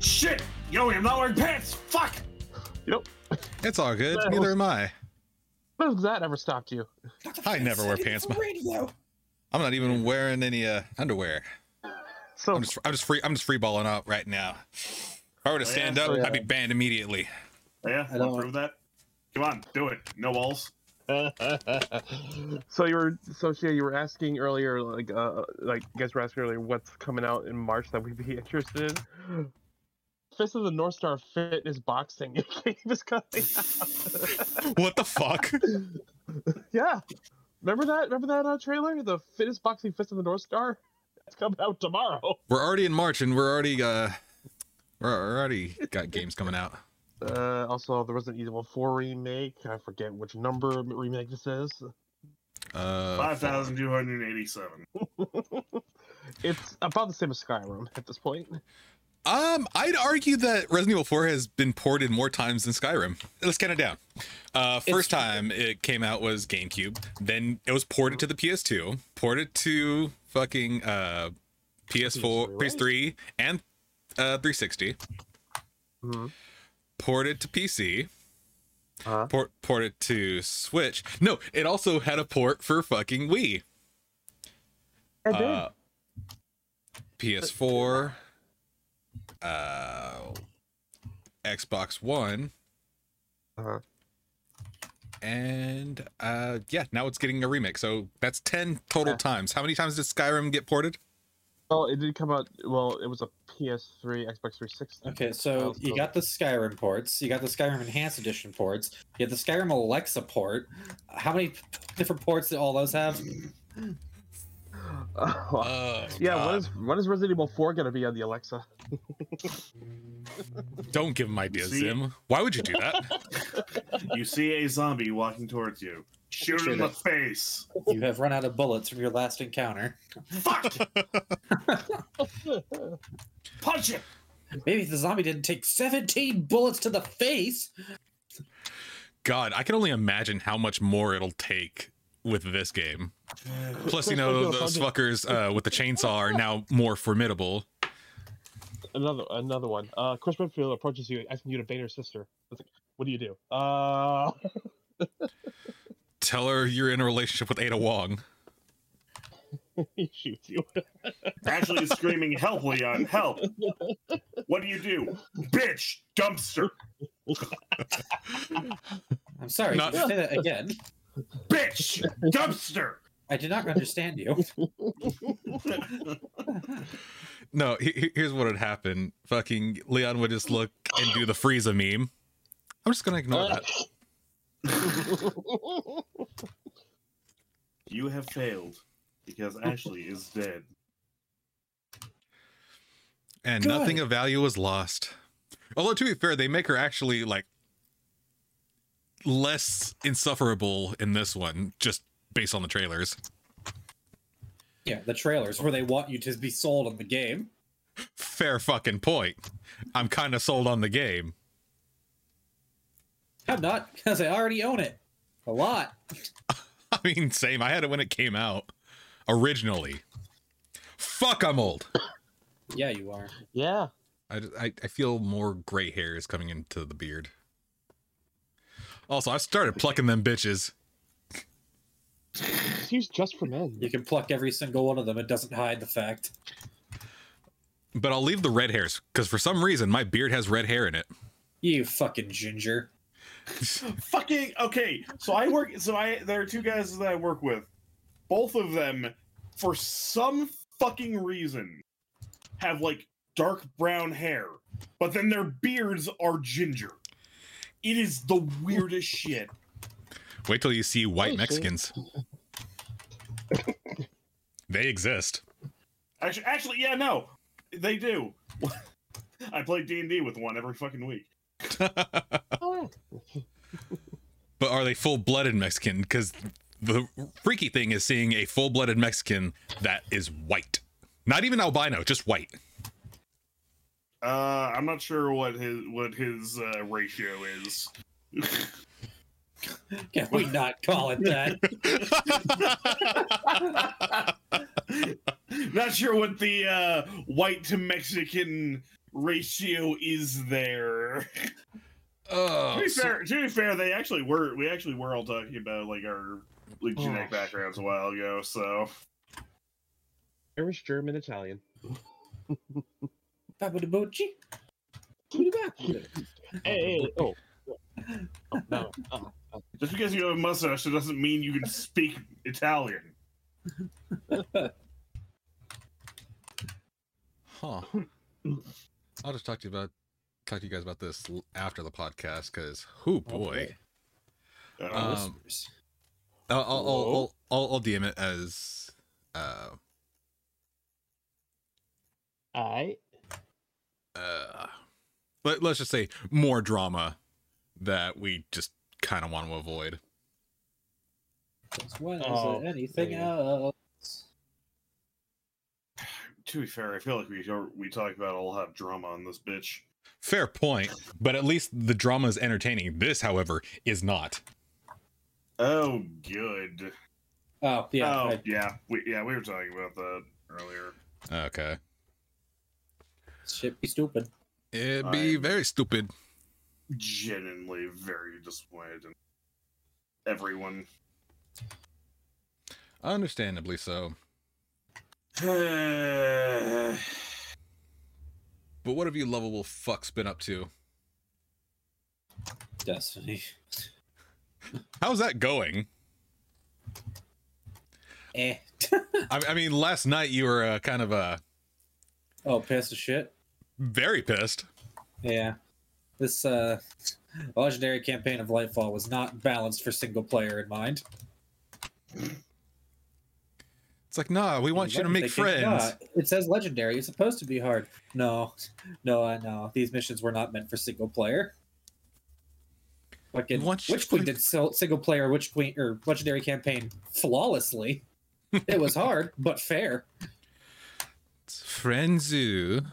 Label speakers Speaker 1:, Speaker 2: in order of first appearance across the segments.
Speaker 1: shit! Yo, I'm not wearing pants! Fuck!
Speaker 2: It's all good.
Speaker 3: No.
Speaker 2: Neither am I.
Speaker 3: None of that ever stopped you.
Speaker 2: I never wear pants. man. I'm not even wearing any uh, underwear.
Speaker 3: So
Speaker 2: I'm just, I'm just free. I'm just free balling out right now. If I were to
Speaker 1: Oh, yeah?
Speaker 2: stand up,
Speaker 3: Oh, yeah.
Speaker 2: I'd be banned immediately.
Speaker 1: Yeah,
Speaker 4: I
Speaker 1: I
Speaker 4: don't-
Speaker 1: don't prove that. Come on, do it. No walls.
Speaker 3: so you were so Shea, you were asking earlier, like uh like you guys were asking earlier what's coming out in March that we'd be interested in. Fist of the North Star Fit is boxing game is coming out.
Speaker 2: What the fuck?
Speaker 3: yeah. Remember that? Remember that uh, trailer? The fittest boxing fist of the North Star? It's coming out tomorrow.
Speaker 2: we're already in March, and we're already uh, we're we're already got games coming out.
Speaker 3: Uh, also, the Resident Evil 4 remake. I forget which number remake this is.
Speaker 2: Uh,
Speaker 1: Five thousand two hundred eighty-seven.
Speaker 3: It's about the same as Skyrim at this point.
Speaker 2: Um, I'd argue that Resident Evil 4 has been ported more times than Skyrim. Let's count it down. Uh, first time it came out was GameCube. Then it was ported to the PS2, ported to fucking uh, PS4,
Speaker 3: PS3, right?
Speaker 2: PS3, and uh, 360.
Speaker 3: Mhm.
Speaker 2: Ported to PC.
Speaker 3: Uh-huh.
Speaker 2: Port ported to Switch. No, it also had a port for fucking Wii.
Speaker 3: I did.
Speaker 2: Uh, PS4, uh, Xbox One,
Speaker 3: Uh-huh.
Speaker 2: and uh, yeah, now it's getting a remake. So that's ten total
Speaker 3: Okay.
Speaker 2: times. How many times did Skyrim get ported?
Speaker 3: Well, it did come out. Well, it was a PS3, Xbox 360.
Speaker 4: Okay, so
Speaker 3: Also-
Speaker 4: you got the Skyrim ports, you got the Skyrim Enhanced Edition ports, you have the Skyrim Alexa port. How many different ports do all those have?
Speaker 3: Oh,
Speaker 2: Oh,
Speaker 3: yeah,
Speaker 2: God.
Speaker 3: when is, when is Resident Evil 4 going to be on the Alexa?
Speaker 2: don't give him ideas,
Speaker 1: See?
Speaker 2: Zim. Why would you do that?
Speaker 1: You see a zombie walking towards you. Shoot it in the face.
Speaker 4: You have run out of bullets from your last encounter.
Speaker 1: Fuck! Punch it!
Speaker 4: Maybe if the zombie didn't take 17 bullets to the face.
Speaker 2: God, I can only imagine how much more it'll take with this game. Plus, you know those fuckers uh, with the chainsaw are now more formidable.
Speaker 3: Another another one. Uh, Chris Redfield approaches you, asking you to bait her sister. It's like, what do you do? Uh,
Speaker 2: Tell her you're in a relationship with Ada Wong.
Speaker 3: he shoots you.
Speaker 1: Ashley is screaming, "Help, Leon! Help! What do you do, bitch? Dumpster,
Speaker 4: I'm sorry,
Speaker 2: Not-
Speaker 4: can you say that again.
Speaker 1: bitch! Dumpster!"
Speaker 4: I did not understand you.
Speaker 2: No, he- he- here's what would happen. Fucking Leon would just look and do the Frieza meme. I'm just gonna ignore that.
Speaker 1: You have failed because Ashley is dead.
Speaker 2: And
Speaker 4: Good.
Speaker 2: nothing of value was lost. Although to be fair, they make her actually like less insufferable in this one, just based on the trailers.
Speaker 4: Yeah, the trailers where they want you to be sold on the game.
Speaker 2: Fair fucking point. I'm kind of sold on the game.
Speaker 4: I'm not, because I already own it. A lot.
Speaker 2: I mean, same. I had it when it came out originally. Fuck, I'm old.
Speaker 4: Yeah, you are.
Speaker 3: yeah.
Speaker 2: I, just- I, I feel more gray hairs coming into the beard. Also, I started plucking them bitches.
Speaker 3: It's used just for men.
Speaker 4: You can pluck every single one of them. It doesn't hide the fact.
Speaker 2: But I'll leave the red hairs because for some reason my beard has red hair in it.
Speaker 4: You fucking ginger.
Speaker 1: Fucking okay. So I work. So I there are two guys that I work with. Both of them, for some fucking reason, have like dark brown hair, but then their beards are ginger. It is the weirdest shit.
Speaker 2: Wait till you see white
Speaker 3: Hey,
Speaker 2: Mexicans. they exist.
Speaker 1: Actually, actually, yeah, no, they do. I play D and D with one every fucking week.
Speaker 3: Oh,
Speaker 2: But are they full blooded Mexican? Because the freaky thing is seeing a full blooded Mexican that is white. Not even albino, just white.
Speaker 1: Uh, I'm not sure what his what his uh, ratio is.
Speaker 4: Can we not call it that?
Speaker 1: Not sure what the uh, white to Mexican ratio is there. to
Speaker 2: Oh,
Speaker 1: be
Speaker 2: so-
Speaker 1: fair, to be fair, they actually were we actually were all talking about like our like genetic
Speaker 4: Oh.
Speaker 1: backgrounds a while ago, so
Speaker 3: Irish, German, Italian.
Speaker 4: Babadubuchi.
Speaker 3: Hey, hey, oh. oh, no, uh-uh.
Speaker 1: just because you have a mustache it doesn't mean you can speak Italian.
Speaker 2: Huh. I'll just talk to you about talk to you guys about this l- after the podcast because who boy.
Speaker 4: Okay.
Speaker 1: Uh,
Speaker 2: Um,
Speaker 4: Whispers.
Speaker 2: I'll, I'll,
Speaker 4: Hello?
Speaker 2: I'll, I'll, I'll, I'll DM it as uh,
Speaker 3: I
Speaker 2: uh let, let's just say more drama that we just kind of want to avoid.
Speaker 4: As well as
Speaker 3: Oh,
Speaker 4: anything
Speaker 3: man.
Speaker 4: else.
Speaker 1: to be fair, I feel like we don't- we talk about a lot of drama on this bitch.
Speaker 2: Fair point, but at least the drama is entertaining. This, however, is not.
Speaker 1: Oh, good.
Speaker 4: Oh yeah,
Speaker 1: oh,
Speaker 4: I-
Speaker 1: yeah. We yeah we were talking about that earlier.
Speaker 2: Okay.
Speaker 4: shit be stupid.
Speaker 2: It'd be
Speaker 1: I'm-
Speaker 2: very stupid.
Speaker 1: Genuinely very disappointed in everyone.
Speaker 2: Understandably so. But what have you lovable fucks been up to?
Speaker 4: Destiny.
Speaker 2: How's that going?
Speaker 4: Eh.
Speaker 2: I, I mean, last night you were uh, kind of uh,
Speaker 4: Oh, piece of shit.
Speaker 2: very pissed.
Speaker 4: Yeah. This uh legendary campaign of Lightfall was not balanced for single player in mind.
Speaker 2: It's like, nah, we want you to
Speaker 4: Why did
Speaker 2: make
Speaker 4: they think
Speaker 2: friends.
Speaker 4: not? It says legendary. You're supposed to be hard. No, no, I know. These missions were not meant for single player. Fucking
Speaker 2: What-
Speaker 4: Witch Queen did so- single player Witch Queen or legendary campaign flawlessly. it was hard but fair.
Speaker 2: Friendzu.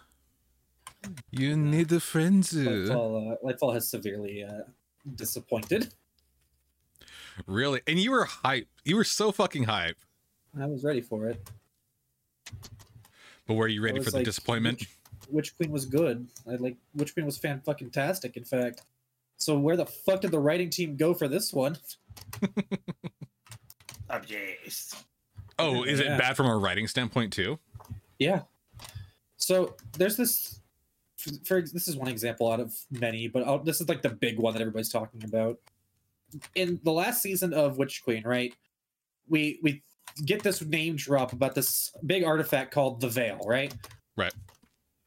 Speaker 2: You need a friendzu.
Speaker 4: Lightfall, uh, Lightfall has severely uh, disappointed.
Speaker 2: Really? And you were hype. You were so fucking hype.
Speaker 4: I was ready for it.
Speaker 2: But were you ready
Speaker 4: was
Speaker 2: for the
Speaker 4: like,
Speaker 2: disappointment?
Speaker 4: Witch, Witch Queen was good. I like Witch Queen was fan fucking tastic, in fact. So where the fuck did the writing team go for this one?
Speaker 1: I'm yes.
Speaker 2: Oh, is
Speaker 4: Yeah.
Speaker 2: it bad from a writing standpoint too?
Speaker 4: Yeah. So there's this. f- For this is one example out of many, but i this is like the big one that everybody's talking about. In the last season of Witch Queen, right? We we get this name drop about this big artifact called the Veil, right?
Speaker 2: Right.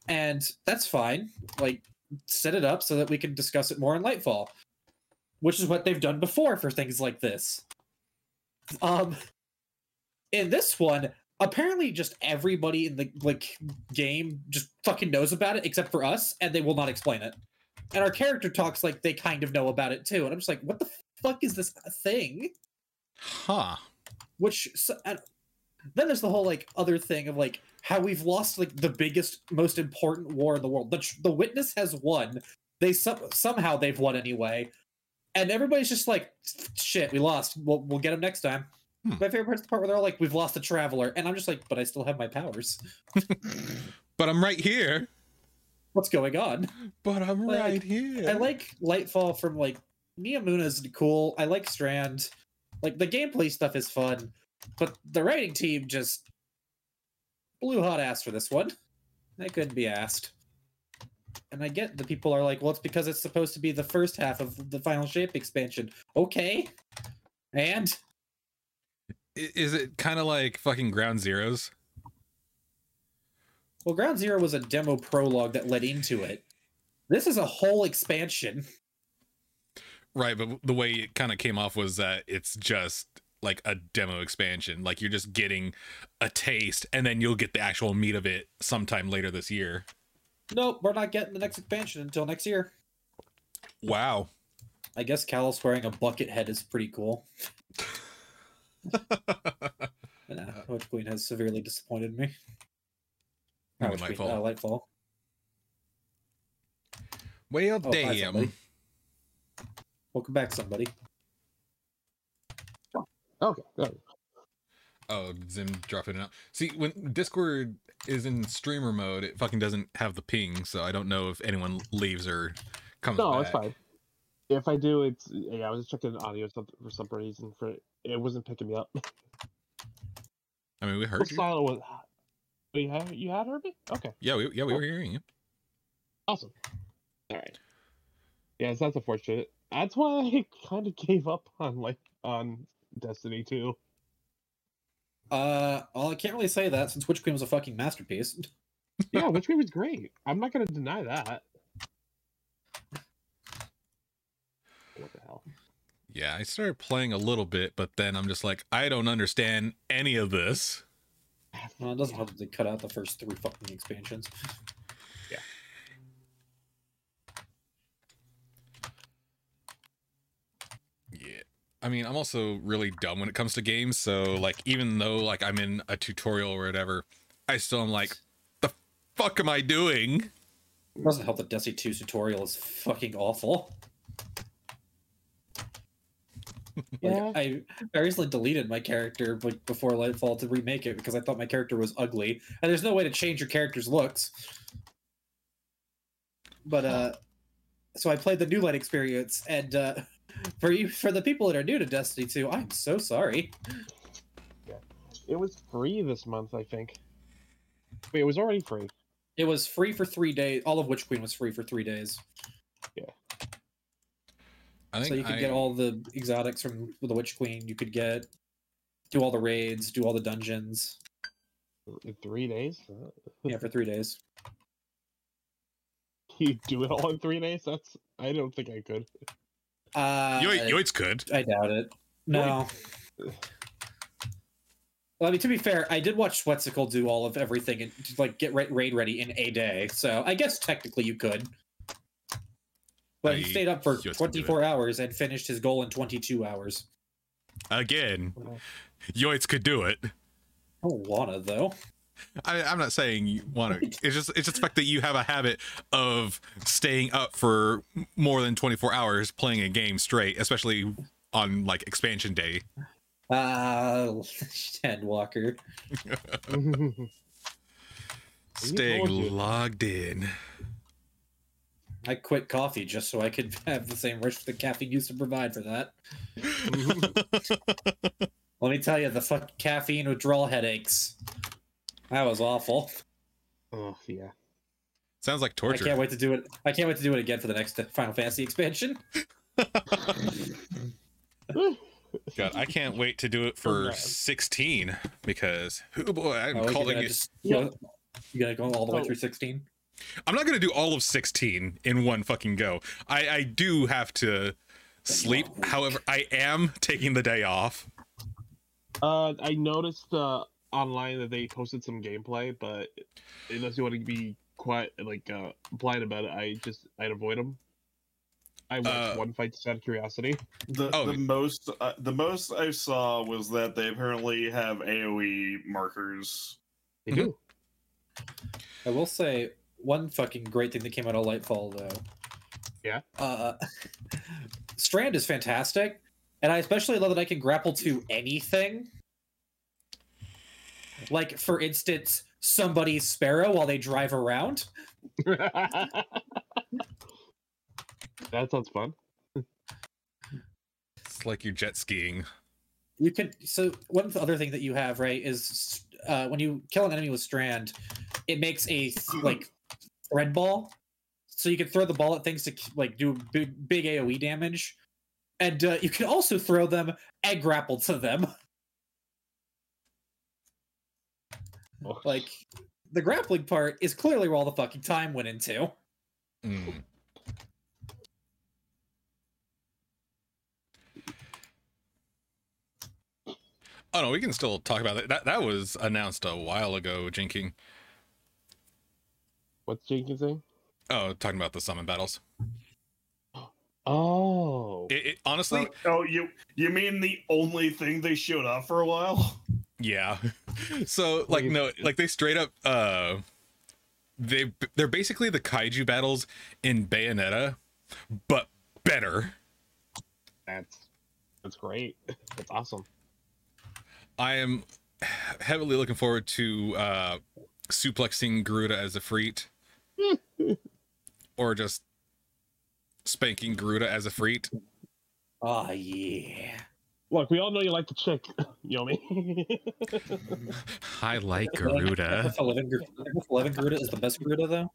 Speaker 4: And that's fine. Like set it up so that we can discuss it more in Lightfall, which is what they've done before for things like this. Um, in this one, apparently just everybody in the like game just fucking knows about it except for us and they will not explain it and our character talks like they kind of know about it too and i'm just like what the fuck is this thing
Speaker 2: Huh.
Speaker 4: which so, and then there's the whole like other thing of like how we've lost like the biggest most important war in the world the, tr- the witness has won they some, somehow they've won anyway and everybody's just like shit we lost we'll, we'll get them next time
Speaker 2: Hmm.
Speaker 4: my favorite part's the part where they're all like we've lost a traveler and i'm just like but i still have my powers
Speaker 2: But I'm right here.
Speaker 4: what's going on
Speaker 2: But I'm
Speaker 4: Like,
Speaker 2: right here.
Speaker 4: i like lightfall from like miyamuna's cool i like strand like the gameplay stuff is fun but the writing team just blew hot ass for this one i couldn't be asked and i get the people are like well it's because it's supposed to be the first half of the final shape expansion okay and
Speaker 2: I- Is it kind of like fucking Ground Zeroes?
Speaker 4: well ground zero was a demo prologue that led into it this is a whole expansion
Speaker 2: Right, but the way it kind of came off was that it's just like a demo expansion. Like you're just getting a taste and then you'll get the actual meat of it sometime later this year.
Speaker 4: nope we're not getting the next expansion until next year
Speaker 2: Wow.
Speaker 4: I guess Callus wearing a bucket head is pretty cool. nah, Witch Queen has severely disappointed me.
Speaker 2: You
Speaker 4: Not
Speaker 2: mean
Speaker 4: Witch Queen,
Speaker 2: Lightfall?
Speaker 4: uh, Lightfall.
Speaker 3: Oh,
Speaker 2: Well,
Speaker 4: hi,
Speaker 2: damn.
Speaker 4: somebody. Welcome back, somebody.
Speaker 3: okay. yeah.
Speaker 2: Oh, Zim dropping it out. See, when Discord is in streamer mode, it fucking doesn't have the ping, so I don't know if anyone leaves or comes
Speaker 3: No,
Speaker 2: back.
Speaker 3: it's fine. If I do, it's yeah. I was checking audio some- for some reason for it wasn't picking me up.
Speaker 2: I mean, we
Speaker 3: Well,
Speaker 2: heard you.
Speaker 3: Silent was. Oh, you had you had heard me? Okay,
Speaker 2: Yeah, we, yeah, we were hearing you.
Speaker 3: awesome. All right. Yeah, so that's unfortunate. That's why I kind of gave up on like on Destiny 2.
Speaker 4: Uh, well, I can't really say that since Witch Queen was a fucking masterpiece.
Speaker 3: Yeah, which game was great. I'm not gonna deny that. What the hell?
Speaker 2: Yeah, I started playing a little bit, but then I'm just like, I don't understand any of this.
Speaker 4: Well, Uh, it doesn't help that they cut out the first three fucking expansions.
Speaker 2: Yeah. I mean, I'm also really dumb when it comes to games, so like even though like I'm in a tutorial or whatever, I still am like, the fuck am I doing?
Speaker 4: It doesn't help that Destiny 2 tutorial is fucking awful. Like,
Speaker 3: Yeah.
Speaker 4: I, I recently deleted my character like before Lightfall to remake it because I thought my character was ugly, and there's no way to change your character's looks. But uh, so I played the New Light experience, and uh, for you for the people that are new to Destiny 2, I'm so sorry.
Speaker 3: It was free this month, I think. Wait, it was already free.
Speaker 4: It was free for three days. All of Witch Queen was free for three days,
Speaker 2: I think
Speaker 4: so you could
Speaker 2: I,
Speaker 4: get all the exotics from the Witch Queen. You could get do all the raids, do all the dungeons.
Speaker 3: In three days? Uh,
Speaker 4: Yeah, for three days.
Speaker 3: You do it all in three days? That's I don't think I could.
Speaker 4: Uh,
Speaker 2: Yo- Yoits could.
Speaker 4: I doubt it. No. Well, I mean, to be fair, I did watch Swetzicle do all of everything and just, like get ra- raid ready in a day, so I guess technically you could. But he
Speaker 2: I
Speaker 4: stayed up for
Speaker 2: just didn't do it.
Speaker 4: 24 hours and finished his goal in 22 hours.
Speaker 2: Again,
Speaker 3: Well,
Speaker 2: Yoits could do it.
Speaker 4: Oh, Lana, though.
Speaker 2: I, I'm not saying you want to. It's just it's just the fact that you have a habit of staying up for more than 24 hours playing a game straight, especially on like expansion day.
Speaker 4: Ah, Walker.
Speaker 2: Staying
Speaker 3: told you.
Speaker 2: logged in.
Speaker 4: I quit coffee just so I could have the same rush that caffeine used to provide for that. Let me tell you, the fuck caffeine withdrawal headaches. That was awful.
Speaker 3: oh yeah.
Speaker 2: Sounds like
Speaker 4: I can't
Speaker 2: torture.
Speaker 4: wait to do it. I can't wait to do it again for the next Final Fantasy expansion.
Speaker 2: God, I can't wait to do it for
Speaker 3: God.
Speaker 2: 16 because oh boy, I'm
Speaker 4: Oh, you're
Speaker 2: calling
Speaker 4: gonna
Speaker 2: it.
Speaker 4: just- you know, you gonna go all the way
Speaker 3: Oh.
Speaker 4: through sixteen?
Speaker 2: I'm not gonna do all of 16 in one fucking go. I I do have to sleep.
Speaker 4: long week.
Speaker 2: However, I am taking the day off.
Speaker 3: Uh I noticed uh online that they posted some gameplay, but unless you want to be quiet like uh blind about it, I just I'd avoid them. I watched
Speaker 2: Uh,
Speaker 3: one fight just out of curiosity.
Speaker 1: The,
Speaker 2: Oh.
Speaker 1: the most uh, the most I saw was that they apparently have AOE markers.
Speaker 3: They
Speaker 2: Mhm.
Speaker 3: do.
Speaker 4: I will say one fucking great thing that came out of Lightfall though.
Speaker 3: Yeah?
Speaker 4: Uh, Strand is fantastic, and I especially love that I can grapple to anything. Like for instance, somebody's sparrow while they drive around.
Speaker 3: that sounds fun.
Speaker 2: It's like you're jet skiing.
Speaker 4: You could so one other thing that you have right is uh, when you kill an enemy with strand, it makes a th- like thread ball, so you can throw the ball at things to k- like do big, big AOE damage, and uh, you can also throw them and grapple to them.
Speaker 3: Oh.
Speaker 4: Like the grappling part is clearly where all the fucking time went into.
Speaker 2: Mm. Oh no, we can still talk about that. That that was announced a while ago, Jinking.
Speaker 3: What's Jenkins saying?
Speaker 2: Oh, talking about the summon battles.
Speaker 3: Oh,
Speaker 2: It, it honestly,
Speaker 1: oh, you you mean the only thing they showed up for a while?
Speaker 2: yeah. so like no, like they straight up uh they they're basically the kaiju battles in Bayonetta, but better.
Speaker 3: that's that's great. That's awesome.
Speaker 2: I am heavily looking forward to uh, suplexing Garuda as a freet, or just spanking Garuda as a freet.
Speaker 4: Oh yeah.
Speaker 3: Look, we all know you like the chick, Yomi.
Speaker 5: I like Garuda.
Speaker 4: FF11 Garuda. FF11 Garuda is the best Garuda though.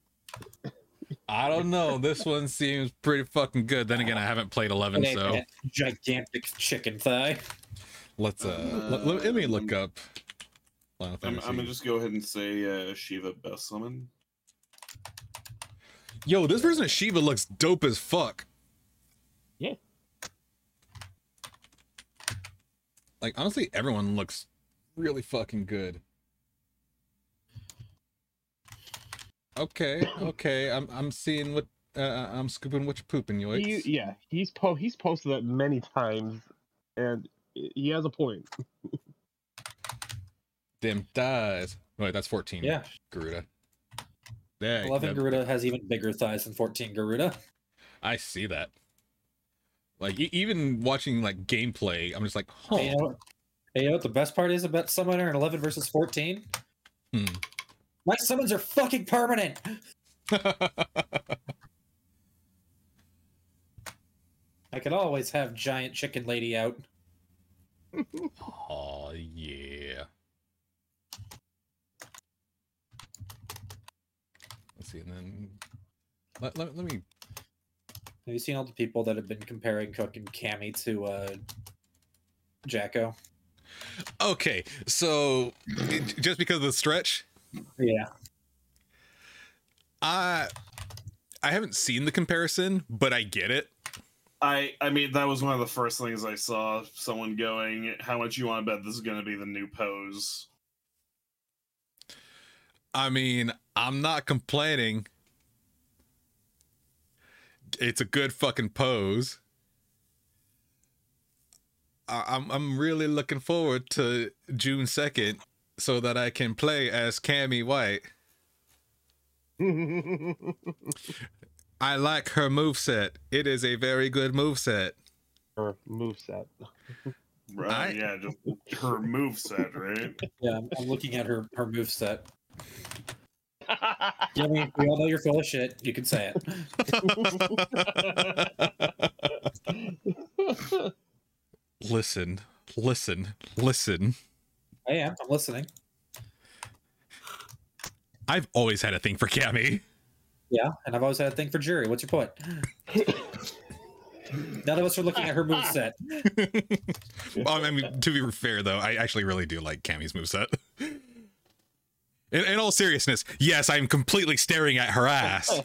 Speaker 2: I don't know. This one seems pretty fucking good. Then again, I haven't played eleven,
Speaker 4: And it-
Speaker 2: so
Speaker 4: that gigantic chicken thigh.
Speaker 2: let's uh let, let- let me look up. Final
Speaker 1: Um, I'm, I'm gonna
Speaker 2: Fantasy.
Speaker 1: just go ahead and say uh, Shiva best summon.
Speaker 2: Yo, this version of Shiva looks dope as fuck.
Speaker 3: Yeah.
Speaker 2: Like honestly, everyone looks really fucking good. Okay, okay. I'm I'm seeing what uh, I'm scooping what you're pooping, yoinks.
Speaker 3: He- yeah, he's po- he's posted that many times, and he has a point.
Speaker 2: Them dies. Wait, that's 14.
Speaker 4: Yeah.
Speaker 2: Garuda. Yeah,
Speaker 4: Eleven
Speaker 2: that-
Speaker 4: Garuda has even bigger thighs than fourteen Garuda.
Speaker 2: I see that. Like e- even watching like gameplay, I'm just like, huh.
Speaker 4: Hey, you know, what- hey, you know what the best part is about summoner and eleven versus fourteen?
Speaker 2: Hmm.
Speaker 4: My summons are fucking permanent. I could always have giant chicken lady out.
Speaker 2: oh yeah. Let's see, and then let, let, let me.
Speaker 4: Have you seen all the people that have been comparing Cook and Cammy to uh Jacko?
Speaker 2: Okay, so it- just because of the stretch,
Speaker 4: Yeah.
Speaker 2: I I haven't seen the comparison, but I get it.
Speaker 1: I I mean that was one of the first things I saw someone going. How much you want to bet this is gonna be the new pose?
Speaker 2: I mean, I'm not complaining. It's a good fucking pose. I- I'm I'm really looking forward to June second so that I can play as Cammy White.
Speaker 3: Her
Speaker 2: I like her moveset. It is a very good moveset.
Speaker 3: moveset.
Speaker 1: Right?
Speaker 2: I-
Speaker 1: Yeah, just her move set, right?
Speaker 4: Yeah, I'm, I'm looking at her her move set. Yeah, we, we all know you're full of shit. You can say it.
Speaker 2: listen, listen, listen.
Speaker 4: I am. I'm listening.
Speaker 2: I've always had a thing for Cammy.
Speaker 4: Yeah, and I've always had a thing for Jury. What's your point? None of us are looking at her move set.
Speaker 2: Well, I mean, to be fair though, I actually really do like Cammy's moveset. In, in all seriousness, yes, I'm completely staring at her ass.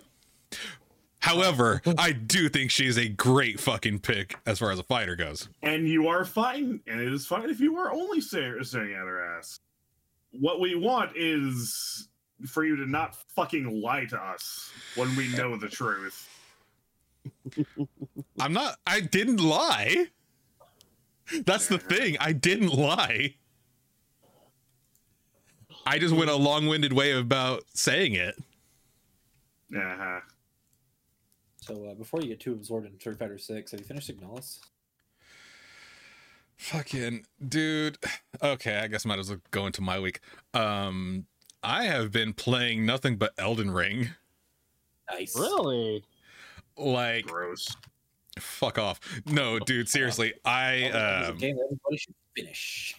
Speaker 2: However, I do think she's a great fucking pick as far as a fighter goes.
Speaker 1: And you are fine, and it is fine if you are only stare- staring at her ass. What we want is for you to not fucking lie to us when we know the truth.
Speaker 2: I'm not. I didn't lie. That's the thing. I didn't lie. I just went a long-winded way about saying it.
Speaker 1: Uh-huh.
Speaker 4: So uh, before you get too absorbed in Street Fighter Six, have you finished Signalis?
Speaker 2: Fucking dude. Okay, I guess I might as well go into my week. Um, I have been playing nothing but Elden Ring.
Speaker 4: Nice.
Speaker 3: really?
Speaker 2: Like,
Speaker 1: Gross.
Speaker 2: fuck off. No, dude, seriously. I
Speaker 4: That was a
Speaker 2: um,
Speaker 4: game that everybody should finish.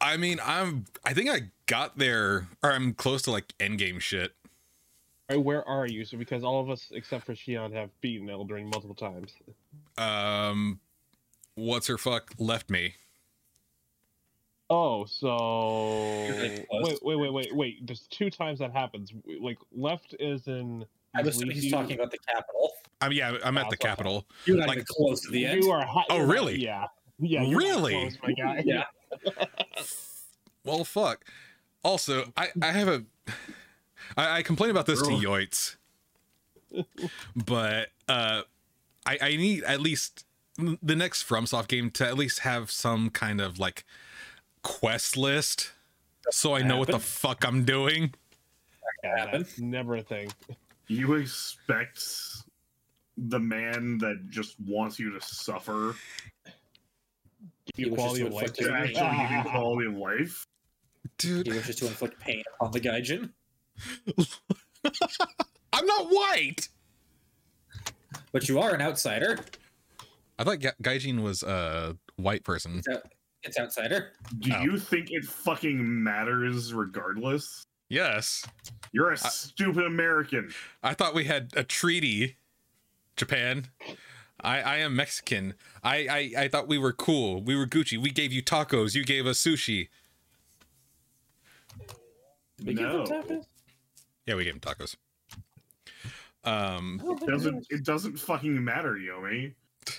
Speaker 2: I mean, I'm I think I got there or I'm close to like endgame shit.
Speaker 3: All right, where are you? So because all of us except for Shion have beaten Eldering multiple times.
Speaker 2: Um what's her fuck left me.
Speaker 3: Oh, so
Speaker 4: You're, like, close.
Speaker 3: wait, wait, wait, wait, wait. There's two times that happens. Like left is in.
Speaker 4: I was he's
Speaker 3: you-
Speaker 4: talking about the capital.
Speaker 2: I mean, yeah, I'm at
Speaker 3: Oh,
Speaker 2: the
Speaker 3: fuck.
Speaker 2: capital.
Speaker 4: You're not
Speaker 2: Like-
Speaker 4: even close to the end.
Speaker 3: You are hot.
Speaker 2: Oh,
Speaker 3: you're not-
Speaker 2: really?
Speaker 3: Yeah. Yeah. you're not
Speaker 2: Really?
Speaker 3: close, my guy.
Speaker 4: Yeah.
Speaker 2: Well, fuck. Also, I I have a I, I complain about this to
Speaker 1: Girl.
Speaker 2: Yoitz, but uh, I I need at least the next FromSoft game to at least have some kind of like quest list, so I know what the
Speaker 4: Happen.
Speaker 2: fuck I'm doing.
Speaker 3: Yeah,
Speaker 4: Happen.
Speaker 3: that's never a thing.
Speaker 1: You expect the man that just wants you to suffer
Speaker 4: He wishes
Speaker 3: Equality
Speaker 4: to
Speaker 3: of life.
Speaker 4: inflict his
Speaker 1: Can I
Speaker 4: pain.
Speaker 1: actually give you quality of life?
Speaker 2: Dude,
Speaker 4: He wishes to inflict pain upon the gaijin.
Speaker 2: I'm not white.
Speaker 4: But you are an outsider.
Speaker 2: I thought Ga- Gaijin was a white person.
Speaker 4: It's, out- it's outsider.
Speaker 1: Do
Speaker 2: Oh.
Speaker 1: you think it fucking matters regardless?
Speaker 2: Yes.
Speaker 1: You're a stupid American.
Speaker 2: I thought we had a treaty, Japan. I, I am Mexican. I, I, I thought we were cool. We were Gucci. We gave you tacos. You gave us sushi.
Speaker 4: Did we give
Speaker 1: No.
Speaker 4: him tacos?
Speaker 2: Yeah, we gave him tacos. Um,
Speaker 4: I don't think we
Speaker 1: Doesn't
Speaker 4: did.
Speaker 1: it doesn't fucking matter, Yomi.
Speaker 2: Uh,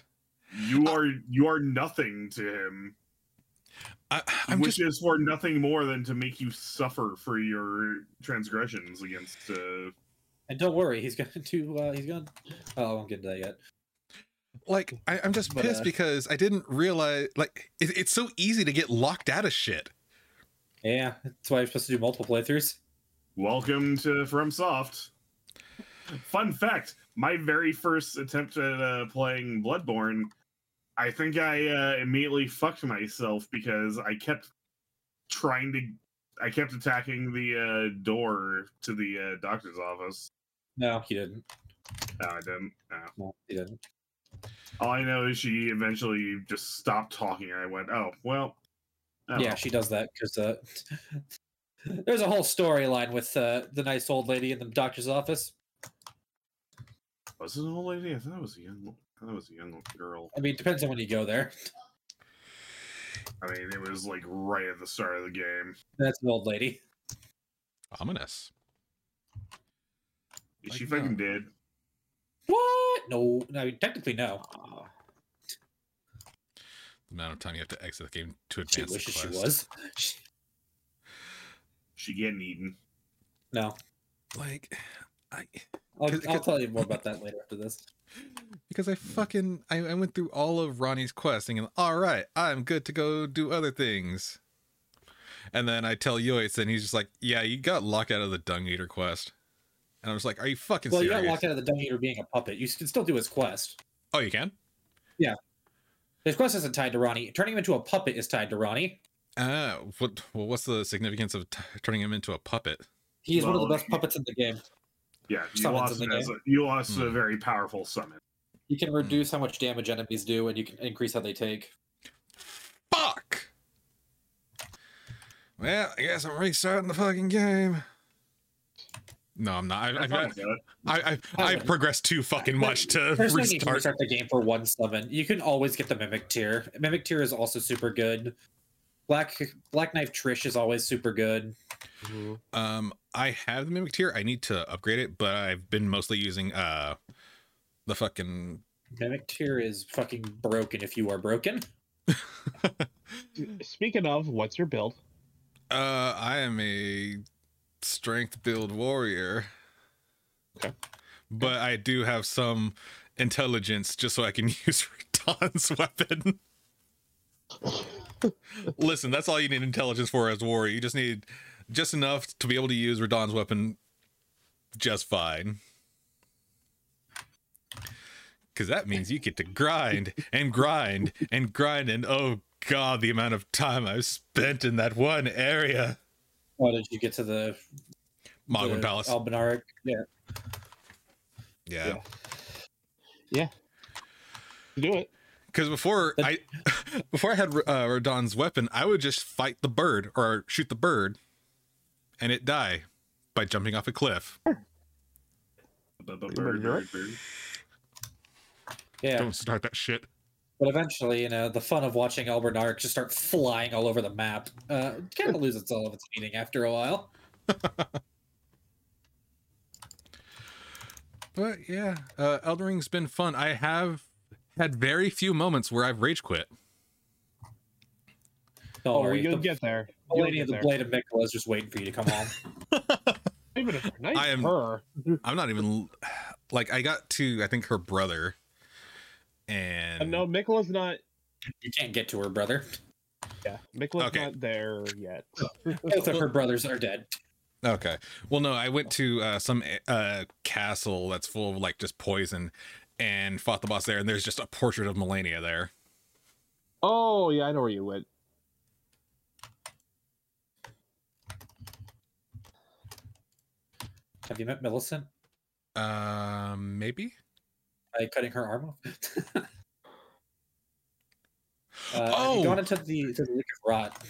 Speaker 1: You are you are nothing to him.
Speaker 2: I,
Speaker 1: He
Speaker 2: I'm just
Speaker 1: wishes for nothing more than to make you suffer for your transgressions against uh
Speaker 4: And don't worry, he's going to. Uh, he's going. Oh, I won't get into that yet.
Speaker 2: like I, I'm just
Speaker 4: But,
Speaker 2: pissed
Speaker 4: uh,
Speaker 2: because I didn't realize like it, it's so easy to get locked out of shit.
Speaker 4: Yeah, that's why you're supposed to do multiple playthroughs.
Speaker 1: Welcome to From Soft. Fun fact: My very first attempt at uh, playing Bloodborne, I think I uh, immediately fucked myself because I kept trying to, I kept attacking the uh, door to the uh, doctor's office.
Speaker 4: No, he didn't.
Speaker 1: No, I didn't. No.
Speaker 4: No, he didn't.
Speaker 1: All I know is she eventually just stopped talking, and I went, "Oh well." oh
Speaker 4: Yeah, she does that because uh, there's a whole storyline with uh, the nice old lady in the doctor's office.
Speaker 1: well." was it an old lady? I thought it was a young. I thought it was a young girl.
Speaker 4: I mean, it depends on when you go there.
Speaker 1: I mean, it was like right at the start of the game.
Speaker 4: That's an old lady.
Speaker 2: Ominous.
Speaker 1: She
Speaker 2: Like, no.
Speaker 1: fucking did.
Speaker 4: What? No, no, technically no.
Speaker 2: The amount of time you have to exit the game to
Speaker 4: She
Speaker 2: advance the
Speaker 4: wishes she
Speaker 2: quest.
Speaker 4: was.
Speaker 1: She getting eaten.
Speaker 4: No,
Speaker 2: Like, I
Speaker 4: I'll,
Speaker 2: Could-
Speaker 4: I'll
Speaker 2: could-
Speaker 4: tell you more about that later after this.
Speaker 2: because I fucking I, I went through all of Ronnie's quests thinking, all right, I'm good to go do other things. And then I tell Yoitz, and he's just like, "Yeah, you got locked out of the Dung Eater quest." And I was like, "Are you fucking
Speaker 4: Well, you
Speaker 2: serious?"
Speaker 4: got locked out of the dung eater being a puppet. You can still do his quest.
Speaker 2: oh, you can.
Speaker 4: His quest isn't tied to Ronnie. Turning him into a puppet is tied to Ronnie.
Speaker 2: Ah, what? Well, what's the significance of t- turning him into a puppet?
Speaker 4: He is one of the
Speaker 1: Well,
Speaker 4: best puppets in the game.
Speaker 1: Yeah, you
Speaker 4: Summons
Speaker 1: lost,
Speaker 4: in
Speaker 1: it
Speaker 4: the
Speaker 1: as a, you lost
Speaker 2: Hmm.
Speaker 1: a very powerful summon.
Speaker 4: You can reduce how much damage enemies do, and you can increase how they take.
Speaker 2: Fuck. Well, I guess I'm restarting the fucking game. No, I'm not. I,
Speaker 1: Fine
Speaker 2: I've, got,
Speaker 1: with that.
Speaker 2: I, I've, I've progressed too fucking much to
Speaker 4: There's no need to
Speaker 2: restart.
Speaker 4: restart the game for one summon. You can always get the mimic tier. Mimic tier is also super good. Black Black Knife Trish is always super good.
Speaker 2: Um, I have the mimic tier. I need to upgrade it, but I've been mostly using uh the fucking
Speaker 4: Mimic tier is fucking broken if you are broken. Mm-hmm.
Speaker 3: Speaking of, what's your build?
Speaker 2: Uh, I am a strength build warrior.
Speaker 3: Okay.
Speaker 2: But I do have some intelligence just so I can use Radon's weapon. Listen, that's all you need intelligence for as a warrior. You just need just enough to be able to use Radon's weapon just fine. Cause that means you get to grind and grind and grind and oh god, the amount of time I've spent in that one area.
Speaker 4: Why did you get to the,
Speaker 2: Mogwin
Speaker 4: the
Speaker 2: Palace.
Speaker 4: Albanaric? Yeah.
Speaker 2: yeah.
Speaker 3: yeah. Do it.
Speaker 2: Because before
Speaker 4: But-
Speaker 2: I, before I had uh, Radon's weapon, I would just fight the bird or shoot the bird, and it die by jumping off a cliff.
Speaker 1: Bu- bu-
Speaker 3: You're
Speaker 1: bird, bird,
Speaker 3: right.
Speaker 1: bird.
Speaker 4: Yeah.
Speaker 2: Don't start that shit.
Speaker 4: But eventually, you know, the fun of watching Albernaric just start flying all over the map uh, kind of loses all of its meaning after a while.
Speaker 2: But yeah, uh, Elden Ring's been fun. I have had very few moments where I've rage quit.
Speaker 4: Don't
Speaker 3: Oh,
Speaker 4: worry.
Speaker 3: you'll
Speaker 4: the
Speaker 3: get there.
Speaker 4: the
Speaker 3: You'll
Speaker 4: lady
Speaker 3: get
Speaker 4: of the
Speaker 3: there.
Speaker 4: Blade of Mikula is just waiting for you to come home.
Speaker 3: Even if they're nice
Speaker 2: I am-
Speaker 3: to her.
Speaker 2: I'm not even like I got to I think her brother, and
Speaker 3: Uh, no, Mikola's not.
Speaker 4: you can't get to her brother.
Speaker 3: Yeah, Mikola's
Speaker 2: Okay.
Speaker 3: not there yet.
Speaker 4: Both of her brothers are dead.
Speaker 2: Okay. Well, no, I went to uh, some uh, castle that's full of like just poison and fought the boss there, and there's just a portrait of Melania there.
Speaker 3: Oh yeah, I know where you went.
Speaker 4: Have you met Millicent
Speaker 2: Um, maybe.
Speaker 4: by cutting her arm off? uh,
Speaker 2: Oh!
Speaker 4: oh, gone into the, to the Lake of Rot.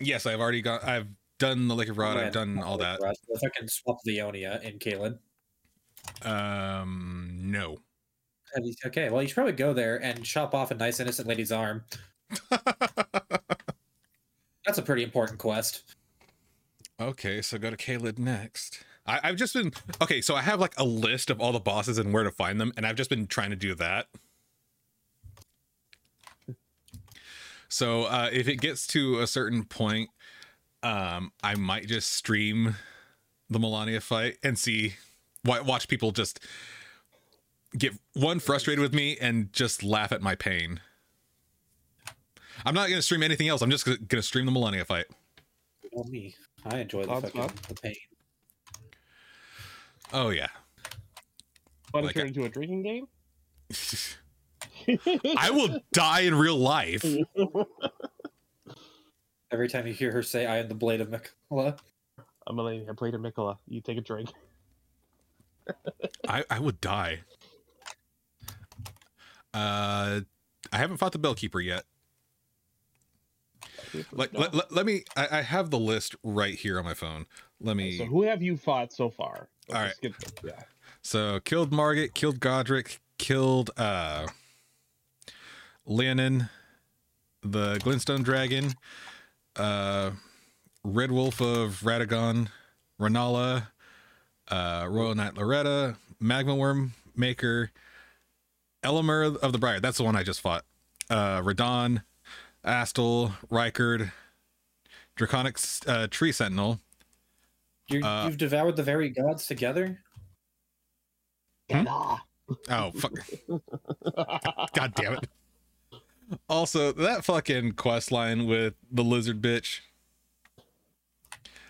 Speaker 2: Yes, I've already got. I've done the Lake of Rod. I've
Speaker 4: Right,
Speaker 2: done all
Speaker 4: Lake
Speaker 2: that.
Speaker 4: of Rot. So if I can swap Leonia and Kalen.
Speaker 2: Um, no.
Speaker 4: Have you- Okay, well, you should probably go there and chop off a nice, innocent lady's arm. That's a pretty important quest.
Speaker 2: okay, so go to Caleb next. I, I've just been okay. So I have like a list of all the bosses and where to find them, and I've just been trying to do that. So uh, if it gets to a certain point, um, I might just stream the Melania fight and see, wa- watch people just get one frustrated with me and just laugh at my pain. I'm not gonna stream anything else. I'm just gonna- gonna stream the Melania fight.
Speaker 4: Well, me, I enjoy the
Speaker 3: Thoughts,
Speaker 4: fucking
Speaker 3: Bob?
Speaker 4: the pain.
Speaker 2: Oh yeah.
Speaker 3: Want
Speaker 2: Like
Speaker 3: to
Speaker 2: I-
Speaker 3: turn into a drinking game?
Speaker 2: I will die in real life.
Speaker 4: Every time you hear her say, "I am the blade of Mikala,"
Speaker 3: I'm a lady. I played a Mikola. You take a drink.
Speaker 2: I, I would die. Uh I haven't fought the bellkeeper yet. Like let, let, let me I, I have the list right here on my phone. Let me
Speaker 3: So who have you fought so far? Let's
Speaker 2: All right.
Speaker 3: just get- yeah.
Speaker 2: So killed Margit, killed Godric, killed uh Leonin, the Glintstone Dragon, uh Red Wolf of Radagon, Ranala, uh Royal Knight Loretta, Magma Worm Maker, Elamur of the Briar. That's the one I just fought. Uh Radon, Astel, Rikard, Draconic uh, Tree Sentinel.
Speaker 4: you
Speaker 2: Uh,
Speaker 4: you've devoured the very gods together.
Speaker 2: Oh fuck. God damn it. Also, that fucking quest line with the lizard bitch.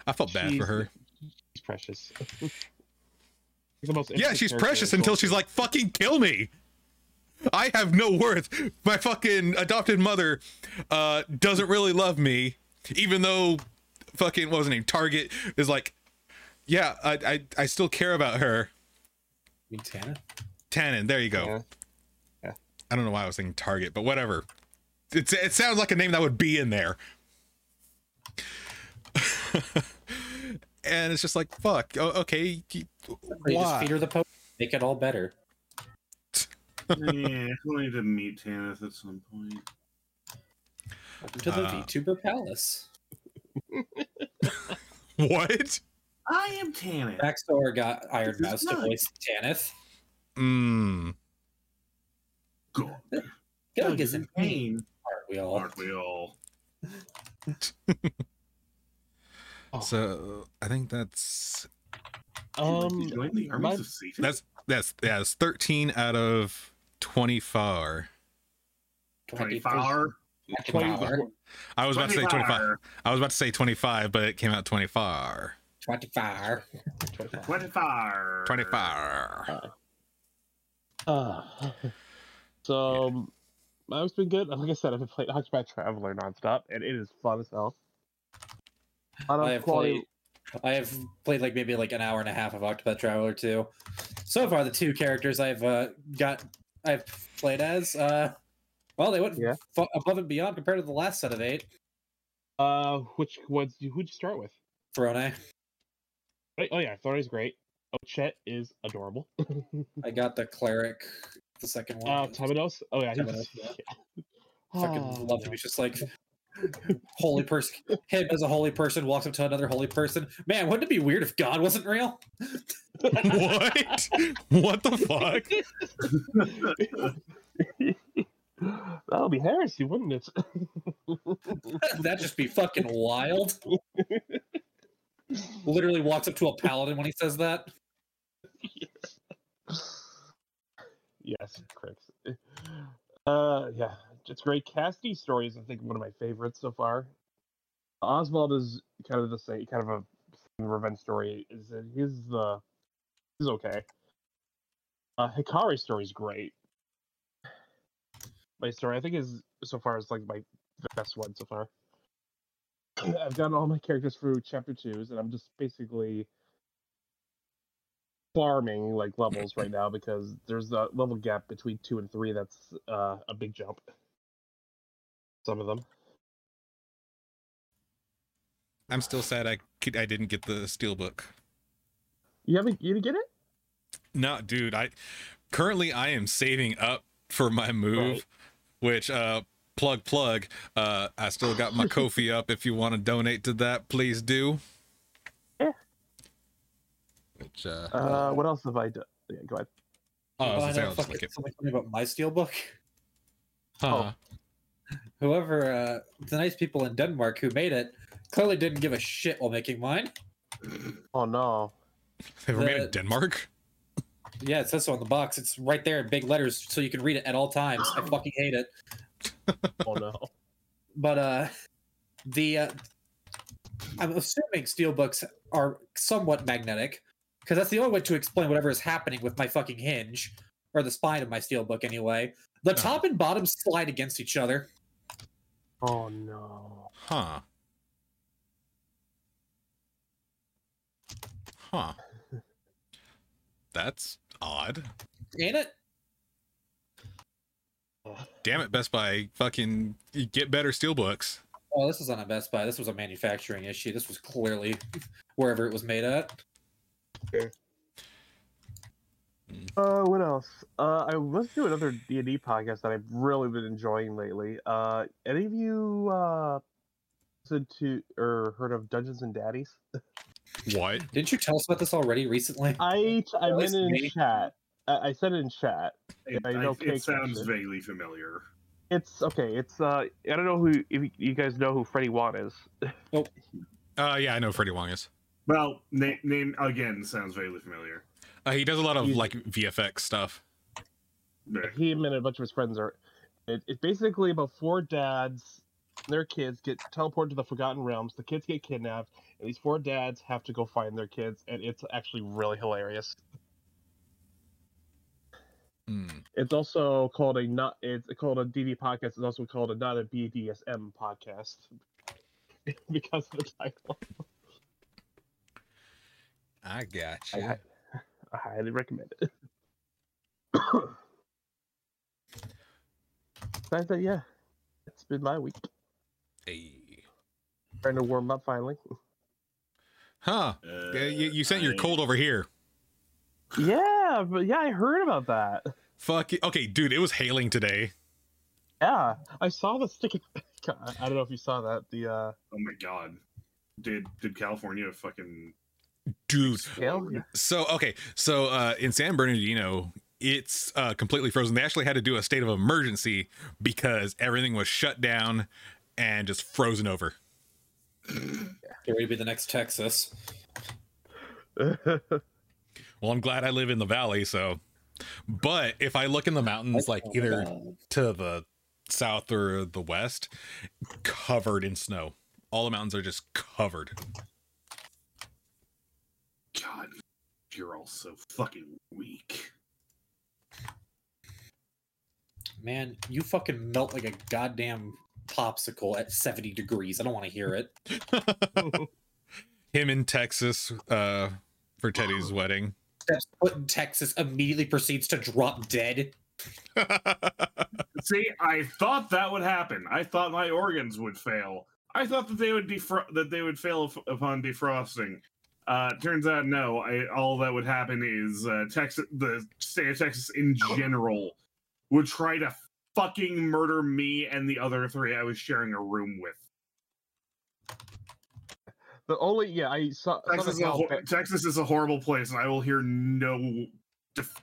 Speaker 2: I felt bad for
Speaker 3: She's-
Speaker 2: her.
Speaker 3: She's precious. the most
Speaker 2: Yeah,
Speaker 3: innocent
Speaker 2: she's
Speaker 3: character
Speaker 2: precious
Speaker 3: in
Speaker 2: until
Speaker 3: Soul
Speaker 2: she's like, fucking kill me. I have no worth. My fucking adopted mother uh, doesn't really love me, even though fucking, what was her name? Target is like, yeah, I, I, I still care about her.
Speaker 4: You mean Tana?
Speaker 2: Tannen, there you go.
Speaker 3: Yeah. Yeah.
Speaker 2: I don't know why I was thinking Target, but whatever. It's, it sounds like a name that would be in there. and it's just like, fuck. Oh, okay. you-
Speaker 4: Or you just
Speaker 2: Why?
Speaker 4: feed her the potion, make it all better.
Speaker 1: yeah, we'll need to meet Tanith at some point.
Speaker 4: Welcome to the
Speaker 2: Uh,
Speaker 4: VTuber Palace.
Speaker 2: What?
Speaker 1: I am Tanith.
Speaker 4: Baxter got Iron
Speaker 1: This is
Speaker 4: Mouse to
Speaker 1: nice.
Speaker 4: voice Tanith.
Speaker 2: Mm.
Speaker 1: God.
Speaker 4: Gug is in pain,
Speaker 1: pain,
Speaker 4: aren't we all?
Speaker 1: aren't we all?
Speaker 3: Oh.
Speaker 2: So I think that's
Speaker 1: Would you like to join the
Speaker 3: Um,
Speaker 1: armies
Speaker 3: my,
Speaker 1: of Satan?
Speaker 2: that's that's that's 13 out of 24.
Speaker 1: 24.
Speaker 4: Twenty-four.
Speaker 2: I was about to say 25.
Speaker 1: 25.
Speaker 2: I was about to say 25, but it came out 24.
Speaker 4: 25.
Speaker 1: 25.
Speaker 2: 24.
Speaker 3: uh, so um, I've been good. Like I said, I've been playing Octopath Traveler nonstop, and it is fun as hell. A lot of
Speaker 4: I have
Speaker 3: quality-
Speaker 4: played. I have played like maybe like an hour and a half of Octopath Traveler 2. So far, the two characters I've uh, got, I've played as, uh, well, they went
Speaker 3: Yeah.
Speaker 4: fu- above and beyond compared to the last set of eight.
Speaker 3: Uh, which ones? Who'd you start with?
Speaker 4: Throne,
Speaker 3: Right- Oh yeah, Thorny's great. Ochet is adorable.
Speaker 4: I got the cleric, the second one.
Speaker 3: Uh, Temenos. Oh yeah, he's
Speaker 4: Temenos, yeah.
Speaker 3: yeah.
Speaker 4: fucking
Speaker 3: Oh,
Speaker 4: love him. He's just like holy person. Him as a holy person walks up to another holy person. Man, wouldn't it be weird if God wasn't real?
Speaker 2: what? What the fuck?
Speaker 3: That'll be heresy, wouldn't it?
Speaker 4: That'd just be fucking wild. Literally walks up to a paladin when he says that.
Speaker 3: yes, correct. Uh, yeah, it's great. Cassidy's story is, I think, one of my favorites so far. Oswald is kind of the same, kind of a revenge story. Is that he's the he's okay. Uh, Hikari's story is great. My story, I think, is so far is like my the best one so far. I've gotten all my characters through chapter twos, and I'm just basically farming like levels right now because there's a level gap between two and three that's uh, a big jump. Some of them.
Speaker 2: I'm still sad I could, I didn't get the steel book.
Speaker 3: You haven't you didn't get it?
Speaker 2: No, dude, I currently I am saving up for my move, which uh plug plug. Uh I still got my Kofi up if you want to donate to that, please do.
Speaker 3: Yeah.
Speaker 2: Which uh,
Speaker 3: Uh, what else have I done? Yeah, go ahead.
Speaker 2: oh, I was gonna
Speaker 4: Find
Speaker 2: say,
Speaker 4: out
Speaker 2: I'll just
Speaker 4: fucking
Speaker 2: link it.
Speaker 4: something funny about my steelbook.
Speaker 5: Huh.
Speaker 4: Whoever, uh, the nice people in Denmark who made it, clearly didn't give a shit while making mine.
Speaker 3: Oh no.
Speaker 2: They were made in
Speaker 4: the-
Speaker 2: Denmark.
Speaker 4: Yeah, it says so on the box. It's right there in big letters, so you can read it at all times. I fucking hate it.
Speaker 3: Oh no.
Speaker 4: But uh, the uh, I'm assuming steelbooks are somewhat magnetic, because that's the only way to explain whatever is happening with my fucking hinge or the spine of my steelbook. Anyway, the
Speaker 2: Uh-huh.
Speaker 4: top and bottom slide against each other.
Speaker 3: Oh no.
Speaker 2: Huh. Huh. That's odd.
Speaker 4: Ain't it?
Speaker 2: Damn it, Best Buy. Fucking get better steelbooks.
Speaker 4: Oh, this was on a Best Buy. This was a manufacturing issue. This was clearly wherever it was made at.
Speaker 3: Uh, what else? Uh, I was do another D and D podcast that I've really been enjoying lately. Uh, any of you uh, listened to or heard of Dungeons and Daddies?
Speaker 2: What?
Speaker 4: Didn't you tell us about this already recently?
Speaker 3: I I
Speaker 4: That
Speaker 3: meant
Speaker 4: was
Speaker 3: it in
Speaker 4: me.
Speaker 3: chat. I, I said it in chat.
Speaker 1: It,
Speaker 3: I know
Speaker 1: I-
Speaker 3: Cake
Speaker 1: it sounds
Speaker 3: Crush.
Speaker 1: vaguely familiar.
Speaker 3: It's okay. It's uh, I don't know who if you- you guys know who Freddie Wan is.
Speaker 2: Uh, yeah, I know who Freddie Wong is.
Speaker 1: Well, name, name again sounds vaguely familiar.
Speaker 2: Uh, he does a lot of
Speaker 3: He's-
Speaker 2: like VFX stuff.
Speaker 1: Yeah.
Speaker 3: He and a bunch of his friends are. It, it's basically about four dads. Their kids get teleported to the Forgotten Realms. The kids get kidnapped, and these four dads have to go find their kids. And it's actually really hilarious.
Speaker 2: Mm.
Speaker 3: It's also called a not. It's called a DD podcast. It's also called a not a BDSM podcast because of the title.
Speaker 2: I got
Speaker 3: I, I highly recommend it. Besides that, yeah, it's been my week.
Speaker 2: Hey.
Speaker 3: Trying to warm up finally.
Speaker 2: Huh?
Speaker 1: Uh,
Speaker 2: Yeah, you, you sent your
Speaker 1: I-
Speaker 2: cold over here.
Speaker 3: Yeah, but yeah, I heard about that.
Speaker 2: Fuck. It. Okay, dude, it was hailing today.
Speaker 3: Yeah, I saw the sticky. God, I don't know if you saw that. The uh,
Speaker 1: Oh my god. Did did California fucking
Speaker 2: Dude,
Speaker 3: hail?
Speaker 2: So okay, so uh, in San Bernardino, it's uh, completely frozen. They actually had to do a state of emergency because everything was shut down and just frozen over.
Speaker 4: It would be the next Texas.
Speaker 3: uh,
Speaker 2: Well, I'm glad I live in the valley, so. But if I look in the mountains, like either
Speaker 4: Oh,
Speaker 2: to the south or the west, covered in snow. All the mountains are just covered.
Speaker 1: god. You're all so fucking weak.
Speaker 4: Man, you fucking melt like a goddamn popsicle at 70 degrees. I don't want to hear it.
Speaker 2: Him in Texas uh, for Teddy's wedding.
Speaker 4: Steps foot in Texas, immediately proceeds to drop dead.
Speaker 1: See, I thought that would happen. I thought my organs would fail. I thought that they would defro- that they would fail up- upon defrosting. Uh, turns out, no. I, all that would happen is uh, Texas, the state of Texas in general, would try to fucking murder me and the other three I was sharing a room with.
Speaker 3: the only yeah, I saw. saw
Speaker 1: Texas, is
Speaker 3: the
Speaker 1: a, hor-
Speaker 3: Calif-
Speaker 1: Texas is a horrible place, and I will hear no def-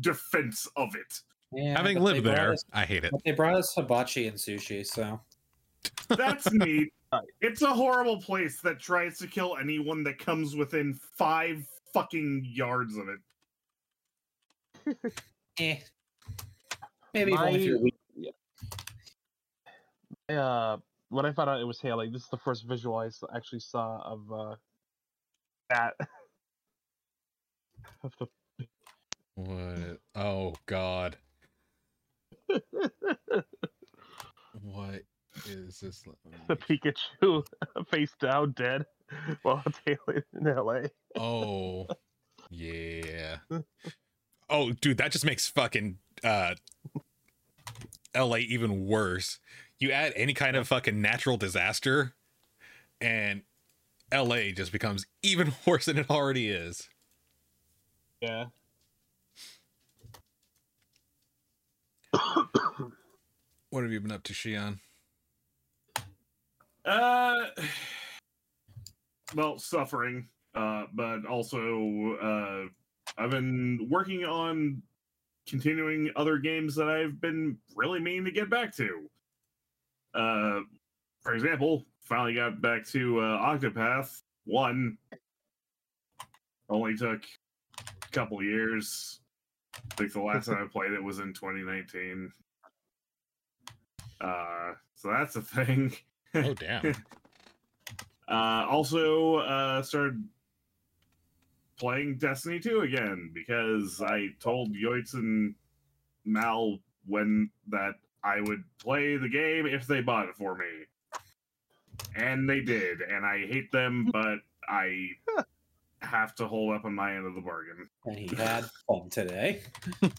Speaker 1: defense of it.
Speaker 4: Yeah,
Speaker 2: Having
Speaker 4: but they
Speaker 2: lived
Speaker 4: brought
Speaker 2: there,
Speaker 4: us-
Speaker 2: I hate it.
Speaker 4: but they brought us hibachi and sushi, so.
Speaker 1: That's neat. It's a horrible place that tries to kill anyone that comes within five fucking yards of it.
Speaker 4: Eh. Maybe if only
Speaker 3: My-
Speaker 4: if you're weak.
Speaker 3: uh, when I found out it was hailing, this is the first visual I s- actually saw of uh, that. of the
Speaker 2: What? Oh God. What is this? Let me
Speaker 3: The
Speaker 2: make-
Speaker 3: Pikachu face down dead while tailing in LA.
Speaker 2: Oh, yeah. Oh, dude, that just makes fucking uh, LA even worse. You add any kind of fucking natural disaster, and LA just becomes even worse than it already is.
Speaker 3: Yeah.
Speaker 2: What have you been up to, Shion?
Speaker 1: Uh, well, suffering, uh, but also uh, I've been working on continuing other games that I've been really meaning to get back to. Uh, for example, finally got back to uh, Octopath One. Only took a couple years. I think the last time I played it was in 2019. Uh, so that's a thing.
Speaker 2: Oh, damn.
Speaker 1: Uh, also, uh, started playing Destiny 2 again because I told Yoitz and Mal when that I would play the game if they bought it for me. And they did, and I hate them, but I have to hold up on my end of the bargain.
Speaker 4: And he had fun today.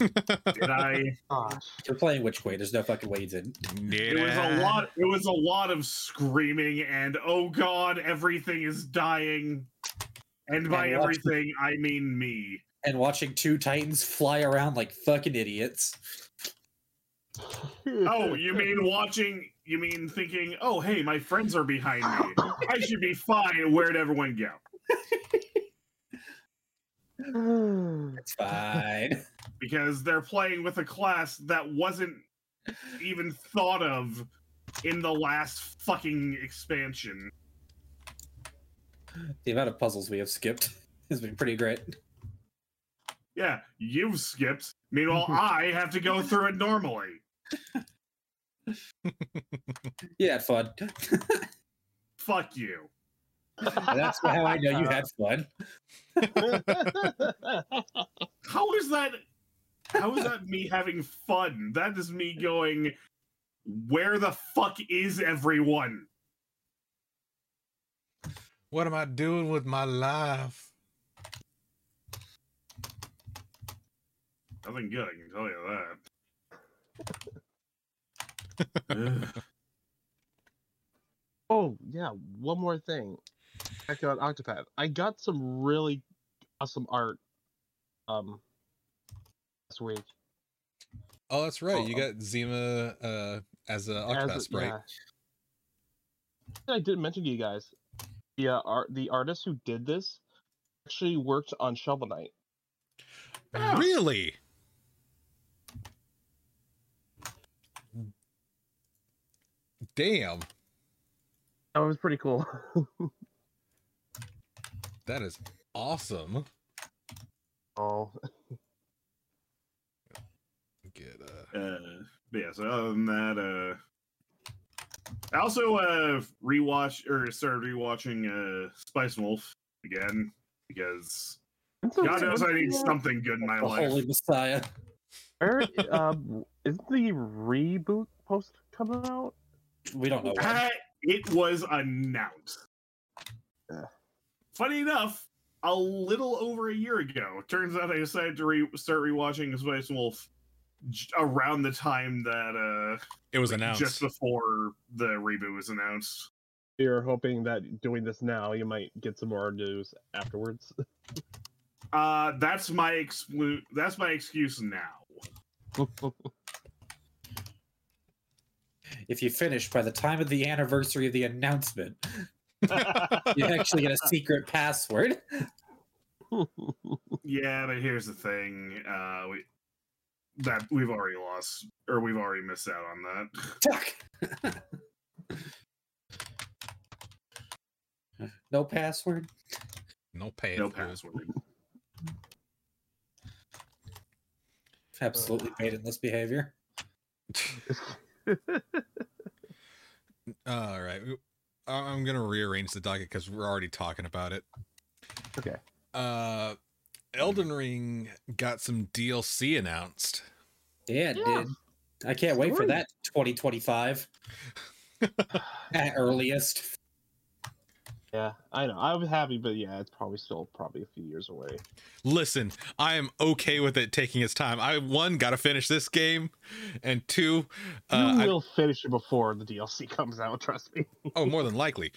Speaker 1: Did I?
Speaker 3: Gosh.
Speaker 4: You're playing Which Way? There's no fucking way you didn't.
Speaker 1: It was a lot. It was a lot of screaming and oh god, everything is dying. And by
Speaker 4: And lots of-
Speaker 1: everything, I mean me.
Speaker 4: And watching two Titans fly around like fucking idiots.
Speaker 1: Oh, you mean watching? You mean thinking? Oh, hey, my friends are behind me. I should be fine. Where'd everyone go?
Speaker 4: It's fine.
Speaker 1: Because they're playing with a class that wasn't even thought of in the last fucking expansion.
Speaker 4: the amount of puzzles we have skipped has been pretty great.
Speaker 1: Yeah, you've skipped. Meanwhile, I have to go through it normally.
Speaker 4: You had fun.
Speaker 1: Fuck you.
Speaker 4: That's how I know you had fun.
Speaker 1: How is that? How is that me having fun? That is me going. Where the fuck is everyone?
Speaker 2: What am I doing with my life?
Speaker 1: Nothing good, I can tell you that. Ugh.
Speaker 3: Oh yeah, one more thing. Back on Octopath, I got some really awesome art. Um, last week
Speaker 2: Oh, that's right. You
Speaker 3: Oh,
Speaker 2: got Zima uh, as a
Speaker 3: As-
Speaker 2: Octopath sprite.
Speaker 3: yeah. I didn't mention to you guys. The uh, art, the artist who did this actually worked on Shovel Knight.
Speaker 1: Yeah.
Speaker 2: Really? Damn,
Speaker 3: That was pretty cool.
Speaker 2: that is awesome.
Speaker 3: oh,
Speaker 2: Get uh
Speaker 1: Uh, but yeah, so other than that, uh, I also uh, rewatch or started rewatching uh, Spice Wolf again because
Speaker 3: Oh,
Speaker 1: God knows I need something good in my
Speaker 4: the
Speaker 1: life.
Speaker 4: Oh, Holy Messiah.
Speaker 3: Where, um, isn't the reboot post coming out?
Speaker 4: We don't know. when.
Speaker 1: Ah, it was announced.
Speaker 3: Yeah.
Speaker 1: Funny enough, a little over a year ago, turns out I decided to re- start rewatching Spice Wolf j- around the time that. Uh,
Speaker 2: it was announced.
Speaker 1: just before the reboot was announced.
Speaker 3: You're hoping that doing this now, you might get some more news afterwards.
Speaker 1: Uh, that's my exclu- That's my excuse now.
Speaker 4: If you finish by the time of the anniversary of the announcement, you actually get a secret password.
Speaker 1: Yeah, but here's the thing. Uh, we that we've already lost or we've already missed out on that.
Speaker 4: Fuck. no password.
Speaker 2: no pass.
Speaker 1: No
Speaker 2: it was-
Speaker 1: password.
Speaker 4: Absolutely patentless behavior.
Speaker 2: All right, w- I- I'm gonna rearrange the docket because we're already talking about it.
Speaker 3: Okay.
Speaker 2: Uh, Elden Ring got some DLC announced.
Speaker 4: Yeah, it
Speaker 3: Yeah.
Speaker 4: did. I can't wait for
Speaker 3: Story.
Speaker 4: that 2025 at earliest.
Speaker 3: Yeah, I know. I'm happy, but yeah, it's probably still probably a few years away.
Speaker 2: Listen, I am okay with it taking its time. I one got to finish this game, and two, uh,
Speaker 3: you
Speaker 2: I-
Speaker 3: will finish it before the DLC comes out. Trust me.
Speaker 2: oh, more than likely.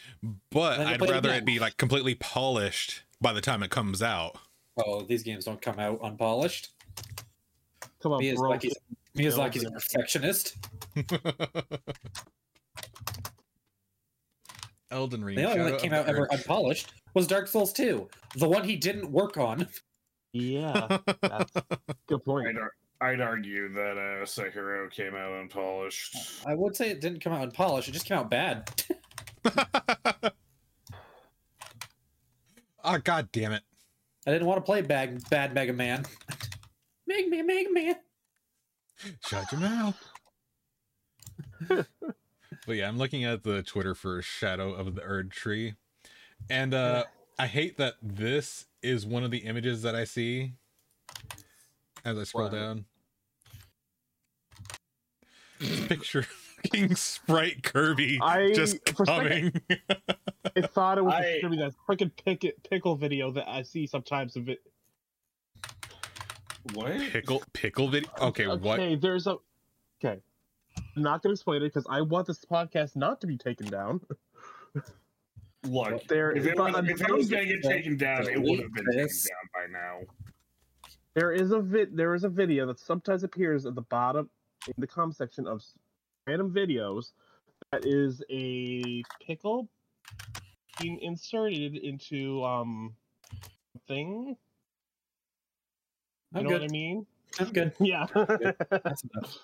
Speaker 2: But
Speaker 4: Let me
Speaker 2: I'd
Speaker 4: play it
Speaker 2: rather
Speaker 4: again.
Speaker 2: it be like completely polished by the time it comes out.
Speaker 4: Oh, these games don't come out unpolished.
Speaker 2: Oh,
Speaker 3: Come on, bro.
Speaker 4: Miyazaki's, Miyazaki's a
Speaker 3: building.
Speaker 4: perfectionist.
Speaker 2: Elden Ring.
Speaker 4: The only one
Speaker 2: Shadow
Speaker 4: that
Speaker 2: of
Speaker 4: came
Speaker 2: the
Speaker 4: out ever
Speaker 2: Urge.
Speaker 4: unpolished was Dark Souls 2, the one he didn't work on.
Speaker 3: Yeah, that's good point.
Speaker 1: I'd, ar- I'd argue that uh, Sekiro came out unpolished.
Speaker 4: I would say it didn't come out unpolished, it just came out bad.
Speaker 2: oh god damn it!
Speaker 4: I didn't want to play bad, bad Mega Man. Mega Man, Mega Man.
Speaker 2: Shut your mouth. but yeah, I'm looking at the Twitter for Shadow of the Erd Tree, and uh, I hate that this is one of the images that I see as I scroll
Speaker 3: What?
Speaker 2: down. It's a picture of fucking Sprite Kirby
Speaker 3: I-
Speaker 2: just
Speaker 3: for a second-
Speaker 2: coming.
Speaker 3: I thought it was
Speaker 1: I-
Speaker 3: gonna be that freaking picket pickle video that I see sometimes. Of it.
Speaker 1: What?
Speaker 2: pickle pickle video. Okay, what?
Speaker 3: Okay, there's a. Okay, I'm not gonna explain it because I want this podcast not to be taken down.
Speaker 1: Look,
Speaker 3: There,
Speaker 1: if it
Speaker 3: but
Speaker 1: was, if it was gonna get
Speaker 4: Delete
Speaker 1: taken down, it would have been taken
Speaker 4: this.
Speaker 1: down by now.
Speaker 3: There is a vid. There is a video that sometimes appears at the bottom in the comment section of s- random videos. That is a pickle being inserted into um thing. You
Speaker 4: I'm
Speaker 3: know
Speaker 4: good.
Speaker 3: what I mean?
Speaker 4: I'm good.
Speaker 3: Yeah.
Speaker 4: That's enough.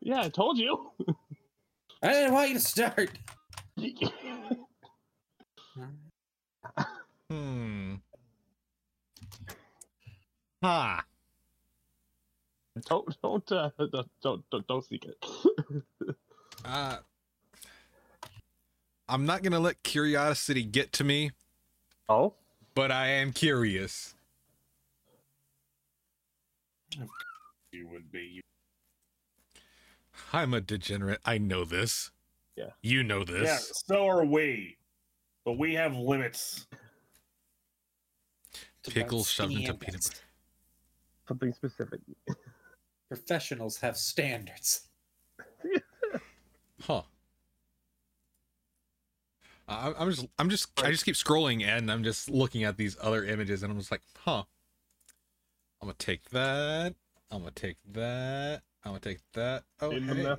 Speaker 3: yeah, I told you.
Speaker 4: I didn't want you to start.
Speaker 2: Hmm. Ha.
Speaker 3: don't don't uh, don't don't don't, don't seek it.
Speaker 2: Uh, I'm not gonna let curiosity get to me,
Speaker 3: oh,
Speaker 2: but I am curious.
Speaker 1: You would be.
Speaker 2: I'm a degenerate. I know this.
Speaker 3: Yeah.
Speaker 2: You know
Speaker 1: Yeah,
Speaker 2: this.
Speaker 1: so are we, but we have limits.
Speaker 2: Pickles shoved into peanut
Speaker 4: Standards.
Speaker 3: something specific.
Speaker 4: Professionals have standards.
Speaker 2: Huh. I- I'm just, I'm just, I just keep scrolling and I'm just looking at these other images and I'm just like, huh. I'm gonna take that. I'm gonna take that. I'm gonna take that. Oh,
Speaker 3: In the mouth.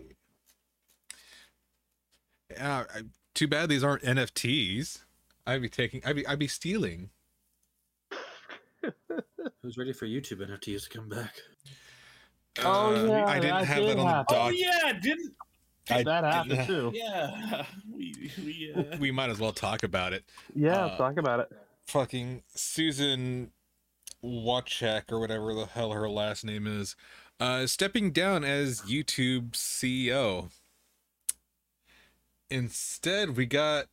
Speaker 2: hey. Yeah, I, too bad these aren't NFTs. I'd be taking, I'd be, I'd be stealing.
Speaker 4: Who's ready for YouTube NFTs to come back?
Speaker 3: Oh, yeah,
Speaker 2: Uh, I didn't
Speaker 3: that
Speaker 2: have that
Speaker 3: did
Speaker 2: on the
Speaker 3: happen.
Speaker 2: doc.
Speaker 1: yeah, didn't.
Speaker 2: I
Speaker 3: Oh, that happened too.
Speaker 1: Yeah, we we. Uh...
Speaker 2: We might as well talk about it.
Speaker 3: Yeah,
Speaker 2: Uh,
Speaker 3: talk about it.
Speaker 2: fucking Susan Wachak or whatever the hell her last name is, uh, stepping down as YouTube E CEO. Instead, we got.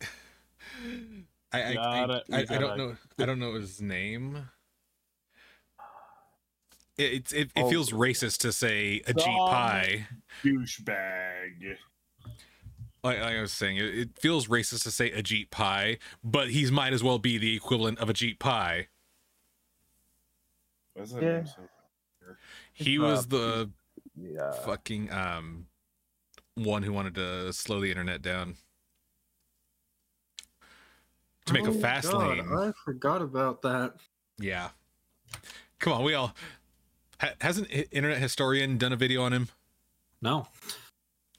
Speaker 2: I I,
Speaker 3: Got
Speaker 2: I,
Speaker 3: it, we
Speaker 2: I, I
Speaker 3: got
Speaker 2: don't
Speaker 3: it.
Speaker 2: know I don't know his name. It it's- it, it
Speaker 3: Oh.
Speaker 2: feels racist to say a Jeep
Speaker 1: Dog.
Speaker 2: pie.
Speaker 1: douchebag.
Speaker 2: Like, like I was saying, it, it feels racist to say a Jeep pie, but he's might as well be the equivalent of a Jeep pie.
Speaker 1: What's that
Speaker 3: Yeah.
Speaker 1: name? So-
Speaker 2: he
Speaker 3: Uh,
Speaker 2: was the
Speaker 3: Yeah.
Speaker 4: uh,
Speaker 2: fucking um one who wanted to slow the internet down to make a
Speaker 4: Oh,
Speaker 2: fast lane
Speaker 4: forgot about that.
Speaker 2: yeah come on we all ha- hasn't I- internet historian done a video on him
Speaker 4: No.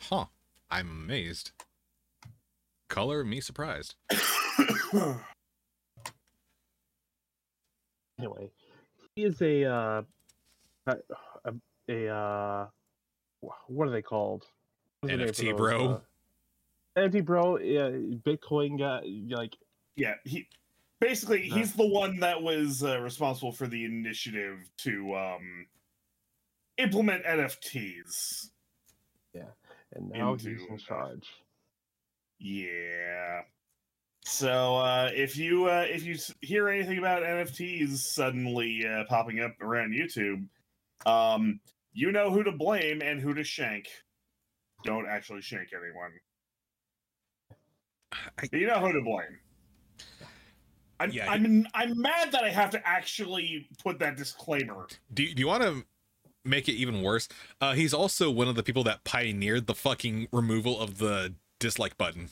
Speaker 2: huh i'm amazed color me surprised
Speaker 3: anyway, he is a uh, a, a, a uh, wh- what are they called? What's the name for
Speaker 2: NFT
Speaker 3: those,
Speaker 2: bro.
Speaker 3: uh, NFT bro, yeah, Bitcoin guy, like
Speaker 1: yeah, he basically
Speaker 3: Huh.
Speaker 1: he's the one that was uh, responsible for the initiative to um implement NFTs.
Speaker 3: and now he's
Speaker 1: Into
Speaker 3: in
Speaker 1: that.
Speaker 3: charge.
Speaker 1: Yeah. So uh, if you uh, if you s- hear anything about NFTs suddenly uh, popping up around YouTube, um, You know who to blame and who to shank. Don't actually shank anyone.
Speaker 2: I-
Speaker 1: You know who to blame. I'm,
Speaker 2: Yeah,
Speaker 1: I'm, I'm mad that I have to actually put that disclaimer.
Speaker 2: Do you, do you want to make it even worse? Uh, he's also one of the people that pioneered the fucking removal of the dislike button.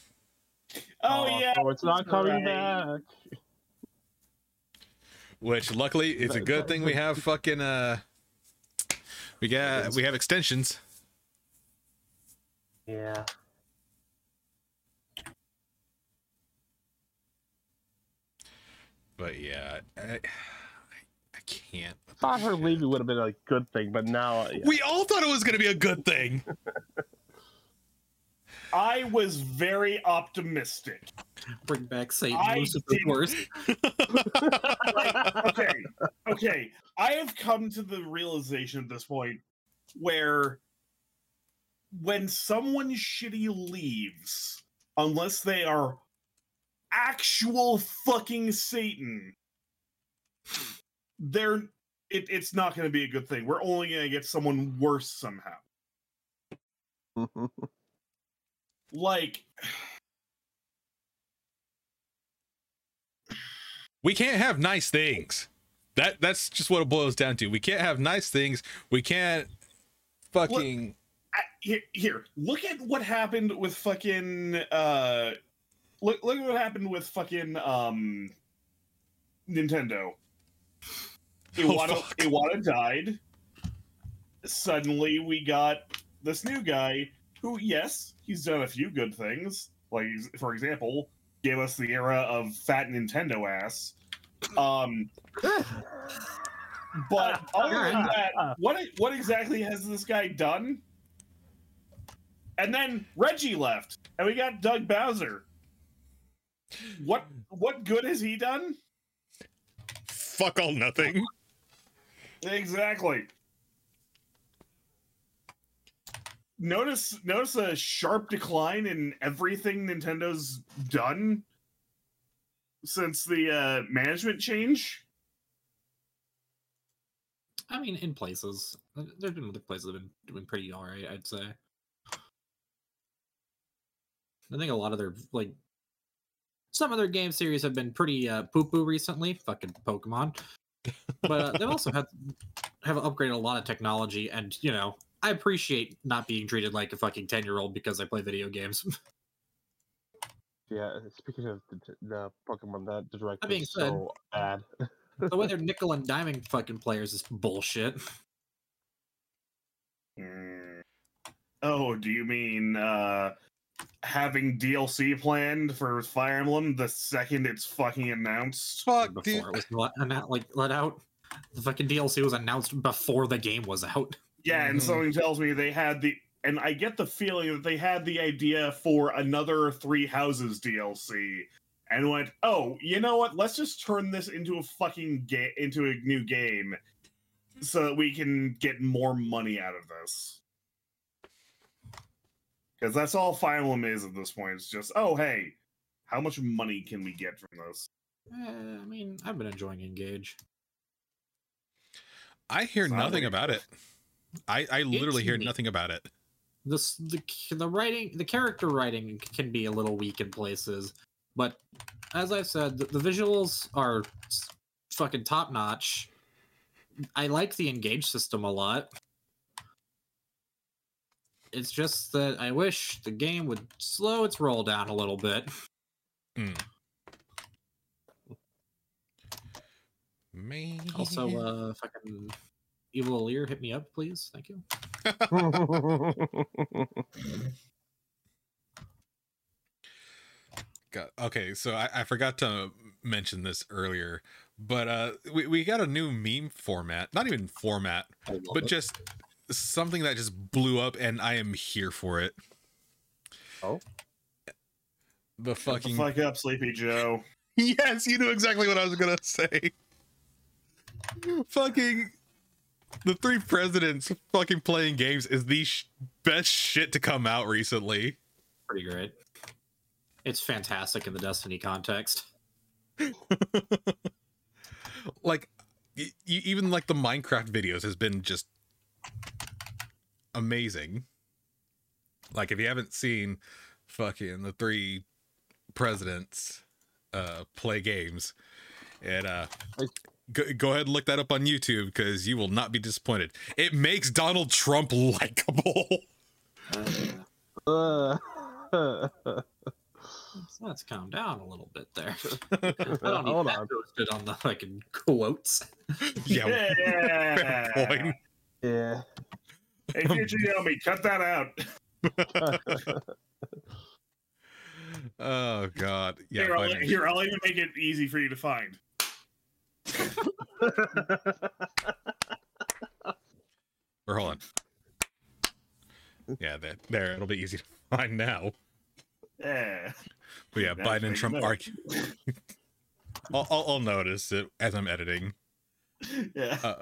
Speaker 1: Oh, yeah.
Speaker 3: Oh, it's not
Speaker 1: Right.
Speaker 3: coming back.
Speaker 2: Which luckily it's a good thing we have fucking uh, we got we have extensions.
Speaker 4: Yeah.
Speaker 2: But yeah, I, I can't.
Speaker 3: Thought her leaving would have been a good thing, but now yeah.
Speaker 2: We all thought it was gonna be a good thing.
Speaker 1: I was very optimistic.
Speaker 6: Bring back Satan,
Speaker 1: I
Speaker 6: Lucifer,
Speaker 1: didn't-
Speaker 6: worse.
Speaker 1: okay, okay. I have come to the realization at this point where when someone shitty leaves, unless they are actual fucking Satan, they're it, it's not going to be a good thing. We're only going to get someone worse somehow. Like,
Speaker 2: we can't have nice things. That that's just what it boils down to. We can't have nice things. We can't fucking.
Speaker 1: I, here, here, look at what happened with fucking uh look look at what happened with fucking um Nintendo. Iwata
Speaker 2: fuck.
Speaker 1: Iwata died. Suddenly we got this new guy who yes, he's done a few good things. Like for example, gave us the era of fat Nintendo ass. Um but other than that, what e-, what exactly has this guy done? And then Reggie left, and we got Doug Bowser. What what good has he done?
Speaker 2: fuck all nothing.
Speaker 1: Exactly. Notice notice a sharp decline in everything Nintendo's done since the uh, management change.
Speaker 4: I mean, in places, there have been other places that have been doing pretty all right. I'd say. I think a lot of their like some of their game series have been pretty uh, poo poo recently. Fucking Pokemon, but uh, they've also had have upgraded a lot of technology, and you know, I appreciate not being treated like a fucking ten year old because I play video games.
Speaker 3: yeah. Speaking of the, the Pokemon, that the direct
Speaker 4: That being
Speaker 3: was so bad.
Speaker 4: the way they're nickel and diming fucking players is bullshit.
Speaker 1: Mm. Oh, do you mean uh, having DLC planned for Fire Emblem the second it's fucking announced?
Speaker 2: Fuck,
Speaker 4: before
Speaker 2: dude.
Speaker 4: it was let, anno- like let out. The fucking DLC was announced before the game was out.
Speaker 1: Yeah, and
Speaker 2: Mm-hmm.
Speaker 7: Mhm.
Speaker 1: something tells me they had the, and I get the feeling that they had the idea for another Three Houses DLC, and went, oh, you know what? Let's just turn this into a fucking game, into a new game, so that we can get more money out of this. Because that's all Fire Emblem is at this point. It's just, oh, hey, how much money can we get from this?
Speaker 4: Eh, I mean, I've been enjoying Engage.
Speaker 2: I hear
Speaker 1: Sounds
Speaker 2: nothing
Speaker 1: like-
Speaker 2: about it. I I literally hear
Speaker 4: neat.
Speaker 2: nothing about it.
Speaker 4: This the c- the writing, the character writing can be a little weak in places, but as I've said, the, the visuals are s- fucking top notch. I like the Engage system a lot. It's just that I wish the game would slow its roll down a little bit.
Speaker 2: Man.
Speaker 4: Also, uh, fucking Evil Lear, hit me up, please. Thank you.
Speaker 2: God. Okay, so I, I forgot to mention this earlier, but uh we, we got a new meme format. Not even format, but just something that just blew up and I am here for it.
Speaker 3: Oh?
Speaker 2: The
Speaker 1: Shut the
Speaker 2: fucking
Speaker 1: fuck up, Sleepy Joe.
Speaker 2: Yes, you knew exactly what I was gonna say. fucking the three presidents fucking playing games is the sh- best shit to come out recently.
Speaker 4: pretty great. It's fantastic in the Destiny context.
Speaker 2: e, Like y- y- even like the Minecraft videos has been just amazing. Like if you haven't seen fucking the three presidents uh play games and uh go, go ahead and look that up on YouTube because you will not be disappointed. It makes Donald Trump likable.
Speaker 4: Uh,
Speaker 3: Uh,
Speaker 4: let's, let's calm down a little bit there. I don't need
Speaker 3: hold
Speaker 4: that
Speaker 3: on.
Speaker 4: posted on the fucking quotes.
Speaker 2: yeah.
Speaker 1: yeah.
Speaker 2: fair point. Um,
Speaker 3: Yeah.
Speaker 1: Hey, Fujiyami, cut that out.
Speaker 2: Oh god. Yeah.
Speaker 1: here, I'll,
Speaker 2: finally.
Speaker 1: here, I'll even make it easy for you to find.
Speaker 2: Or hold on. Yeah, that there. It'll be easy to find now.
Speaker 1: Yeah.
Speaker 2: But yeah,
Speaker 1: That's
Speaker 2: Biden
Speaker 1: big
Speaker 2: and Trump
Speaker 1: enough.
Speaker 2: argue. I'll, I'll, I'll notice it as I'm editing.
Speaker 1: Yeah.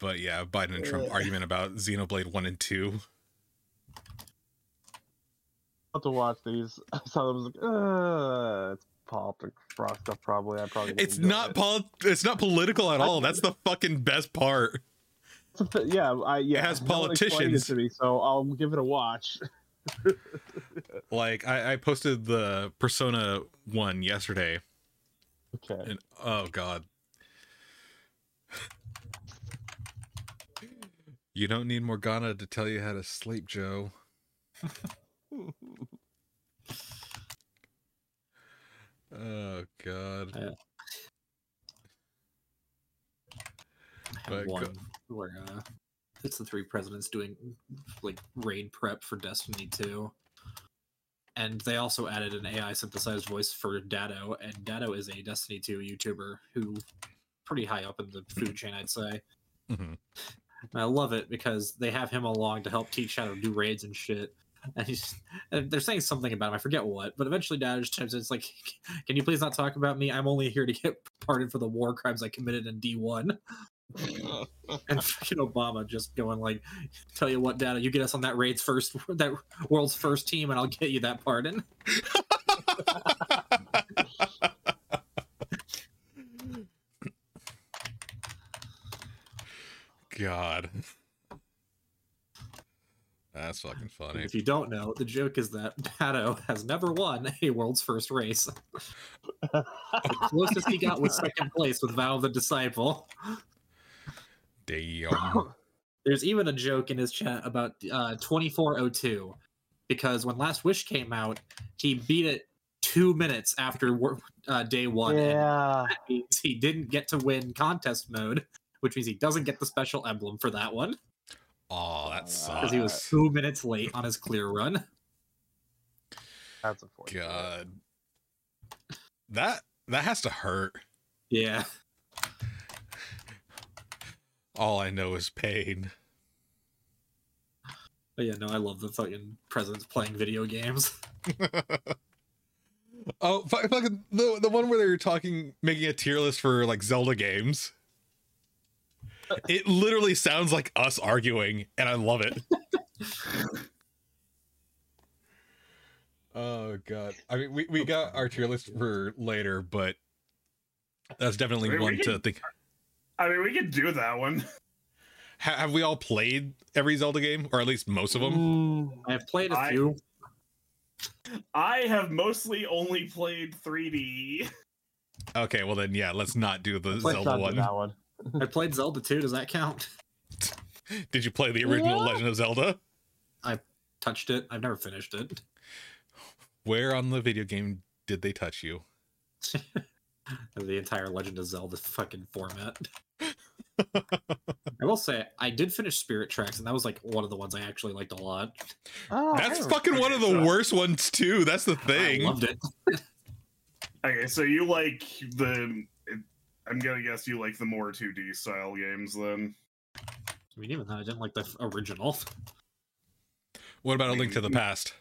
Speaker 2: But yeah, Biden and Trump
Speaker 1: Ugh.
Speaker 2: argument about Xenoblade One and Two.
Speaker 3: I'll have to watch these. I saw them. I was like, uh, it's pop and frost stuff. Probably. I probably.
Speaker 2: It's not pol- It's not political at all. That's the fucking best part.
Speaker 3: Pol- yeah. I yeah.
Speaker 2: has
Speaker 3: no one explained
Speaker 2: politicians.
Speaker 3: It to me, so I'll give it a watch.
Speaker 2: Like I, I posted the Persona One yesterday,
Speaker 3: Okay.
Speaker 2: and oh god. You don't need Morgana to tell you how to sleep, Joe. Oh god.
Speaker 4: I
Speaker 2: But
Speaker 4: have
Speaker 2: go-
Speaker 4: one where uh, it's the three presidents doing like raid prep for Destiny 2. And they also added an AI synthesized voice for Dado, and Dado is a Destiny 2 YouTuber who pretty high up in the food chain, I'd say. Mm-hmm.
Speaker 2: Mhm.
Speaker 4: And I love it because they have him along to help teach how to do raids and shit. And he's, and they're saying something about him. I forget what, but eventually Dad just chimes in. It's like, can you please not talk about me? I'm only here to get pardoned for the war crimes I committed in D1. and fucking Obama just going like, tell you what, Dad, you get us on that raids first, that world's first team, and I'll get you that pardon.
Speaker 2: God. That's fucking funny.
Speaker 4: If you don't know, the joke is that Dado has never won a world's first race. the closest he got was second place with Vow of the Disciple.
Speaker 2: Damn.
Speaker 4: There's even a joke in his chat about uh, 2402, because when Last Wish came out, he beat it two minutes after wor- uh, day one. and
Speaker 3: Yeah.
Speaker 4: that means he didn't get to win contest mode, which means he doesn't get the special emblem for that one
Speaker 2: Oh, that
Speaker 4: because
Speaker 2: sucks.
Speaker 4: he was two minutes late on his clear run.
Speaker 3: That's unfortunate.
Speaker 2: God. That that has to hurt.
Speaker 4: Yeah.
Speaker 2: All I know is pain.
Speaker 4: But yeah, no, I love the fucking presidents playing video games.
Speaker 2: Oh, fuck, fucking the the one where they were talking, making a tier list for like Zelda games. It literally sounds like us arguing, and I love it. oh god! I mean, we, we got our tier list for later, but that's definitely
Speaker 1: I mean, we
Speaker 2: one to
Speaker 1: can-
Speaker 2: think.
Speaker 1: I mean, we could do that one.
Speaker 2: Ha- have we all played every Zelda game, or at least most of them?
Speaker 3: Mm,
Speaker 4: I've played a
Speaker 1: I-
Speaker 4: few.
Speaker 1: I have mostly only played 3D.
Speaker 2: Okay, well then, yeah, let's not do the
Speaker 3: let's not
Speaker 2: Zelda
Speaker 3: do
Speaker 2: one.
Speaker 3: That one.
Speaker 4: I played Zelda 2. Does that count?
Speaker 2: Did you play the original Legend of Zelda?
Speaker 4: Touched it. I've never finished it.
Speaker 2: Where on the video game did they touch you?
Speaker 4: The entire Legend of Zelda fucking format. I will say, I did finish Spirit Tracks, and that was like one of the ones I actually liked a lot.
Speaker 3: Oh, I
Speaker 2: That's
Speaker 3: remember.
Speaker 2: fucking one of the
Speaker 1: so-
Speaker 2: worst ones too. That's the
Speaker 4: I
Speaker 2: thing.
Speaker 4: loved it.
Speaker 1: Okay, so you like the. I'm gonna guess you like the more 2D style games then.
Speaker 4: I mean, even though I didn't like the f- original,
Speaker 2: What about a link to
Speaker 1: Mm-hmm.
Speaker 2: the past?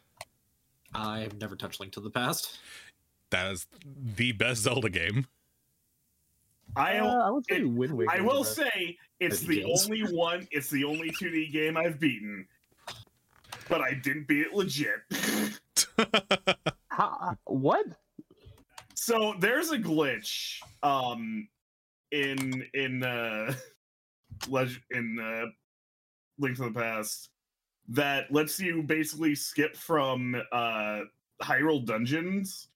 Speaker 4: I've never touched Link to the Past.
Speaker 2: That is the best Zelda game.
Speaker 1: I
Speaker 3: Uh, I would say
Speaker 1: it-
Speaker 3: Wind Waker.
Speaker 1: I
Speaker 3: is
Speaker 1: will
Speaker 3: the best.
Speaker 1: say it's
Speaker 4: Pretty
Speaker 1: the
Speaker 4: games.
Speaker 1: only one. It's the only 2D game I've beaten, but I didn't beat it legit.
Speaker 3: How, uh, what?
Speaker 1: so there's a glitch um in in uh leg- in uh Link to the Past that lets you basically skip from uh Hyrule Dungeons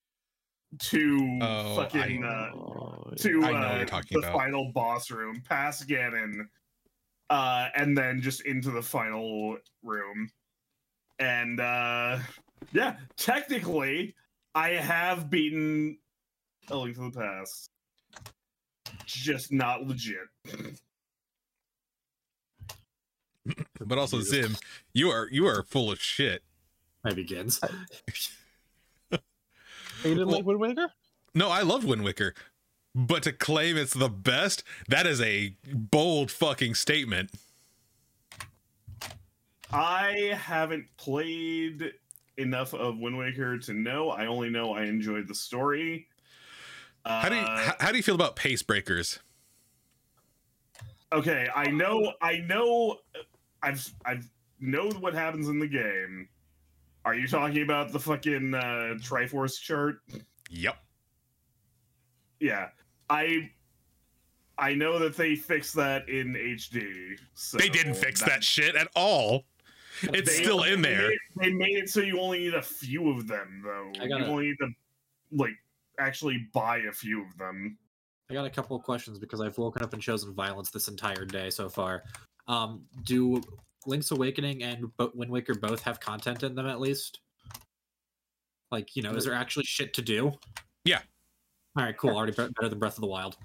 Speaker 1: to
Speaker 2: Oh,
Speaker 1: fucking
Speaker 2: I-
Speaker 1: uh,
Speaker 3: Oh,
Speaker 1: to
Speaker 2: I know what
Speaker 1: uh,
Speaker 2: you're talking
Speaker 1: the
Speaker 2: about.
Speaker 1: final boss room, past Ganon, uh, and then just into the final room. And uh, yeah, technically, I have beaten A Link to the Past. Just not legit.
Speaker 2: But also Zim, you are you are full of shit.
Speaker 8: I begins.
Speaker 3: You didn't
Speaker 2: Well-
Speaker 3: like Wind Waker?
Speaker 2: No, I loved Wind Waker, but to claim it's the best, that is a bold fucking statement.
Speaker 1: I haven't played enough of Wind Waker to know. I only know I enjoyed the story. Uh,
Speaker 2: How do you how, how do you feel about pace breakers?
Speaker 1: okay i know i know i've i've know what happens in the game are you talking about the fucking uh triforce chart
Speaker 2: Yep.
Speaker 1: yeah i i know that they fixed that in hd so
Speaker 2: They didn't fix that shit at all. It's
Speaker 1: they-
Speaker 2: still in
Speaker 1: they made
Speaker 2: there.
Speaker 1: it- they made it so you only need a few of them though
Speaker 8: I gotta-
Speaker 1: you only need to like actually buy a few of them
Speaker 8: I got a couple of questions because I've woken up and chosen violence this entire day so far. Um, do Link's Awakening and Bo- Wind Waker both have content in them at least? Like, you know, is there actually shit to do?
Speaker 2: Yeah.
Speaker 8: All right, cool. Already be- better than Breath of the Wild.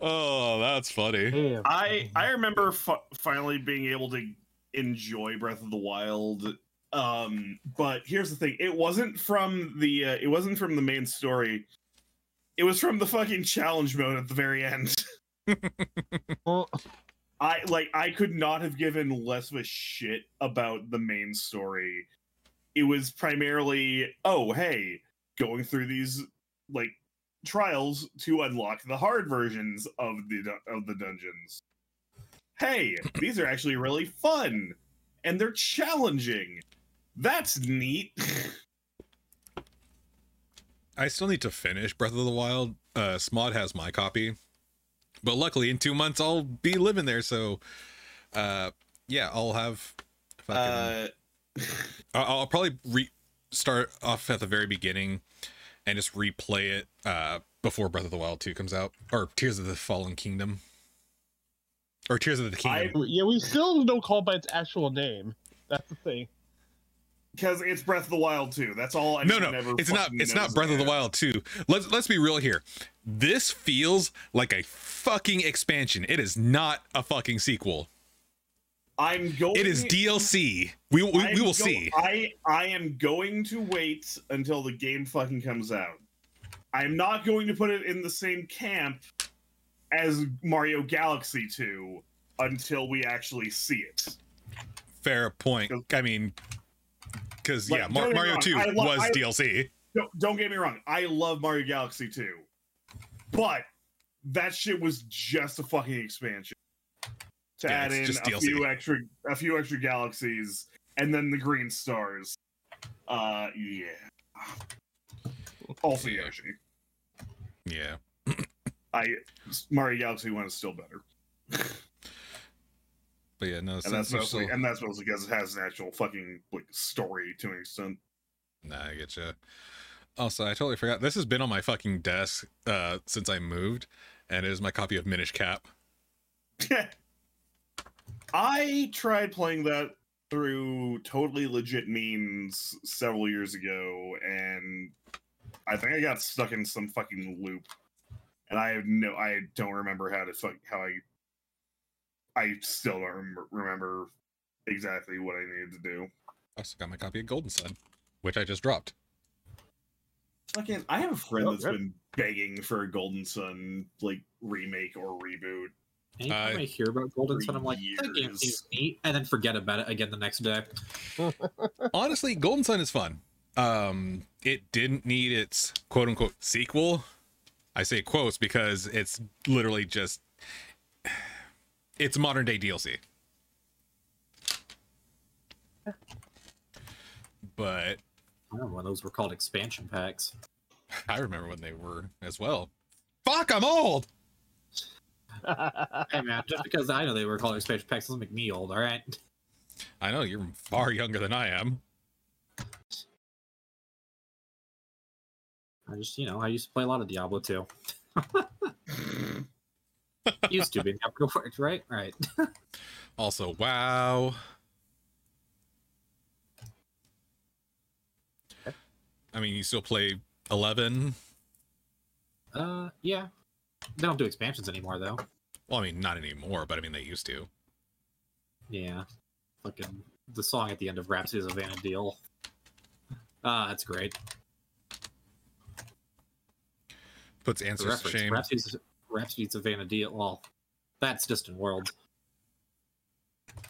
Speaker 2: oh, that's funny.
Speaker 3: Damn.
Speaker 1: I I remember fi- finally being able to enjoy Breath of the Wild. Um, but here's the thing: it wasn't from the uh, it wasn't from the main story. It was from the fucking challenge mode at the very end.
Speaker 3: Well,
Speaker 1: I like I could not have given less of a shit about the main story. It was primarily, oh hey, going through these like trials to unlock the hard versions of the du- of the dungeons. Hey, these are actually really fun and they're challenging. That's neat.
Speaker 2: I still need to finish Breath of the Wild. Uh Smod has my copy. But luckily in two months I'll be living there, so uh yeah, I'll have fucking
Speaker 1: Uh,
Speaker 2: I- I'll probably re- start off at the very beginning and just replay it uh, before Breath of the Wild 2 comes out or Tears of the Fallen Kingdom or Tears of the Kingdom.
Speaker 3: yeah, we still don't call it by its actual name. That's the thing.
Speaker 1: because it's Breath of the Wild too. That's all. I
Speaker 2: no, no, it's not. It's not Breath of the Wild 2. Let's let's be real here. This feels like a fucking expansion. It is not a fucking sequel.
Speaker 1: I'm going.
Speaker 2: It is DLC. We we,
Speaker 1: I'm
Speaker 2: we will
Speaker 1: go-
Speaker 2: see.
Speaker 1: I I am going to wait until the game fucking comes out. I'm not going to put it in the same camp as Mario Galaxy 2 until we actually see it.
Speaker 2: Fair point. I mean, because
Speaker 1: Like,
Speaker 2: yeah,
Speaker 1: don't
Speaker 2: Mar-
Speaker 1: get me
Speaker 2: Mario
Speaker 1: wrong,
Speaker 2: 2
Speaker 1: I lo-
Speaker 2: was
Speaker 1: I-
Speaker 2: DLC.
Speaker 1: Don't, don't get me wrong, I love Mario Galaxy 2. But that shit was just a fucking expansion. To
Speaker 2: Yeah,
Speaker 1: add
Speaker 2: it's
Speaker 1: in
Speaker 2: just
Speaker 1: a
Speaker 2: DLC.
Speaker 1: few extra a few extra galaxies and then the green stars. Uh yeah. Also
Speaker 2: Yeah.
Speaker 1: Yoshi.
Speaker 2: Yeah.
Speaker 1: I Mario Galaxy One is still better,
Speaker 2: But yeah, no,
Speaker 1: and
Speaker 2: since
Speaker 1: that's
Speaker 2: they're
Speaker 1: mostly
Speaker 2: still-
Speaker 1: and that's mostly because it has an actual fucking like story to an extent.
Speaker 2: Nah, I get you. Also, I totally forgot. This has been on my fucking desk uh, since I moved, and it is my copy of Minish Cap.
Speaker 1: I tried playing that through totally legit means several years ago, and I think I got stuck in some fucking loop, and I have no, I don't remember how to fuck how I, I still don't rem- remember exactly what I needed to do.
Speaker 2: I also got my copy of Golden Sun, which I just dropped.
Speaker 1: Fucking, I have a friend
Speaker 3: Oh,
Speaker 1: that's
Speaker 3: good.
Speaker 1: been begging for a Golden Sun like remake or reboot.
Speaker 8: Anytime
Speaker 2: Uh,
Speaker 8: I hear about Golden Sun, I'm like, that game
Speaker 1: years.
Speaker 8: seems neat, and then forget about it again the next day.
Speaker 2: Honestly, Golden Sun is fun. Um, it didn't need its quote unquote sequel. I say quotes because it's literally just it's modern day DLC. But
Speaker 4: I remember when those were called expansion packs.
Speaker 2: I remember when they were as well. Fuck, I'm old.
Speaker 4: Hey man, just because I know they were called expansion packs doesn't make me old. All right.
Speaker 2: I know you're far younger than I am.
Speaker 4: I just you know I used to play a lot of Diablo 2. used to be now go for it, right? Right.
Speaker 2: Also, wow. I mean, you still play 11?
Speaker 4: Uh, yeah. They don't do expansions anymore though.
Speaker 2: Well, I mean, not anymore, but I mean, they used to.
Speaker 4: Yeah. Fucking the song at the end of Rhapsody of Deal. Ah, that's great.
Speaker 2: Puts
Speaker 4: The
Speaker 2: answers to
Speaker 4: reference.
Speaker 2: shame.
Speaker 4: Rhapsody's, Rhapsody's of Deal. Well, that's Distant World.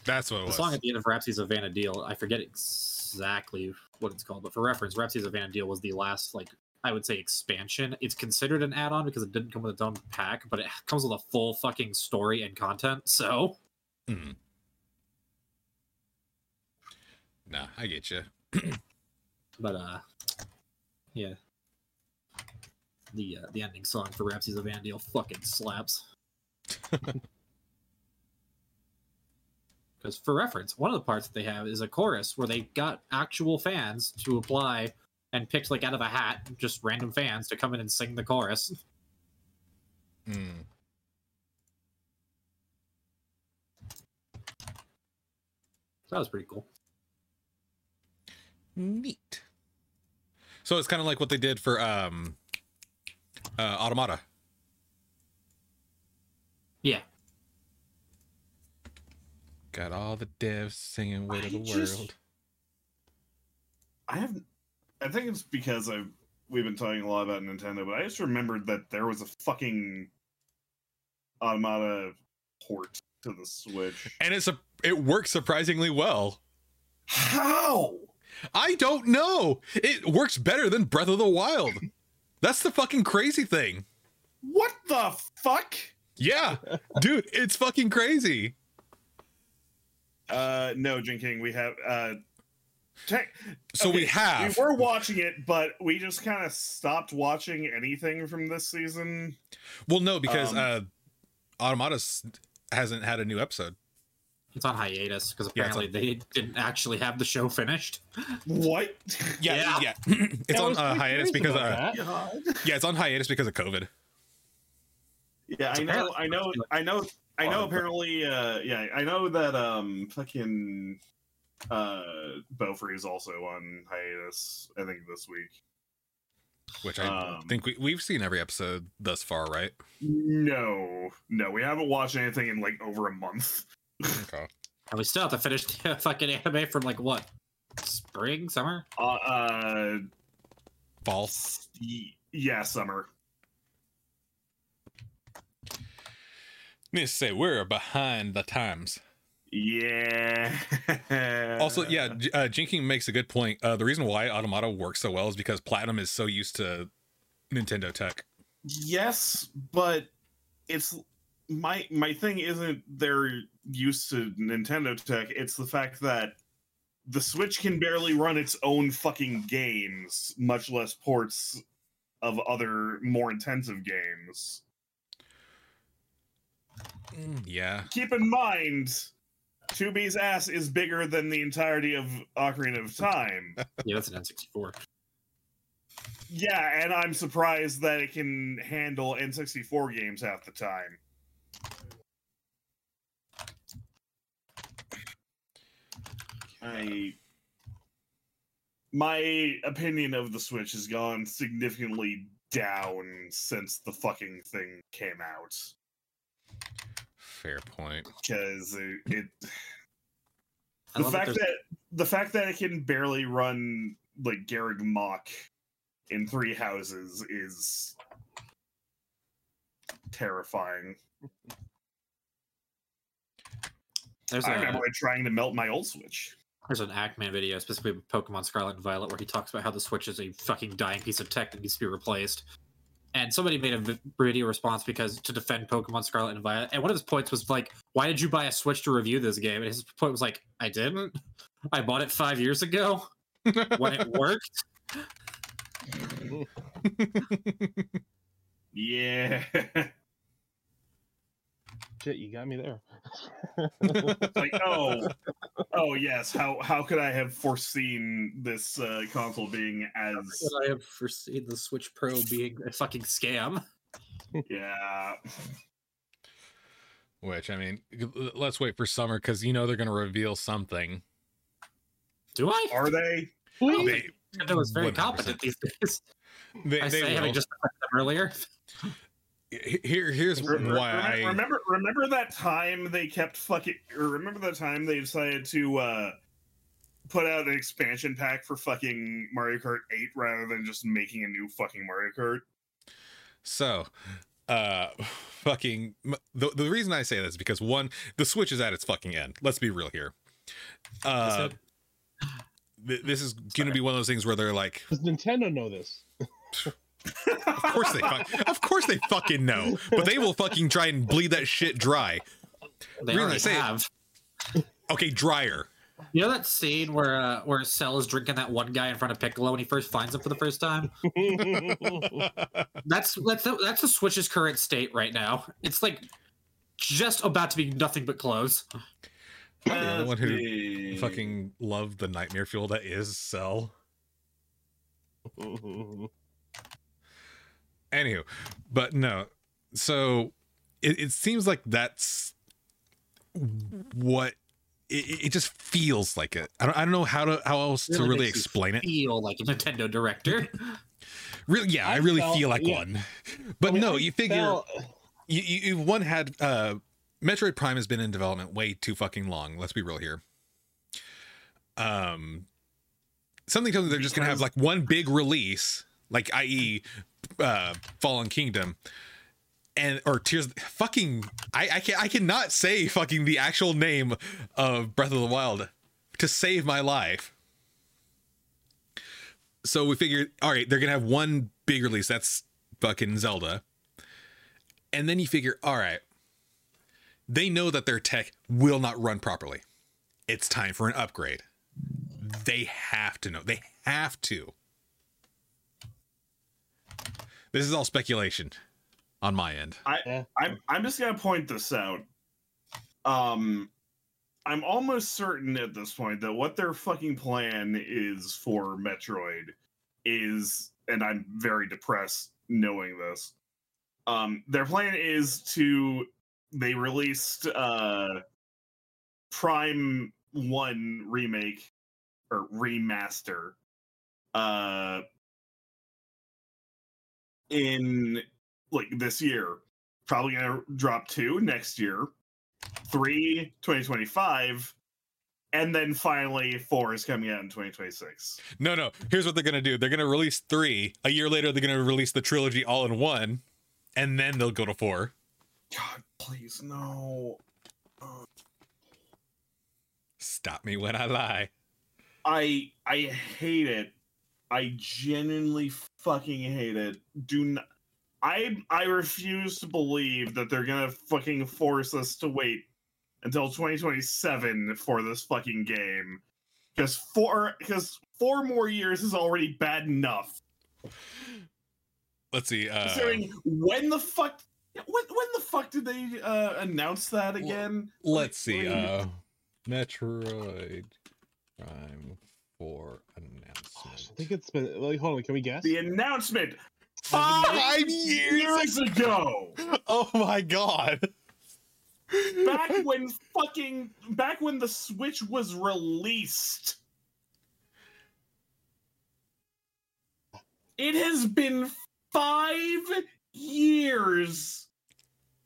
Speaker 2: That's what it
Speaker 4: The
Speaker 2: was.
Speaker 4: song at the end of Rhapsody's of Deal. I forget exactly what it's called, but for reference, Rhapsody's of Deal was the last, like, I would say expansion. It's considered an add on because it didn't come with its own pack, but it comes with a full fucking story and content, so.
Speaker 2: Mm. Nah, I get you.
Speaker 4: But uh, yeah, the uh, the ending song for Rhapsody of Deal fucking slaps. Because for reference, one of the parts that they have is a chorus where they got actual fans to apply and picked like out of a hat just random fans to come in and sing the chorus.
Speaker 2: Mm.
Speaker 4: That was pretty cool.
Speaker 2: Neat. So it's kind of like what they did for um, uh, Automata.
Speaker 4: Yeah,
Speaker 2: Got all the devs singing "Weight of the
Speaker 1: I
Speaker 2: World."
Speaker 1: just- I have. I think it's because I've we've been talking a lot about Nintendo, but I just remembered that there was a fucking Automata port to the Switch.
Speaker 2: and it's a it works surprisingly well.
Speaker 1: How?
Speaker 2: I don't know. It works better than Breath of the Wild. That's the fucking crazy thing.
Speaker 1: What the fuck?
Speaker 2: Yeah, dude, it's fucking crazy.
Speaker 1: Uh, no, Jin King, we have uh. Tech,
Speaker 2: So we
Speaker 1: Okay,
Speaker 2: have
Speaker 3: Ah,
Speaker 1: We were watching it, but we just kind of stopped watching anything from this season.
Speaker 2: well, no, because
Speaker 1: Um,
Speaker 2: uh, Automata s- hasn't had a new episode.
Speaker 4: it's on hiatus because
Speaker 2: Yeah, it's
Speaker 4: apparently they didn't actually have the show finished.
Speaker 1: What?
Speaker 2: Yeah, yeah, it's on uh, hiatus because uh, yeah, it's on hiatus because of COVID.
Speaker 1: Yeah, I know, I know, I know, I know. Apparently, uh, yeah, I know that um, fucking uh, Beaufort is also on hiatus. I think this week.
Speaker 2: Which I
Speaker 1: Um,
Speaker 2: think we, we've seen every episode thus far, right?
Speaker 1: No, no, we haven't watched anything in like over a month.
Speaker 2: Okay.
Speaker 4: And we still have to finish the fucking anime from like what? Spring, summer?
Speaker 1: Uh, uh
Speaker 2: False.
Speaker 1: y- yeah, summer.
Speaker 2: Need to say we're behind the times.
Speaker 1: Yeah.
Speaker 2: Also, yeah, J- uh, Jinking makes a good point. Uh, the reason why Automata works so well is because Platinum is so used to Nintendo tech.
Speaker 1: Yes, but it's my my thing isn't they're used to Nintendo tech. It's the fact that the Switch can barely run its own fucking games, much less ports of other more intensive games.
Speaker 2: Mm, Yeah,
Speaker 1: Keep in mind, 2B's ass is bigger than the entirety of Ocarina of Time.
Speaker 4: Yeah, that's an N64.
Speaker 1: yeah, and I'm surprised that it can handle N64 games half the time. I my opinion of the Switch has gone significantly down since the fucking thing came out
Speaker 2: fair point.
Speaker 1: because it, it
Speaker 4: I
Speaker 1: the
Speaker 4: love that
Speaker 1: fact
Speaker 4: there's-
Speaker 1: that the fact that it can barely run like Garrig Mach in three houses is terrifying.
Speaker 4: There's,
Speaker 1: I
Speaker 4: a,
Speaker 1: remember it trying to melt my old Switch.
Speaker 4: there's an Ackman video, specifically with Pokemon Scarlet and Violet, where he talks about how the Switch is a fucking dying piece of tech that needs to be replaced. And somebody made a vi- video response because to defend Pokemon Scarlet and Violet, and one of his points was like, "Why did you buy a Switch to review this game?" And his point was like, "I didn't. I bought it five years ago when it worked."
Speaker 1: Yeah.
Speaker 3: Shit, you got me there.
Speaker 1: It's like, oh, oh yes. How how could I have foreseen this uh, console being as
Speaker 8: I have foreseen the Switch Pro being a fucking scam.
Speaker 1: yeah?
Speaker 2: Which I mean, l- let's wait for summer because you know they're going to reveal something.
Speaker 8: Do I?
Speaker 1: Are they?
Speaker 2: They,
Speaker 8: Nintendo is very
Speaker 2: 100%.
Speaker 8: competent these days.
Speaker 2: they,
Speaker 8: I
Speaker 2: they
Speaker 8: say having
Speaker 2: will.
Speaker 8: just met them earlier.
Speaker 2: H- Here, here's
Speaker 1: Re- re-
Speaker 2: why
Speaker 1: remem-
Speaker 2: I.
Speaker 1: remember remember that time they kept fucking or remember that time they decided to uh put out an expansion pack for fucking Mario Kart 8 rather than just making a new fucking Mario Kart.
Speaker 2: So, uh, fucking m- the the reason I say that is because one, the Switch is at its fucking end. Let's be real here. Uh, th- this is going to be one of those things where they're like,
Speaker 3: Does Nintendo know this?
Speaker 2: of course they, fuck- of course they fucking know, but they will fucking try and bleed that shit dry.
Speaker 8: They
Speaker 2: Really,
Speaker 8: already
Speaker 2: say it.
Speaker 8: have.
Speaker 2: Okay, drier.
Speaker 8: You know that scene where uh, where Cell is drinking that one guy in front of Piccolo when he first finds him for the first time? That's that's that's the Switch's current state right now. It's like just about to be nothing but clothes.
Speaker 2: I'm the only one who
Speaker 1: Mm.
Speaker 2: fucking loved the nightmare fuel that is Cell. Anywho, but no, so it, it seems like that's what it, it- it just feels like it. I don't, I don't know how to how else to
Speaker 8: Really
Speaker 2: really
Speaker 8: makes you
Speaker 2: explain it.
Speaker 8: Feel like a Nintendo director.
Speaker 2: Really, yeah, I,
Speaker 3: I
Speaker 2: really
Speaker 3: felt-
Speaker 2: feel like
Speaker 3: yeah.
Speaker 2: one. But
Speaker 3: I mean,
Speaker 2: no,
Speaker 3: I
Speaker 2: you figure
Speaker 3: felt-
Speaker 2: you, you, you one had uh Metroid Prime has been in development way too fucking long. Let's be real here. Um, something tells me they're just gonna have like one big release, like i.e. uh Fallen Kingdom, and or Tears. Fucking, I I can I cannot say fucking the actual name of Breath of the Wild to save my life. So we figured, all right, they're gonna have one big release. That's fucking Zelda. And then you figure, all right, they know that their tech will not run properly. It's time for an upgrade. They have to know. They have to. This is all speculation on my end.
Speaker 1: I'm I'm just gonna point this out. Um, I'm almost certain at this point that what their fucking plan is for Metroid is, and I'm very depressed knowing this. Um, their plan is to they released uh Prime One remake or remaster uh in like this year probably going to drop two next year, three 2025, and then finally four is coming out in 2026.
Speaker 2: No, no. Here's what they're going to do they're going to release three. A year later, they're going to release the trilogy all in one, and then they'll go to four.
Speaker 1: God, please, no.
Speaker 2: Stop me when I lie.
Speaker 1: I I hate it. I genuinely fucking hate it. Do not. I I refuse to believe that they're gonna fucking force us to wait until 2027 for this fucking game. Because four because four more years is already bad enough.
Speaker 2: Let's see. Uh,
Speaker 1: Considering when the fuck when when the fuck did they uh, announce that again?
Speaker 2: let's see
Speaker 1: Wait.
Speaker 2: uh metroid prime 4 announcement
Speaker 3: I think it's been. Like, hold on, can we guess?
Speaker 1: The announcement five
Speaker 2: Five years
Speaker 1: years ago.
Speaker 2: oh my god
Speaker 1: back when fucking back when the Switch was released. It has been five years,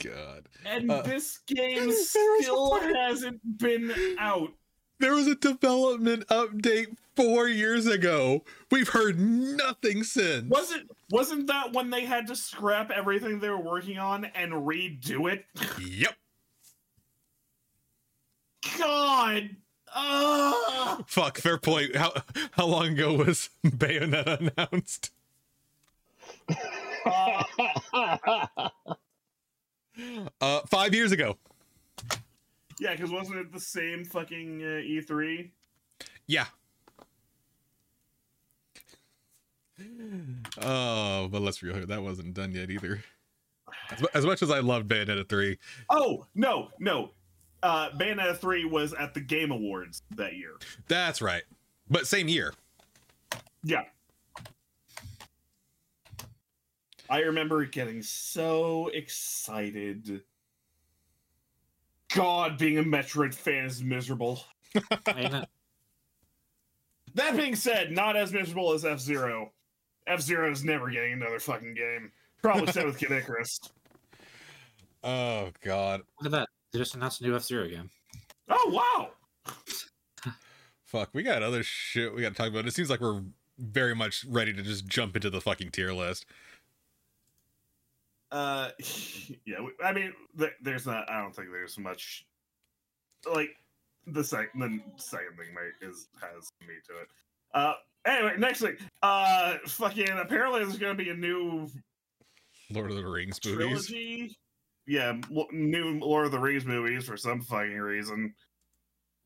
Speaker 2: god
Speaker 1: and
Speaker 2: Uh,
Speaker 1: this game
Speaker 2: there is a
Speaker 1: still
Speaker 2: part-
Speaker 1: hasn't been out.
Speaker 2: there was a development update four years ago we've heard nothing since
Speaker 1: Wasn't wasn't that when they had to scrap everything they were working on and redo it?
Speaker 2: yep
Speaker 1: God, Ugh.
Speaker 2: fuck fair point how how long ago was bayonetta announced uh five years ago
Speaker 1: yeah, because wasn't it the same fucking uh, E three?
Speaker 2: yeah Oh, but let's be real here. That wasn't done yet either. As, mu- as much as I loved Bayonetta 3,
Speaker 1: Oh no, no. Uh, Bayonetta three was at the Game Awards that year.
Speaker 2: that's right. But same year.
Speaker 1: Yeah. I remember getting so excited. God, being a Metroid fan is miserable.
Speaker 8: I mean, that-
Speaker 1: That being said, not as miserable as F Zero. F Zero is never getting another fucking game. Probably said with Kid Icarus.
Speaker 2: Oh, God.
Speaker 8: look at that. They just announced a new F Zero game.
Speaker 1: Oh wow!
Speaker 2: Fuck, we got other shit we got to talk about. It seems like we're very much ready to just jump into the fucking tier list.
Speaker 1: Uh, yeah. we- I mean, th- there's not. I don't think there's much. Like the second, the second thing might is has me to it. Uh, anyway, next thing. Uh, fucking. Apparently, there's gonna be a new
Speaker 2: Lord of the Rings movies.
Speaker 1: trilogy. Yeah, l- new Lord of the Rings movies for some fucking reason.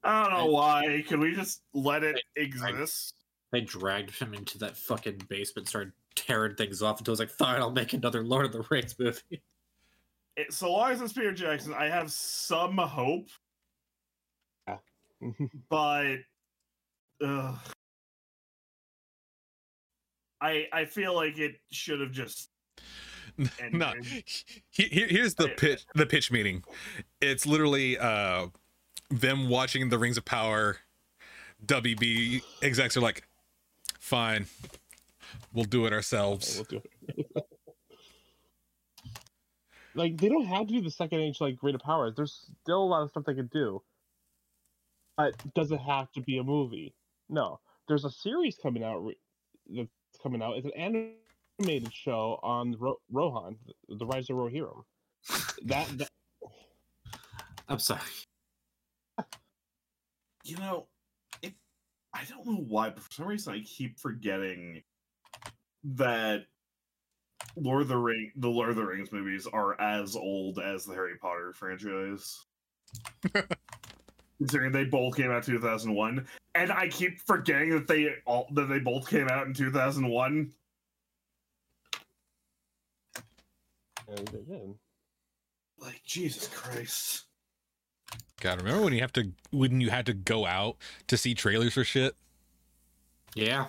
Speaker 1: I don't know why. Could we just let it exist?
Speaker 8: They dragged him into that fucking basement, started tearing things off until I was like, fine, I'll make another Lord of the Rings movie.
Speaker 1: It, so long as it's Peter Jackson, I have some hope. but ugh. I I feel like it should have just ended.
Speaker 2: no, he, he- here's the
Speaker 1: Okay.
Speaker 2: pitch. The pitch meeting. It's literally uh, them watching the Rings of Power. WB execs are like, fine, we'll do it ourselves.
Speaker 3: We'll do it. like they don't have to do the second age like greater powers. There's still a lot of stuff they could do. Uh, it doesn't have to be a movie. No, there's a series coming out re- that's coming out. It's an animated show on Ro- Rohan, the Rise of Rohirrim. That, that
Speaker 8: I'm sorry.
Speaker 1: you know, it, I don't know why, but for some reason I keep forgetting that Lord of the Ring, the Lord of the Rings movies are as old as the Harry Potter franchise. Considering they both came out in 2001, and I keep forgetting that they all that they both came out in 2001.
Speaker 3: and they did.
Speaker 1: Like Jesus Christ.
Speaker 2: God, remember when you have to when you had to go out to see trailers for shit
Speaker 8: Yeah.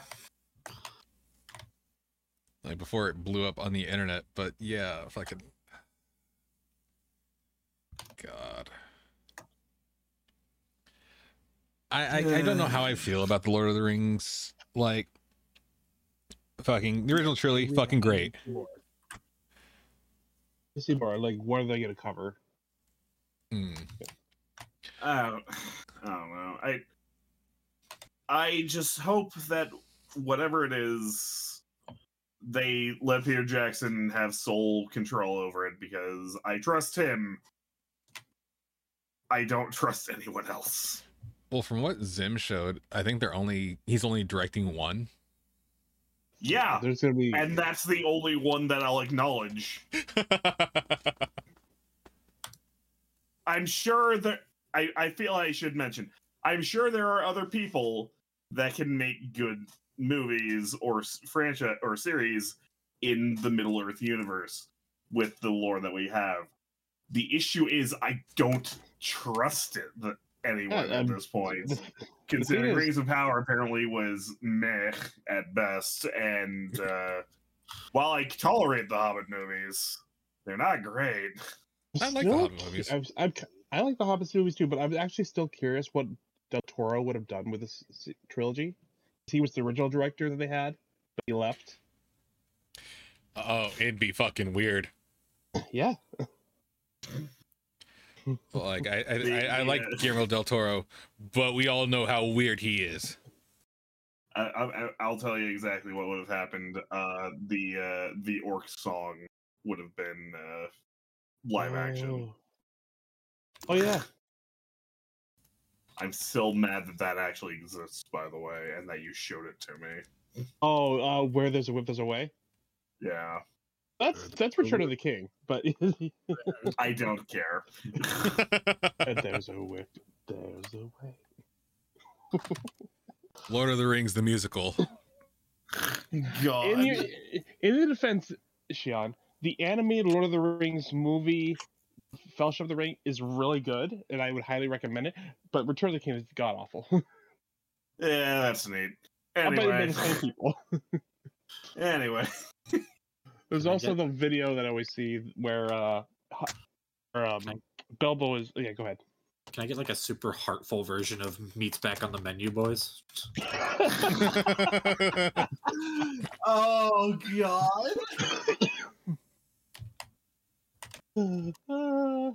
Speaker 2: like before it blew up on the internet? But yeah, fucking. God. I, I, I don't know how I feel about the Lord of the Rings. Like, fucking the original trilogy, fucking great.
Speaker 3: More. You see more like what are they gonna cover?
Speaker 2: Mm.
Speaker 1: I don't, I don't know. I I just hope that whatever it is, they let Peter Jackson have sole control over it because I trust him. I don't trust anyone else.
Speaker 2: Well, from what Zim showed, I think they're only he's only directing one.
Speaker 1: Yeah,
Speaker 3: there's gonna be
Speaker 1: Ah. and that's the only one that I'll acknowledge. I'm sure that I, I feel I should mention. I'm sure there are other people that can make good movies or s- franchise or series in the Middle Earth universe with the lore that we have. The issue is I don't trust it that anyone
Speaker 3: Yeah,
Speaker 1: at
Speaker 3: um,
Speaker 1: this point.
Speaker 3: the-
Speaker 1: Considering
Speaker 3: is-
Speaker 1: Rings of Power apparently was meh at best, and uh, while I tolerate the Hobbit movies, they're not great.
Speaker 2: I like the
Speaker 3: Still
Speaker 2: Hobbit movies.
Speaker 3: I'm, I'm, ki- I like the Hobbit movies too, but I'm actually still curious what Del Toro would have done with this s- trilogy. He was the original director that they had, but he left.
Speaker 2: oh, it'd be fucking weird.
Speaker 3: Yeah,
Speaker 2: But like I I,
Speaker 1: The-
Speaker 2: I, I like
Speaker 1: yeah.
Speaker 2: Guillermo del Toro, but we all know how weird he is.
Speaker 1: I, I, I- I'll tell you exactly what would have happened. Uh, the uh, the orc song would have been uh, live action.
Speaker 3: Oh. Oh yeah,
Speaker 1: I'm still mad that that actually exists, by the way, and that you showed it to me.
Speaker 3: oh uh, where there's a whip, there's a way.
Speaker 1: Yeah,
Speaker 3: That's that's Return of the King, but
Speaker 1: I don't care.
Speaker 3: there's a whip, there's a way.
Speaker 2: Lord of the Rings the musical.
Speaker 1: God.
Speaker 3: in, your, in Uh, the defense, Shion, the animated Lord of the Rings movie, Fellowship of the Ring, is really good, and I would highly recommend it. But Return of the King is god awful.
Speaker 1: yeah, Eh, that's neat.
Speaker 3: I'm not even
Speaker 1: Anyway,
Speaker 3: the same people.
Speaker 1: anyway,
Speaker 3: There's
Speaker 8: I
Speaker 3: also the video that I always see where, uh, hu- where um, Bilbo is. Yeah, go ahead.
Speaker 8: Can I get like a super heartful version of meats back on the menu, boys?
Speaker 1: oh god,
Speaker 3: Uh,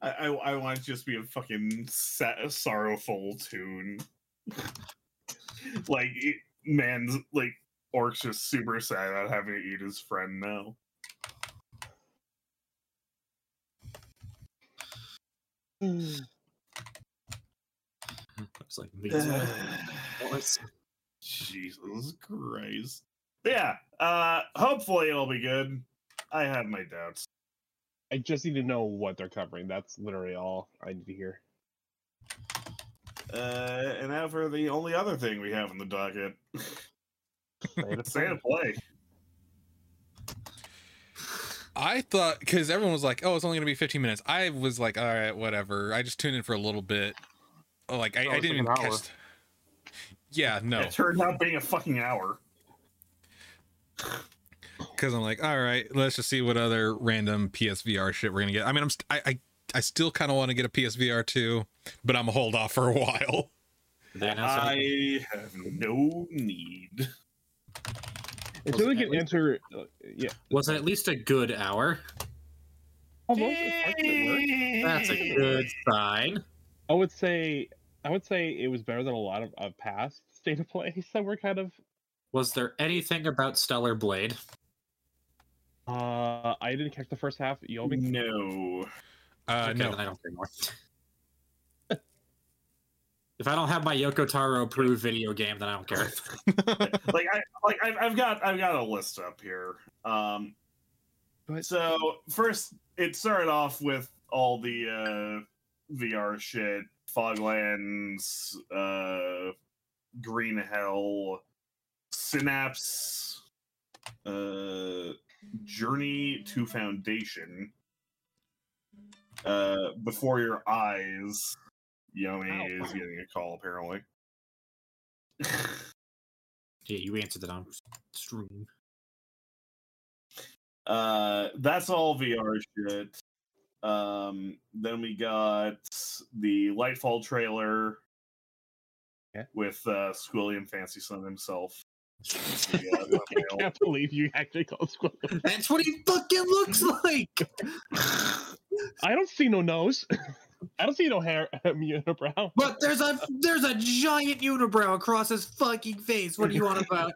Speaker 1: I, I, I want it to just be a fucking sa- sorrowful tune. like, it, man's like orc's just super sad about having to eat his friend now.
Speaker 8: It's Hmm, like meats. back on the boys.
Speaker 1: Jesus Christ. Yeah, uh, hopefully it'll be good. I have my doubts.
Speaker 3: I just need to know what they're covering. That's literally all I need to hear.
Speaker 1: Uh, and now for the only other thing we have on the docket Santa Play.
Speaker 2: I thought because everyone was like, "Oh, it's only gonna be 15 minutes." I was like, "All right, whatever." I just tuned in for a little bit. Oh, Like I,
Speaker 3: Oh,
Speaker 2: I
Speaker 3: it's
Speaker 2: didn't even
Speaker 3: like an hour.
Speaker 2: catch. Yeah, no,
Speaker 1: It turned out being a fucking hour.
Speaker 2: because I'm like, "All right, let's just see what other random PSVR shit we're gonna get." I mean, I'm st- I, I I still kind of want to get a PSVR too, but I'm gonna hold off for a while.
Speaker 8: They announced it.
Speaker 1: I have no need.
Speaker 3: Until we
Speaker 8: Was it
Speaker 3: can
Speaker 8: at
Speaker 3: enter, uh, yeah.
Speaker 8: was it at least a good hour.
Speaker 3: Almost, it's parts that work.
Speaker 8: That's a good sign.
Speaker 3: I would say I would say it was better than a lot of, of past state of plays that were kind of
Speaker 8: Was there anything about Stellar Blade?
Speaker 3: uh I didn't catch the first half. You'll be
Speaker 1: No.
Speaker 2: Uh,
Speaker 8: Okay,
Speaker 2: no,
Speaker 8: then I don't care anymore. if I don't have my Yoko Taro approved video game, then I don't care.
Speaker 1: like I like I've, I've got I've got a list up here. Um,
Speaker 3: Go ahead.
Speaker 1: so first it started off with all the uh, VR shit, Foglands, uh, Green Hell, Synapse, uh, Journey to Foundation, uh, Before Your Eyes. Yoni is getting a call apparently.
Speaker 8: yeah, you answered it on stream.
Speaker 1: Uh, that's all VR shit. Um, then we got the Lightfall trailer
Speaker 3: Yeah.
Speaker 1: with uh, Squilliam Fancy Son himself.
Speaker 3: I can't believe you actually called Squirrel.
Speaker 8: That's what he fucking looks like.
Speaker 3: I don't see no nose. I don't see no hair unibrow.
Speaker 8: But there's a there's a giant unibrow across his fucking face. What are you on about?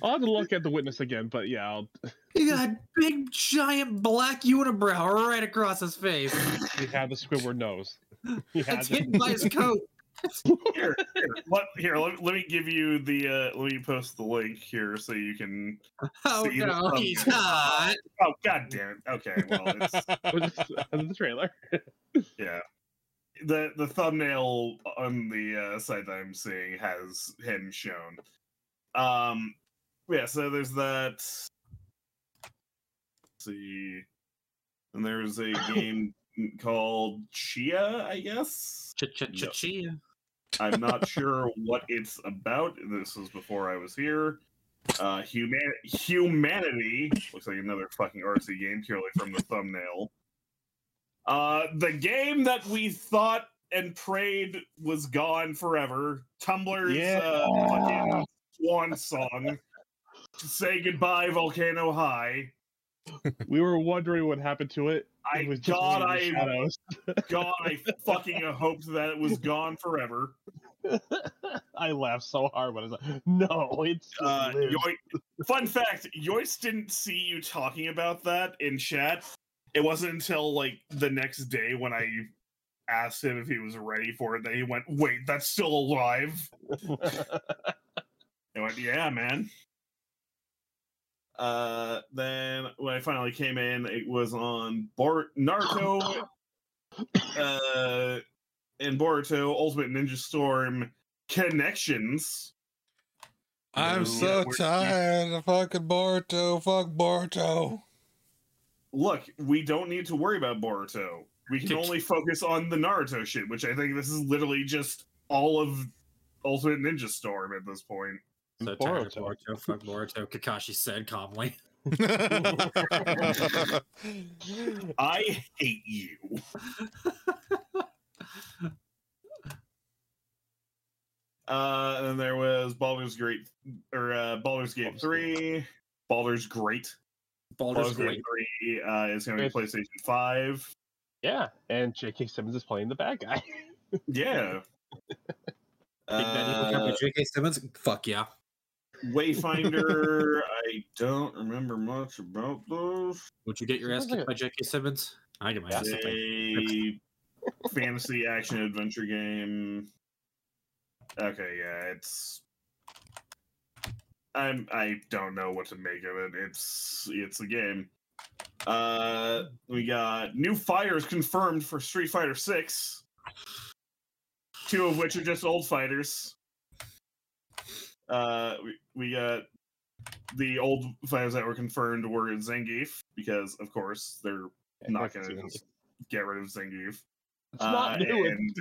Speaker 3: I'll have to look at the witness again, but yeah, I'll
Speaker 8: He got a big giant black unibrow right across his face.
Speaker 3: you have the Squidward nose. He
Speaker 8: That's
Speaker 3: has it.
Speaker 8: hidden by his coat.
Speaker 1: here, here, let, here let, let me give you the uh, let me post the link here so you can.
Speaker 8: Oh
Speaker 1: See,
Speaker 8: no,
Speaker 1: um,
Speaker 8: he's not.
Speaker 1: Oh god damn it! Okay, well it's,
Speaker 3: Was this- was the trailer.
Speaker 1: yeah. The the thumbnail on the uh, site that I'm seeing has him shown. Um, yeah. So there's that. Let's see, and there's a game called Chia, I guess.
Speaker 8: Ch ch ch chia.
Speaker 1: I'm not sure what it's about. This was before I was here. Uh, human humanity looks like another fucking RC game purely from the thumbnail. Uh, the game that we thought and prayed was gone forever. Tumblr's uh, fucking swan song. Say goodbye, Volcano High.
Speaker 3: We were wondering what happened to it.
Speaker 1: I
Speaker 3: it was just
Speaker 1: God,
Speaker 3: one of the
Speaker 1: I
Speaker 3: shadows.
Speaker 1: God, I fucking hoped that it was gone forever.
Speaker 3: I laughed so hard when I was like, "No, it's just
Speaker 1: uh,
Speaker 3: lives."
Speaker 1: Yoy- fun fact Yoist didn't see you talking about that in chat. It wasn't until like the next day when I asked him if he was ready for it that he went, Wait, that's still alive. I went, Yeah, man. Uh, then when I finally came in, it was on Bor- Naruto uh, and Boruto Ultimate Ninja Storm Connections Yeah,
Speaker 2: I'm so
Speaker 1: we're-
Speaker 2: tired of fucking Boruto. Fuck Boruto.
Speaker 1: Look, we don't need to worry about Boruto. We can
Speaker 9: Kick-
Speaker 1: only focus on the Naruto shit, which I think this is literally just all of Ultimate Ninja Storm at this point.
Speaker 4: So tired of
Speaker 3: Boruto.
Speaker 4: Boruto, fuck Boruto, Kakashi said calmly.
Speaker 1: I hate you. Uh, and then there was Baldur's Great or uh, Baldur's Gate
Speaker 3: Baldur's
Speaker 1: Three, Baldur's Great.
Speaker 4: Baldur's
Speaker 1: Baldur's
Speaker 4: Gate.
Speaker 1: Gate Three uh, is going to be
Speaker 3: Great.
Speaker 1: PlayStation Five.
Speaker 3: Yeah, and J.K. Simmons is playing the bad guy.
Speaker 1: Yeah.
Speaker 4: Big Daddy hook up
Speaker 1: Uh,
Speaker 4: with J.K. Simmons. Fuck yeah.
Speaker 1: Wayfinder, I don't remember much about those.
Speaker 4: Would you get your ass
Speaker 3: Sounds like
Speaker 4: kicked by J.K. Simmons? I get my ass kicked. by-
Speaker 1: a fantasy action adventure game. Okay, yeah, it's. I'm. I don't know what to make of it. It's. It's a game. Uh, we got new fighters confirmed for Street Fighter Six. Two of which are just old fighters. Uh, we we got the old fighters that were confirmed were Zangief because, of course, they're Not gonna do
Speaker 3: uh, It's
Speaker 1: it. get rid of Zangief.
Speaker 3: not
Speaker 1: Uh,
Speaker 3: new.
Speaker 1: and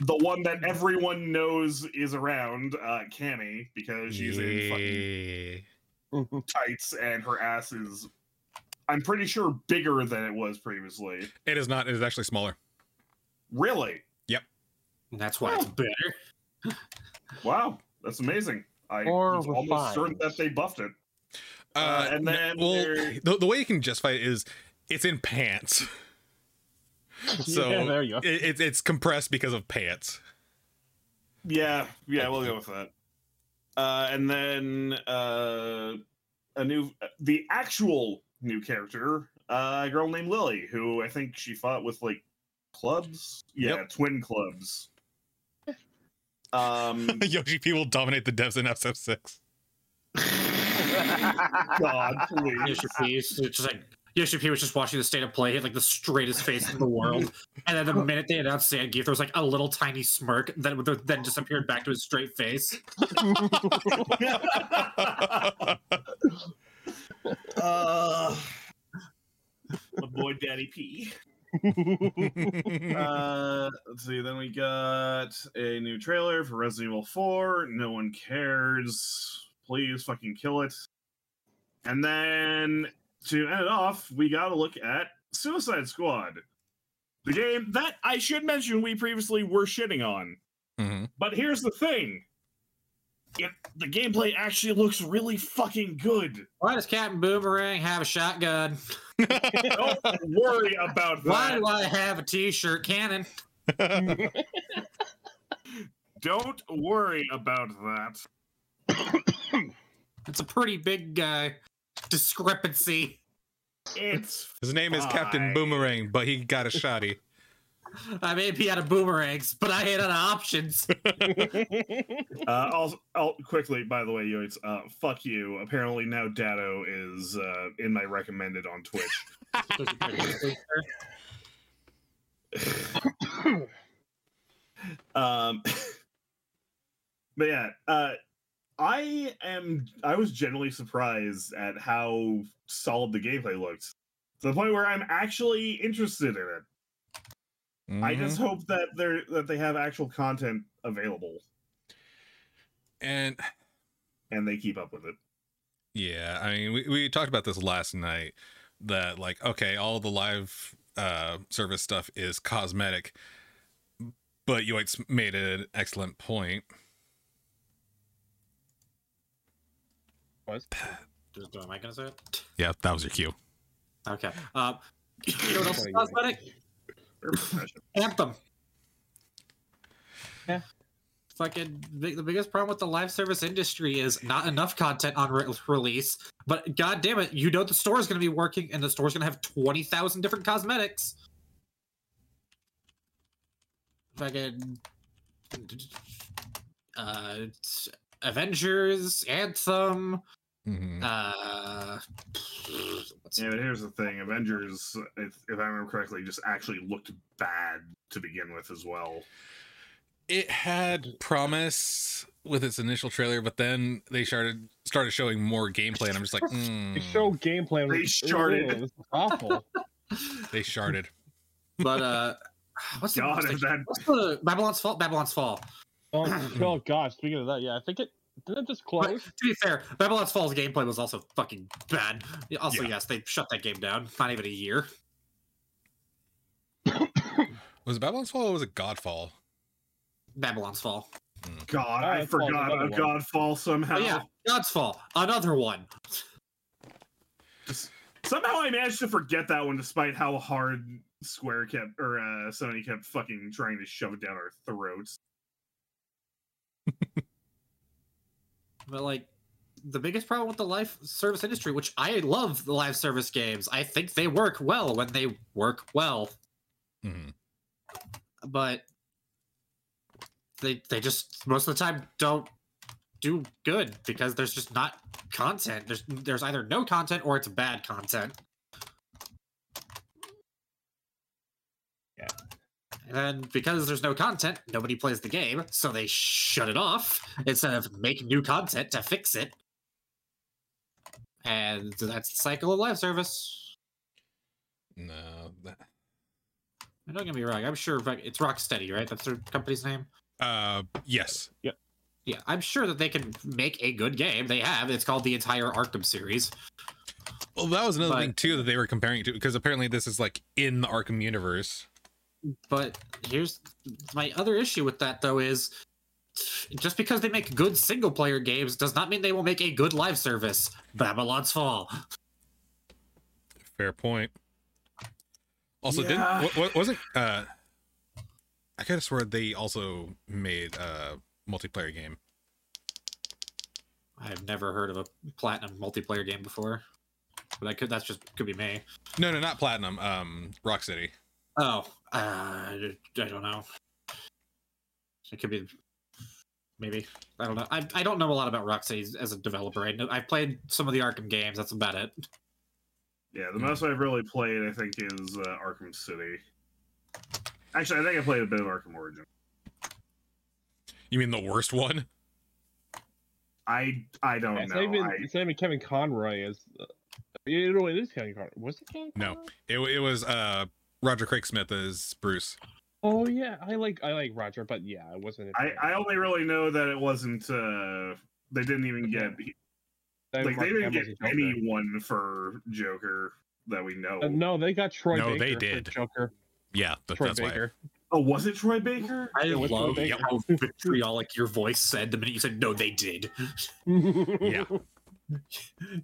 Speaker 1: the one that everyone knows is around, uh, Cammy, because she's in fucking
Speaker 9: Yeah.
Speaker 1: tights and her ass is, I'm pretty sure, bigger than it was previously.
Speaker 2: It is not. It is actually smaller.
Speaker 1: Really?
Speaker 4: And That's why it's better.
Speaker 1: Wow, that's amazing. I
Speaker 3: Or
Speaker 1: was almost certain
Speaker 3: refined.
Speaker 1: that they buffed it.
Speaker 2: Uh,
Speaker 1: Uh, and
Speaker 2: no-
Speaker 1: then
Speaker 2: well,
Speaker 1: there-
Speaker 2: the, the way you can justify it is it's in pants. so
Speaker 3: yeah, there you go.
Speaker 2: it, it, it's compressed because of pants.
Speaker 1: Yeah, yeah, we'll go with that. Uh, and then uh, a new, the actual new character, uh, a girl named Lily, who I think she fought with like clubs. Yeah, twin clubs. Um,
Speaker 2: Yoshi P will dominate the devs in SF6.
Speaker 1: God, please.
Speaker 4: Yoshi P is just like Yoshi P was just watching the state of play, he had like the straightest face in the world. And then the minute they announced Zangief, there was like a little tiny smirk that would then disappeared back to his straight face.
Speaker 1: uh, my boy, Daddy P.
Speaker 2: Mm-hmm.
Speaker 1: uh, let's see. Then we got a new trailer for Resident Evil 4. No one cares. Please fucking kill it. And then to end it off, we got to look at Suicide Squad, the game that I should mention we previously were shitting on.
Speaker 2: Mhm.
Speaker 1: But here's the thing. It, the gameplay actually looks really fucking good.
Speaker 4: Why does Captain Boomerang have a shotgun?
Speaker 1: Don't worry about that.
Speaker 4: Why do I have a t-shirt cannon?
Speaker 1: Don't worry about that.
Speaker 4: It's a pretty big guy discrepancy.
Speaker 1: It's
Speaker 2: His name is Captain
Speaker 1: Fine.
Speaker 2: Boomerang, but he got a shoddy.
Speaker 4: I may be out of boomerangs, but I ain't out of options.
Speaker 1: Uh, I'll, I'll quickly, by the way, Yoitz, uh, fuck you. Apparently now Datto is uh, in my recommended on Twitch. Um, but yeah, uh, I am. I was generally surprised at how solid the gameplay looked, to the point where I'm actually interested in it. I
Speaker 2: Mhm.
Speaker 1: just hope that they're that they have actual content available
Speaker 2: and
Speaker 1: and they keep up with it.
Speaker 2: Yeah, I mean, we, we talked about this last night that like, okay, all the live uh, service stuff is cosmetic, but Yoitz made an excellent point.
Speaker 3: Was?
Speaker 4: Am I gonna say it?
Speaker 2: Yeah, that was your cue.
Speaker 4: Okay. Uh, you know what else is
Speaker 3: Sorry, Yoink.
Speaker 4: cosmetic?
Speaker 1: They're professional.
Speaker 4: Anthem.
Speaker 3: Yeah.
Speaker 4: Fucking big, the biggest problem with the live service industry is not enough content on re- release. But god damn it, you know the store is going to be working, and the store's going to have twenty thousand different cosmetics. Fucking uh, Avengers, Anthem.
Speaker 2: hmm
Speaker 4: Uh, what's
Speaker 1: yeah, but here's the thing: Avengers, if, if I remember correctly, just actually looked bad to begin with as well.
Speaker 2: It had promise with its initial trailer, but then they started started showing more gameplay, and I'm just like,
Speaker 3: They
Speaker 2: mm,
Speaker 3: show gameplay.
Speaker 1: They sharded.
Speaker 3: It's awful.
Speaker 2: they sharded.
Speaker 4: But uh, what's the,
Speaker 1: God,
Speaker 4: what's the-
Speaker 1: if that
Speaker 4: what's the Babylon's Fall? Babylon's Fall.
Speaker 3: oh, oh gosh, speaking of that, yeah, I think it didn't it just
Speaker 4: But
Speaker 3: close.
Speaker 4: to be fair, Babylon's Fall's gameplay was also fucking bad. Also,
Speaker 2: Yeah.
Speaker 4: yes, they shut that game down. Not even a year.
Speaker 2: Was it Babylon's Fall or was it Godfall?
Speaker 4: Babylon's Fall.
Speaker 1: God, I
Speaker 3: Godfall,
Speaker 1: forgot
Speaker 3: another
Speaker 1: about
Speaker 3: one.
Speaker 1: Godfall somehow.
Speaker 4: Oh yeah, God's Fall. Another one.
Speaker 1: Somehow I managed to forget that one, despite how hard Square kept or uh, Sony kept fucking trying to shove it down our throats.
Speaker 4: But like the biggest problem with the live service industry, which I love the live service games. I think they work well when they work well,
Speaker 2: Mhm.
Speaker 4: but they they just most of the time don't do good because there's just not content. There's there's either no content or it's bad content.
Speaker 3: Yeah.
Speaker 4: And because there's no content, nobody plays the game, so they shut it off instead of make new content to fix it. And that's the cycle of live service.
Speaker 2: No, that-
Speaker 4: And Don't get me wrong. I'm sure if I- it's Rocksteady, right? That's their company's name.
Speaker 2: uh, yes,
Speaker 4: Yeah, I'm sure that they can make a good game. They have. It's called the entire Arkham series.
Speaker 2: Well, that was another
Speaker 4: But-
Speaker 2: thing too that they were comparing it to because apparently this is like in the Arkham universe.
Speaker 4: But here's my other issue with that though is just because they make good single player games does not mean they will make a good live service. Babylon's Fall.
Speaker 2: Fair point. Also,
Speaker 1: Yeah.
Speaker 2: didn't what, wasn't uh, I could have swore they also made a multiplayer game.
Speaker 4: I've never heard of a platinum multiplayer game before. But I could that's just could be me.
Speaker 2: No, no, not Platinum. Um, Rocksteady.
Speaker 4: Oh, uh, I don't know. It could be, maybe. I don't know. I, I don't know a lot about Roxy as a developer. I know, I've played some of the Arkham games. That's about it.
Speaker 1: Yeah,
Speaker 3: Hmm.
Speaker 1: the most I've really played, I think, is uh, Arkham City. Actually, I think I played a bit of Arkham Origin.
Speaker 2: You mean the worst one?
Speaker 1: I I don't
Speaker 3: it's,
Speaker 1: know.
Speaker 3: not even,
Speaker 1: I,
Speaker 3: it's not even Kevin Conroy is. Uh, you know, it is Kevin Conroy. Was it Kevin?
Speaker 2: No.
Speaker 3: Conroy?
Speaker 2: It, it was uh Roger Craig-Smith as Bruce.
Speaker 3: Oh yeah, I like I like Roger, but yeah, it wasn't.
Speaker 1: I I only really know that it wasn't. uh They didn't even get
Speaker 3: I
Speaker 1: like
Speaker 3: Mark
Speaker 1: they didn't
Speaker 3: Hamill's
Speaker 1: get
Speaker 3: a Joker.
Speaker 1: anyone for Joker that we know.
Speaker 3: Uh, no, they got Troy.
Speaker 2: No,
Speaker 3: Baker
Speaker 2: they
Speaker 3: for
Speaker 2: did.
Speaker 3: Joker.
Speaker 2: Yeah, th-
Speaker 3: Troy
Speaker 2: that's why.
Speaker 3: Baker.
Speaker 1: Oh, was it Troy Baker?
Speaker 4: I
Speaker 3: what's wrong
Speaker 4: love
Speaker 3: with that?
Speaker 4: how vitriolic your voice said the minute you said, no, they did.
Speaker 2: Yeah.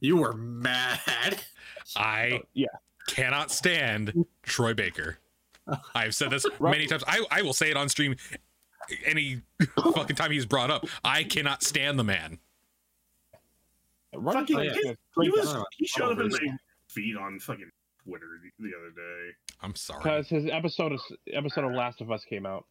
Speaker 4: You were mad.
Speaker 2: I
Speaker 3: yeah.
Speaker 2: cannot stand Troy Baker. I've said this
Speaker 3: Right.
Speaker 2: many times. I, I will say it on stream any fucking time he's brought up. I cannot stand the man.
Speaker 3: Roger
Speaker 1: Fucking-
Speaker 3: Craig
Speaker 1: he-
Speaker 3: Smith,
Speaker 1: He
Speaker 3: great guy.
Speaker 1: was. He showed up in
Speaker 4: Oliver's-
Speaker 1: my feed on fucking Twitter the, the other day.
Speaker 2: I'm sorry.
Speaker 3: Because his episode of episode of Last of Us came out.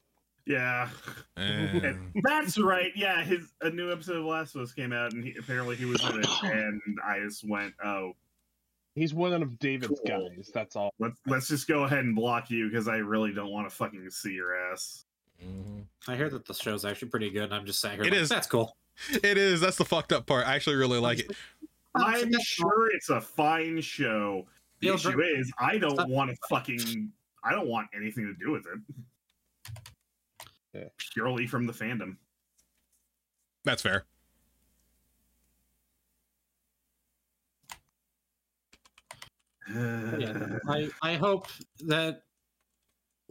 Speaker 1: Yeah,
Speaker 2: Eh,
Speaker 1: that's right. Yeah, his a new episode of Last of Us came out, and he, apparently he was in it. And I just went, "Oh,
Speaker 3: He's one of David's
Speaker 1: Cool.
Speaker 3: guys. That's all.
Speaker 1: let's let's just go ahead and block you because I really don't want to fucking see your ass."
Speaker 4: I hear that the show's actually pretty good. And I'm just sat here.
Speaker 2: It
Speaker 4: like,
Speaker 2: is.
Speaker 4: That's cool.
Speaker 2: it is. That's the fucked up part. I actually really like it.
Speaker 1: I'm sure it's a fine show. The
Speaker 4: Neil
Speaker 1: issue
Speaker 4: Druck-
Speaker 1: is, I don't
Speaker 4: Stop.
Speaker 1: want to fucking. I don't want anything to do with it.
Speaker 3: Yeah.
Speaker 1: Purely from the fandom.
Speaker 2: That's fair.
Speaker 4: yeah, I, I hope that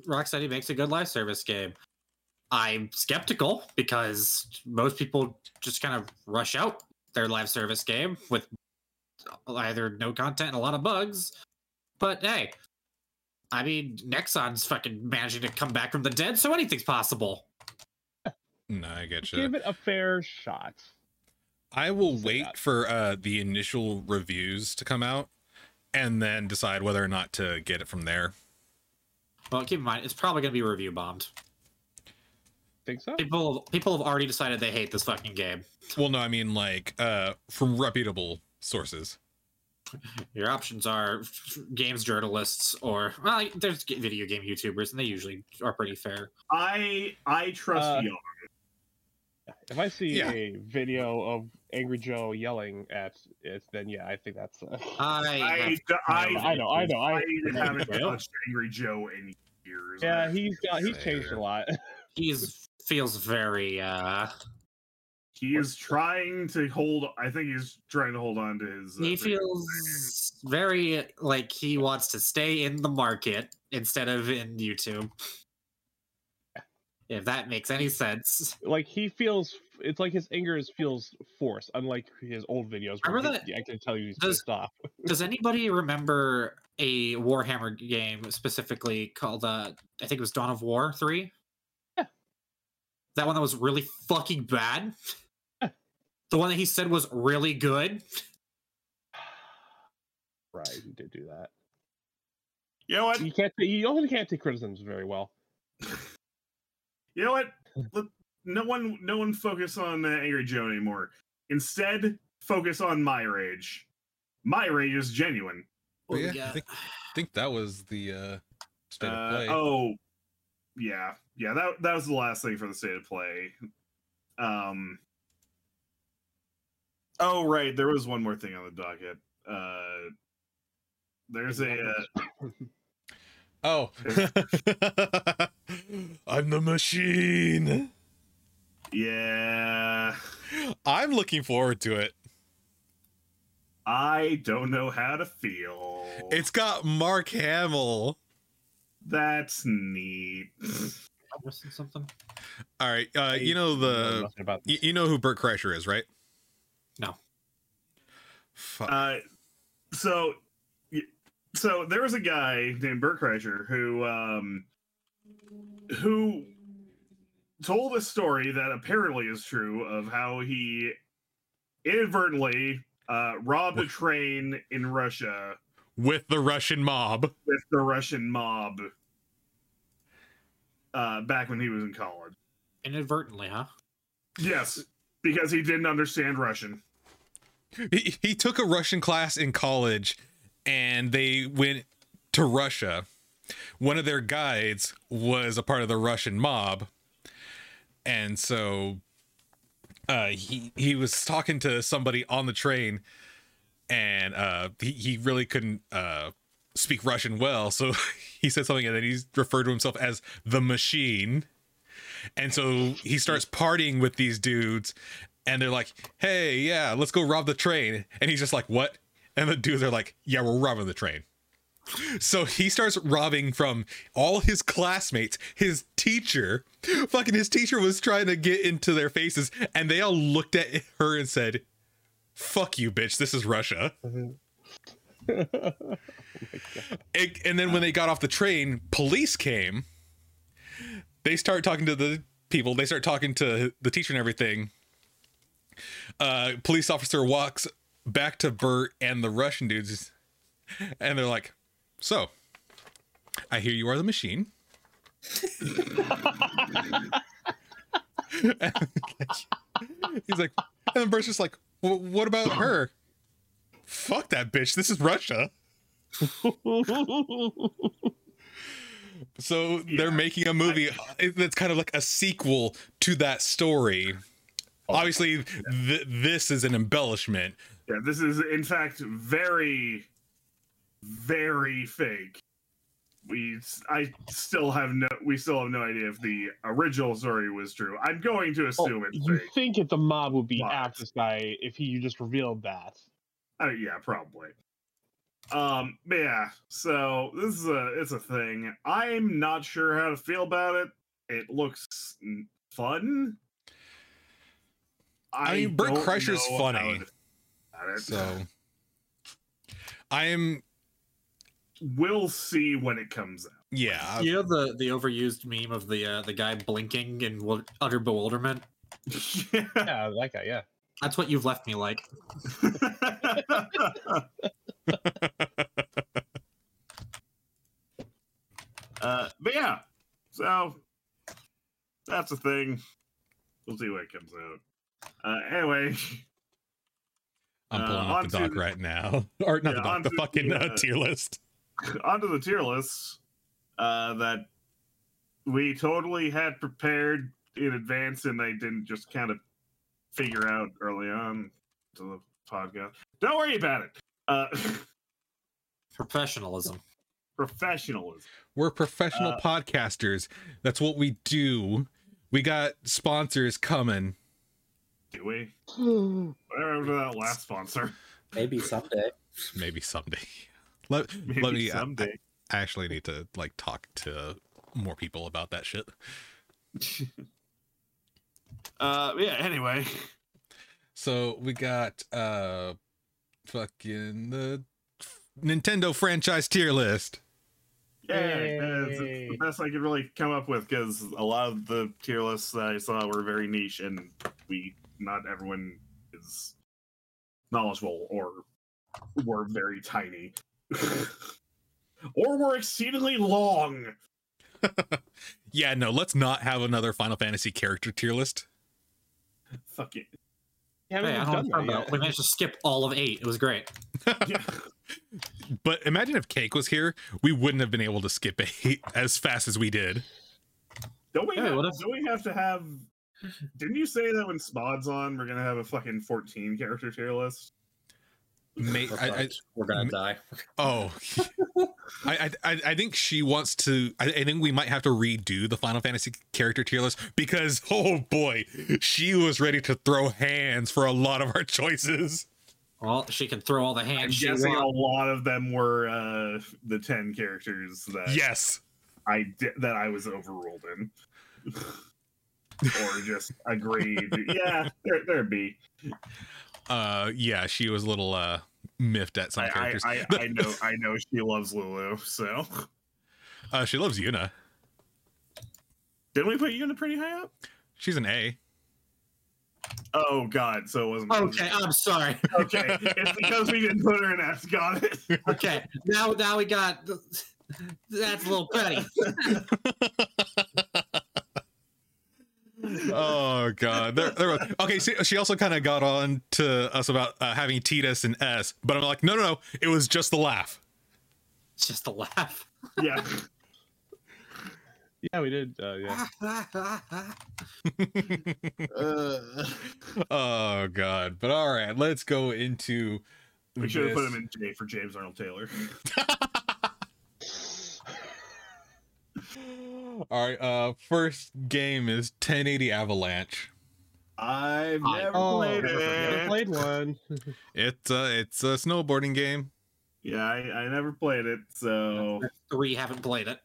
Speaker 4: Rocksteady makes a good live service game. I'm skeptical because most people just kind of rush out their live service game with either no content and a lot of bugs. But hey, I mean, Nexon's fucking managing to come back from the dead, so anything's possible.
Speaker 2: No, I get you.
Speaker 3: Give it a fair shot.
Speaker 2: I will
Speaker 3: Say
Speaker 2: wait
Speaker 3: that.
Speaker 2: for uh, the initial reviews to come out and then decide whether or not to get it from there.
Speaker 4: Well, keep in mind, it's probably going to be review bombed.
Speaker 3: Think so?
Speaker 4: People, people have already decided they hate this fucking game.
Speaker 2: Well, no, I mean like uh, from reputable sources.
Speaker 4: Your options are f- games journalists or well, like, there's g- video game YouTubers, and they usually are pretty fair.
Speaker 1: I I trust
Speaker 3: Uh,
Speaker 1: Young.
Speaker 3: If I see
Speaker 2: Yeah.
Speaker 3: a video of Angry Joe yelling at it, then yeah, I think that's. Uh,
Speaker 8: I,
Speaker 1: I, I,
Speaker 3: I know, I know, I,
Speaker 1: haven't touched Angry Joe in years.
Speaker 3: yeah, he's got, he's changed a lot.
Speaker 8: he's feels very uh
Speaker 1: he is trying to hold. I think he's trying to hold on to his. uh,
Speaker 8: he
Speaker 1: freedom.
Speaker 8: feels very like he wants to stay in the market instead of in YouTube. If that makes any sense.
Speaker 3: Like he feels, it's like his anger is feels forced, unlike his old videos. where
Speaker 8: Remember
Speaker 3: he- I can tell you he's
Speaker 8: Does-
Speaker 3: pissed off.
Speaker 8: Does anybody remember a Warhammer game specifically called uh I think it was Dawn of War 3?
Speaker 3: Yeah.
Speaker 8: That one that was really fucking bad? the one that he said was really good?
Speaker 3: Right, he did do that.
Speaker 1: You know what?
Speaker 3: You can't. You also can't take criticisms very well.
Speaker 1: You know what?
Speaker 2: Hmm.
Speaker 1: Let- no one, no one focus on uh, Angry Joe anymore. Instead, focus on my rage. My rage is genuine.
Speaker 2: But
Speaker 8: Oh,
Speaker 2: yeah, I
Speaker 8: yeah.
Speaker 2: think- think that was the uh, state of
Speaker 1: Uh,
Speaker 2: play.
Speaker 1: oh, yeah, yeah. That that was the last thing for the state of play. Um. Oh right, there was one more thing on the docket. Uh, there's a uh,
Speaker 2: Oh. I'm the machine.
Speaker 1: yeah.
Speaker 2: I'm looking forward to it.
Speaker 1: I don't know how to feel.
Speaker 2: It's got Mark Hamill.
Speaker 1: that's neat.
Speaker 8: I'm missing something.
Speaker 2: All right. Uh, you know
Speaker 3: I know
Speaker 2: the
Speaker 3: nothing about
Speaker 2: you,
Speaker 3: this.
Speaker 2: you know who Bert Kreischer is, right?
Speaker 8: No.
Speaker 2: Fuck.
Speaker 1: Uh, so, y- so there was a guy named Bert Kreischer who, um, who told a story that apparently is true of how he inadvertently uh, robbed a train in Russia
Speaker 2: With the Russian mob.
Speaker 1: with the Russian mob uh, back when he was in college.
Speaker 8: Inadvertently, huh?
Speaker 1: Yes, because he didn't understand Russian.
Speaker 2: He, he took a Russian class in college and they went to Russia. One of their guides was a part of the Russian mob. And so uh, he he was talking to somebody on the train and uh, he, he really couldn't uh, speak Russian well. So he said something and then he referred to himself as the machine. And so he starts partying with these dudes and they're like, "Hey, yeah, let's go rob the train." And he's just like, "What?" And the dudes are like, "Yeah, we're robbing the train." So he starts robbing from all his classmates, his teacher. Fucking his teacher was trying to get into their faces and they all looked at her and said, "Fuck you, bitch. This is Russia." and, and then when they got off the train, police came. They start talking to the people. They start talking to the teacher and everything uh, police officer walks back to Bert and the Russian dudes, and they're like, "So, I hear you are the machine." He's like, and then Bert's just like, "Wh- "What about her?" Fuck that bitch. This is Russia.
Speaker 3: Oh,
Speaker 2: So
Speaker 1: Yeah.
Speaker 2: they're making a movie that's kind of like a sequel to that story.
Speaker 1: Oh.
Speaker 2: Obviously, th- this is an embellishment.
Speaker 1: Yeah, this is in fact very, very fake. We, I still have no, we still have no idea if the original story was true. I'm going to
Speaker 3: Oh,
Speaker 1: assume it's
Speaker 3: you
Speaker 1: fake.
Speaker 3: think that the mob would be
Speaker 1: But-
Speaker 3: after this guy if he just revealed that?
Speaker 1: Uh, yeah, probably. Um, but yeah. So this is a, it's a thing. I'm not sure how to feel about it. It looks n- fun.
Speaker 2: I mean, Bert
Speaker 1: don't
Speaker 2: Kreischer's
Speaker 1: know how
Speaker 2: funny,
Speaker 1: to feel about it.
Speaker 2: So I am,
Speaker 1: we'll see when it comes out.
Speaker 2: yeah,
Speaker 8: you know the the overused meme of the uh, the guy blinking in wo- utter bewilderment.
Speaker 3: Yeah, that guy. Yeah.
Speaker 8: That's what you've left me like.
Speaker 1: uh, but yeah, so that's a thing. We'll see when it comes out. Uh, anyway,
Speaker 2: I'm pulling
Speaker 1: uh,
Speaker 2: up the
Speaker 1: onto
Speaker 2: doc
Speaker 1: the-
Speaker 2: right now, or
Speaker 1: Yeah,
Speaker 2: not the doc, the
Speaker 1: onto
Speaker 2: fucking
Speaker 1: the,
Speaker 2: uh,
Speaker 1: uh,
Speaker 2: tier list.
Speaker 1: onto the tier lists uh, that we totally had prepared in advance, and they didn't just kind of figure out early on to the podcast. Don't worry about it. Uh,
Speaker 8: Professionalism.
Speaker 1: professionalism.
Speaker 2: We're professional
Speaker 1: uh,
Speaker 2: podcasters. That's what we do. We got sponsors coming.
Speaker 1: Do we?
Speaker 3: Ooh,
Speaker 1: Whatever happened to that last sponsor.
Speaker 4: Maybe someday.
Speaker 2: Maybe someday. Let,
Speaker 1: Maybe
Speaker 2: let me. uh, I,
Speaker 1: someday.
Speaker 2: I actually need to like talk to more people about that shit.
Speaker 1: Uh, yeah. Anyway,
Speaker 2: So we got uh, fucking the Nintendo franchise tier list.
Speaker 1: yeah, it's, it's the
Speaker 3: Yay.
Speaker 1: best I could really come up with because a lot of the tier lists that I saw were very niche, and we not everyone is knowledgeable or were very tiny. or were exceedingly long.
Speaker 2: Yeah, no, let's not have another Final Fantasy character tier list.
Speaker 1: Fuck it.
Speaker 3: you haven't
Speaker 8: Hey, I don't
Speaker 3: even
Speaker 8: know
Speaker 3: done
Speaker 8: what
Speaker 3: that
Speaker 8: I'm talking about.
Speaker 3: yet.
Speaker 8: We managed to skip all of eight. It was great.
Speaker 1: Yeah.
Speaker 2: But imagine if Cake was here, we wouldn't have been able to skip eight as fast as we did.
Speaker 1: Don't we?
Speaker 8: Hey,
Speaker 1: have,
Speaker 8: what if-
Speaker 1: don't we have to have? Didn't you say that when Smod's on, we're gonna have a fucking fourteen character tier list?
Speaker 2: May,
Speaker 4: We're
Speaker 2: I, I,
Speaker 4: fucked. We're gonna
Speaker 2: m-
Speaker 4: die.
Speaker 2: oh, I, I- I, I think she wants to. I, I think we might have to redo the Final Fantasy character tier list because oh boy, she was ready to throw hands for a lot of our choices.
Speaker 8: Well, she can throw all the
Speaker 1: I'm
Speaker 8: hands she
Speaker 1: guessing a
Speaker 8: wants.
Speaker 1: lot of them were uh, the ten characters that
Speaker 2: Yes,
Speaker 1: I did, that I was overruled in, or just agreed. yeah, there there be.
Speaker 2: uh, yeah, she was a little uh miffed at some
Speaker 1: I,
Speaker 2: characters.
Speaker 1: I, I, I know I know she loves Lulu. So
Speaker 2: uh, she loves Yuna.
Speaker 1: didn't we put you in a pretty high up?
Speaker 2: She's an A.
Speaker 1: Oh God, so it wasn't.
Speaker 8: Okay, I'm sorry.
Speaker 1: okay. It's because we didn't put her in S. Got it.
Speaker 8: Okay, now now we got. That's a little petty.
Speaker 2: oh god there, there was, okay she, she also kind of got on to us about uh, having titus and s but i'm like no no no it was just the laugh
Speaker 8: It's just a laugh.
Speaker 1: Yeah.
Speaker 3: Yeah, we did. Uh, yeah.
Speaker 1: Uh,
Speaker 2: oh god but all right let's go into
Speaker 1: We should have put
Speaker 2: this.
Speaker 1: him in J for James Arnold Taylor.
Speaker 2: all right uh first game is 1080 avalanche
Speaker 1: I've
Speaker 8: I-
Speaker 1: never
Speaker 3: Oh,
Speaker 1: played
Speaker 3: I
Speaker 1: it.
Speaker 3: played one.
Speaker 2: it's uh it's a snowboarding game
Speaker 1: Yeah, I, I never played it, so
Speaker 8: Three haven't played it.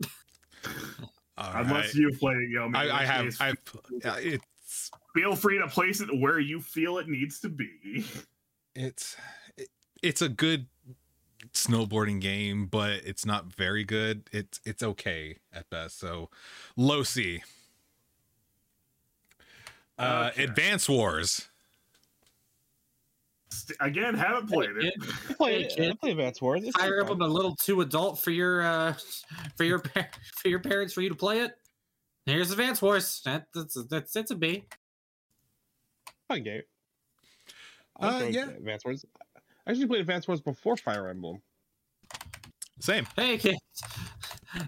Speaker 2: All
Speaker 1: unless
Speaker 2: right.
Speaker 1: you've played it, Yomi,
Speaker 2: I,
Speaker 1: in
Speaker 2: I
Speaker 1: which
Speaker 2: have
Speaker 1: case,
Speaker 2: i it's
Speaker 1: feel free to place it where you feel it needs to be.
Speaker 2: it's it, it's a good snowboarding game but it's not very good it's it's okay at best so low c uh
Speaker 1: Okay.
Speaker 2: advance wars
Speaker 1: St- Again, haven't played it.
Speaker 3: I played,
Speaker 8: kid.
Speaker 3: I played Advance Wars. It's
Speaker 8: Fire
Speaker 3: pretty
Speaker 8: up
Speaker 3: fun.
Speaker 8: a little too adult for your uh for your par- for your parents for you to play it. Here's Advance Wars. That, that's that's that's a B.
Speaker 3: fun game.
Speaker 2: Uh,
Speaker 3: I enjoyed
Speaker 2: yeah.
Speaker 3: Advance Wars. I actually played Advance Wars before Fire Emblem.
Speaker 2: same
Speaker 8: Hey kids.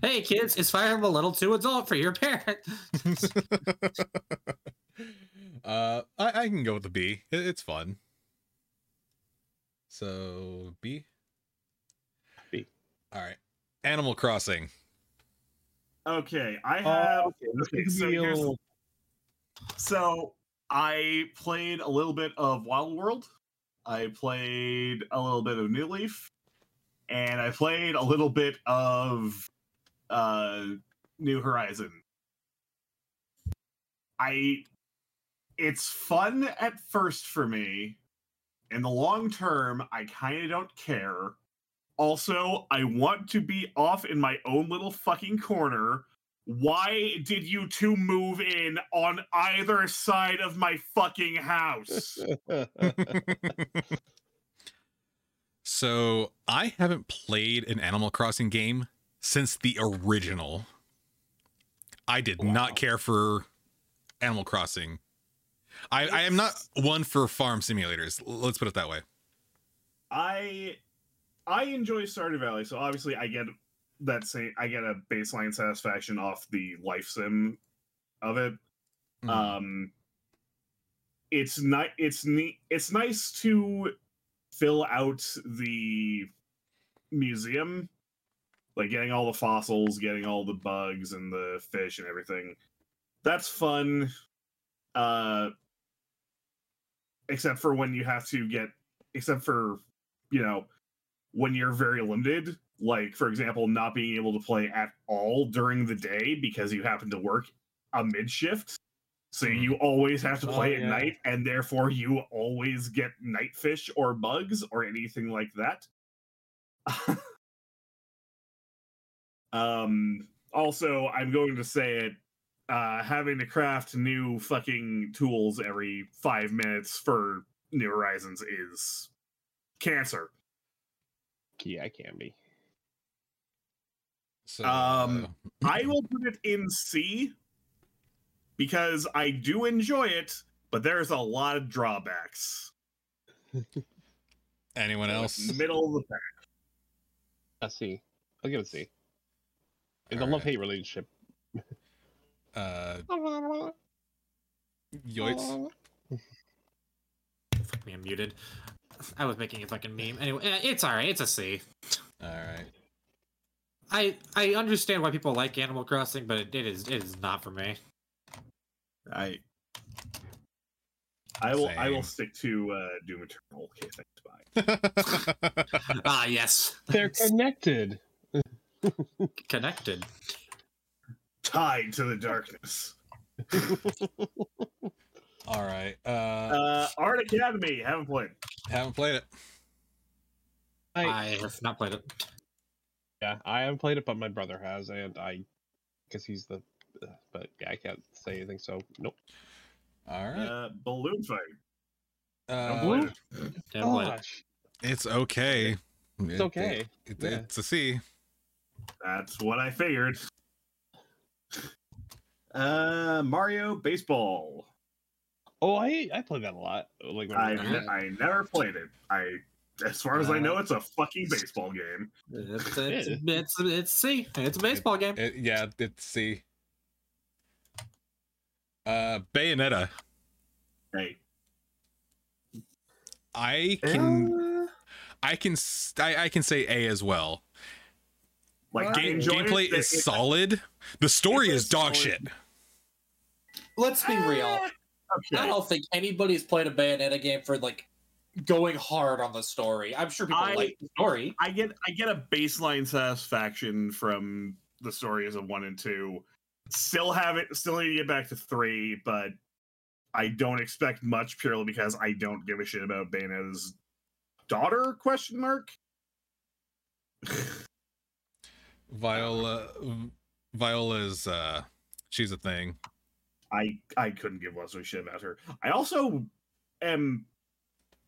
Speaker 8: Hey kids, is Fire Emblem a little too adult for your parent?
Speaker 2: uh I, I can go with the b it, it's fun so b
Speaker 3: B.
Speaker 2: all right animal crossing
Speaker 1: Okay, I have.
Speaker 3: okay, this
Speaker 1: Ah, okay, so
Speaker 3: could Oh, be a
Speaker 1: here's-
Speaker 3: little-
Speaker 1: So I played a little bit of Wild World. I played a little bit of New Leaf, and I played a little bit of uh, New Horizon. I it's fun at first for me. In the long term, I kind of don't care. Also, I want to be off in my own little fucking corner why did you two move in on either side of my fucking house?
Speaker 2: so I haven't played an Animal Crossing game since the original. I did not care for Animal Crossing. I, I am not one for farm simulators. L- Let's put it that way.
Speaker 1: I I enjoy Stardew Valley, so obviously I get that same I get a baseline satisfaction
Speaker 2: Mm.
Speaker 1: off the life sim of it.
Speaker 2: Mhm.
Speaker 1: Um it's not it's neat it's nice to fill out the museum like getting all the fossils getting all the bugs and the fish and everything that's fun uh except for when you have to get except for you know when you're very limited like for example not being able to play at all during the day because you happen to work a mid shift so you always have to
Speaker 3: Mm-hmm. Oh,
Speaker 1: play at
Speaker 3: yeah.
Speaker 1: night and therefore you always get night fish or bugs or anything like that um also i'm going to say it uh having to craft new fucking tools every five minutes for new horizons is cancer
Speaker 3: Yeah, I can be.
Speaker 2: So, uh,
Speaker 1: Um, I will put it in C because I do enjoy it, but there's a lot of drawbacks.
Speaker 2: anyone else?
Speaker 1: Middle of the pack.
Speaker 3: A C. I'll give it a C. It's a
Speaker 2: Alright.
Speaker 3: love hate relationship.
Speaker 2: Uh, Yoitz.
Speaker 8: Fuck me, I'm muted. I was making a fucking meme. Anyway, eh, it's all right. It's a C.
Speaker 2: All right.
Speaker 8: I I understand why people like Animal Crossing, but it, it is it is not for me.
Speaker 1: I I will I will
Speaker 2: Same.
Speaker 1: stick to uh Doom Eternal. Okay, thanks. Bye.
Speaker 8: Ah, yes,
Speaker 3: They're connected.
Speaker 8: connected.
Speaker 1: Tied to the darkness.
Speaker 2: All right. Uh,
Speaker 1: Uh Art Academy, haven't played.
Speaker 2: haven't played it.
Speaker 3: I,
Speaker 8: I have not played it.
Speaker 3: yeah, I haven't played it, but my brother has, and I, because he's the, but yeah, I can't say anything. So nope.
Speaker 2: All right.
Speaker 1: Uh Balloon Fight.
Speaker 2: Uh,
Speaker 1: Balloon?
Speaker 3: Oh.
Speaker 8: Haven't played it.
Speaker 3: Gosh,
Speaker 2: it's okay.
Speaker 3: it's okay.
Speaker 2: It,
Speaker 3: Yeah.
Speaker 2: It's a C.
Speaker 1: That's what I figured. Uh Mario Baseball.
Speaker 3: Oh, I I played that a lot. Like when
Speaker 1: I
Speaker 3: was
Speaker 1: ne-
Speaker 3: younger.
Speaker 1: I never played it. I as far as I know, it's a fucking baseball game.
Speaker 8: It's, it's, it's, it's C. It's a baseball game.
Speaker 2: It- yeah, it's C. Uh, Bayonetta.
Speaker 1: Hey,
Speaker 2: I
Speaker 1: Eh?
Speaker 2: can I can s- I, I can say A as well.
Speaker 1: like
Speaker 2: Game,
Speaker 1: enjoy it,
Speaker 2: gameplay
Speaker 1: but
Speaker 2: is
Speaker 1: it-
Speaker 2: solid. The story
Speaker 1: it's a
Speaker 2: is dog
Speaker 1: solid-
Speaker 2: shit.
Speaker 4: Let's be real.
Speaker 1: Ah.
Speaker 4: I
Speaker 1: Eh, Okay.
Speaker 4: don't think anybody's played a Bayonetta game for like going hard on the story. I'm sure people
Speaker 1: I-
Speaker 4: like the story.
Speaker 1: I get I get a baseline satisfaction from the stories of one and two. Still have it. Still need to get back to three, but I don't expect much purely because I don't give a shit about Bayonetta's daughter? Question mark.
Speaker 2: Viola Viola's uh she's a thing.
Speaker 1: I I couldn't give less of a shit about her. I also am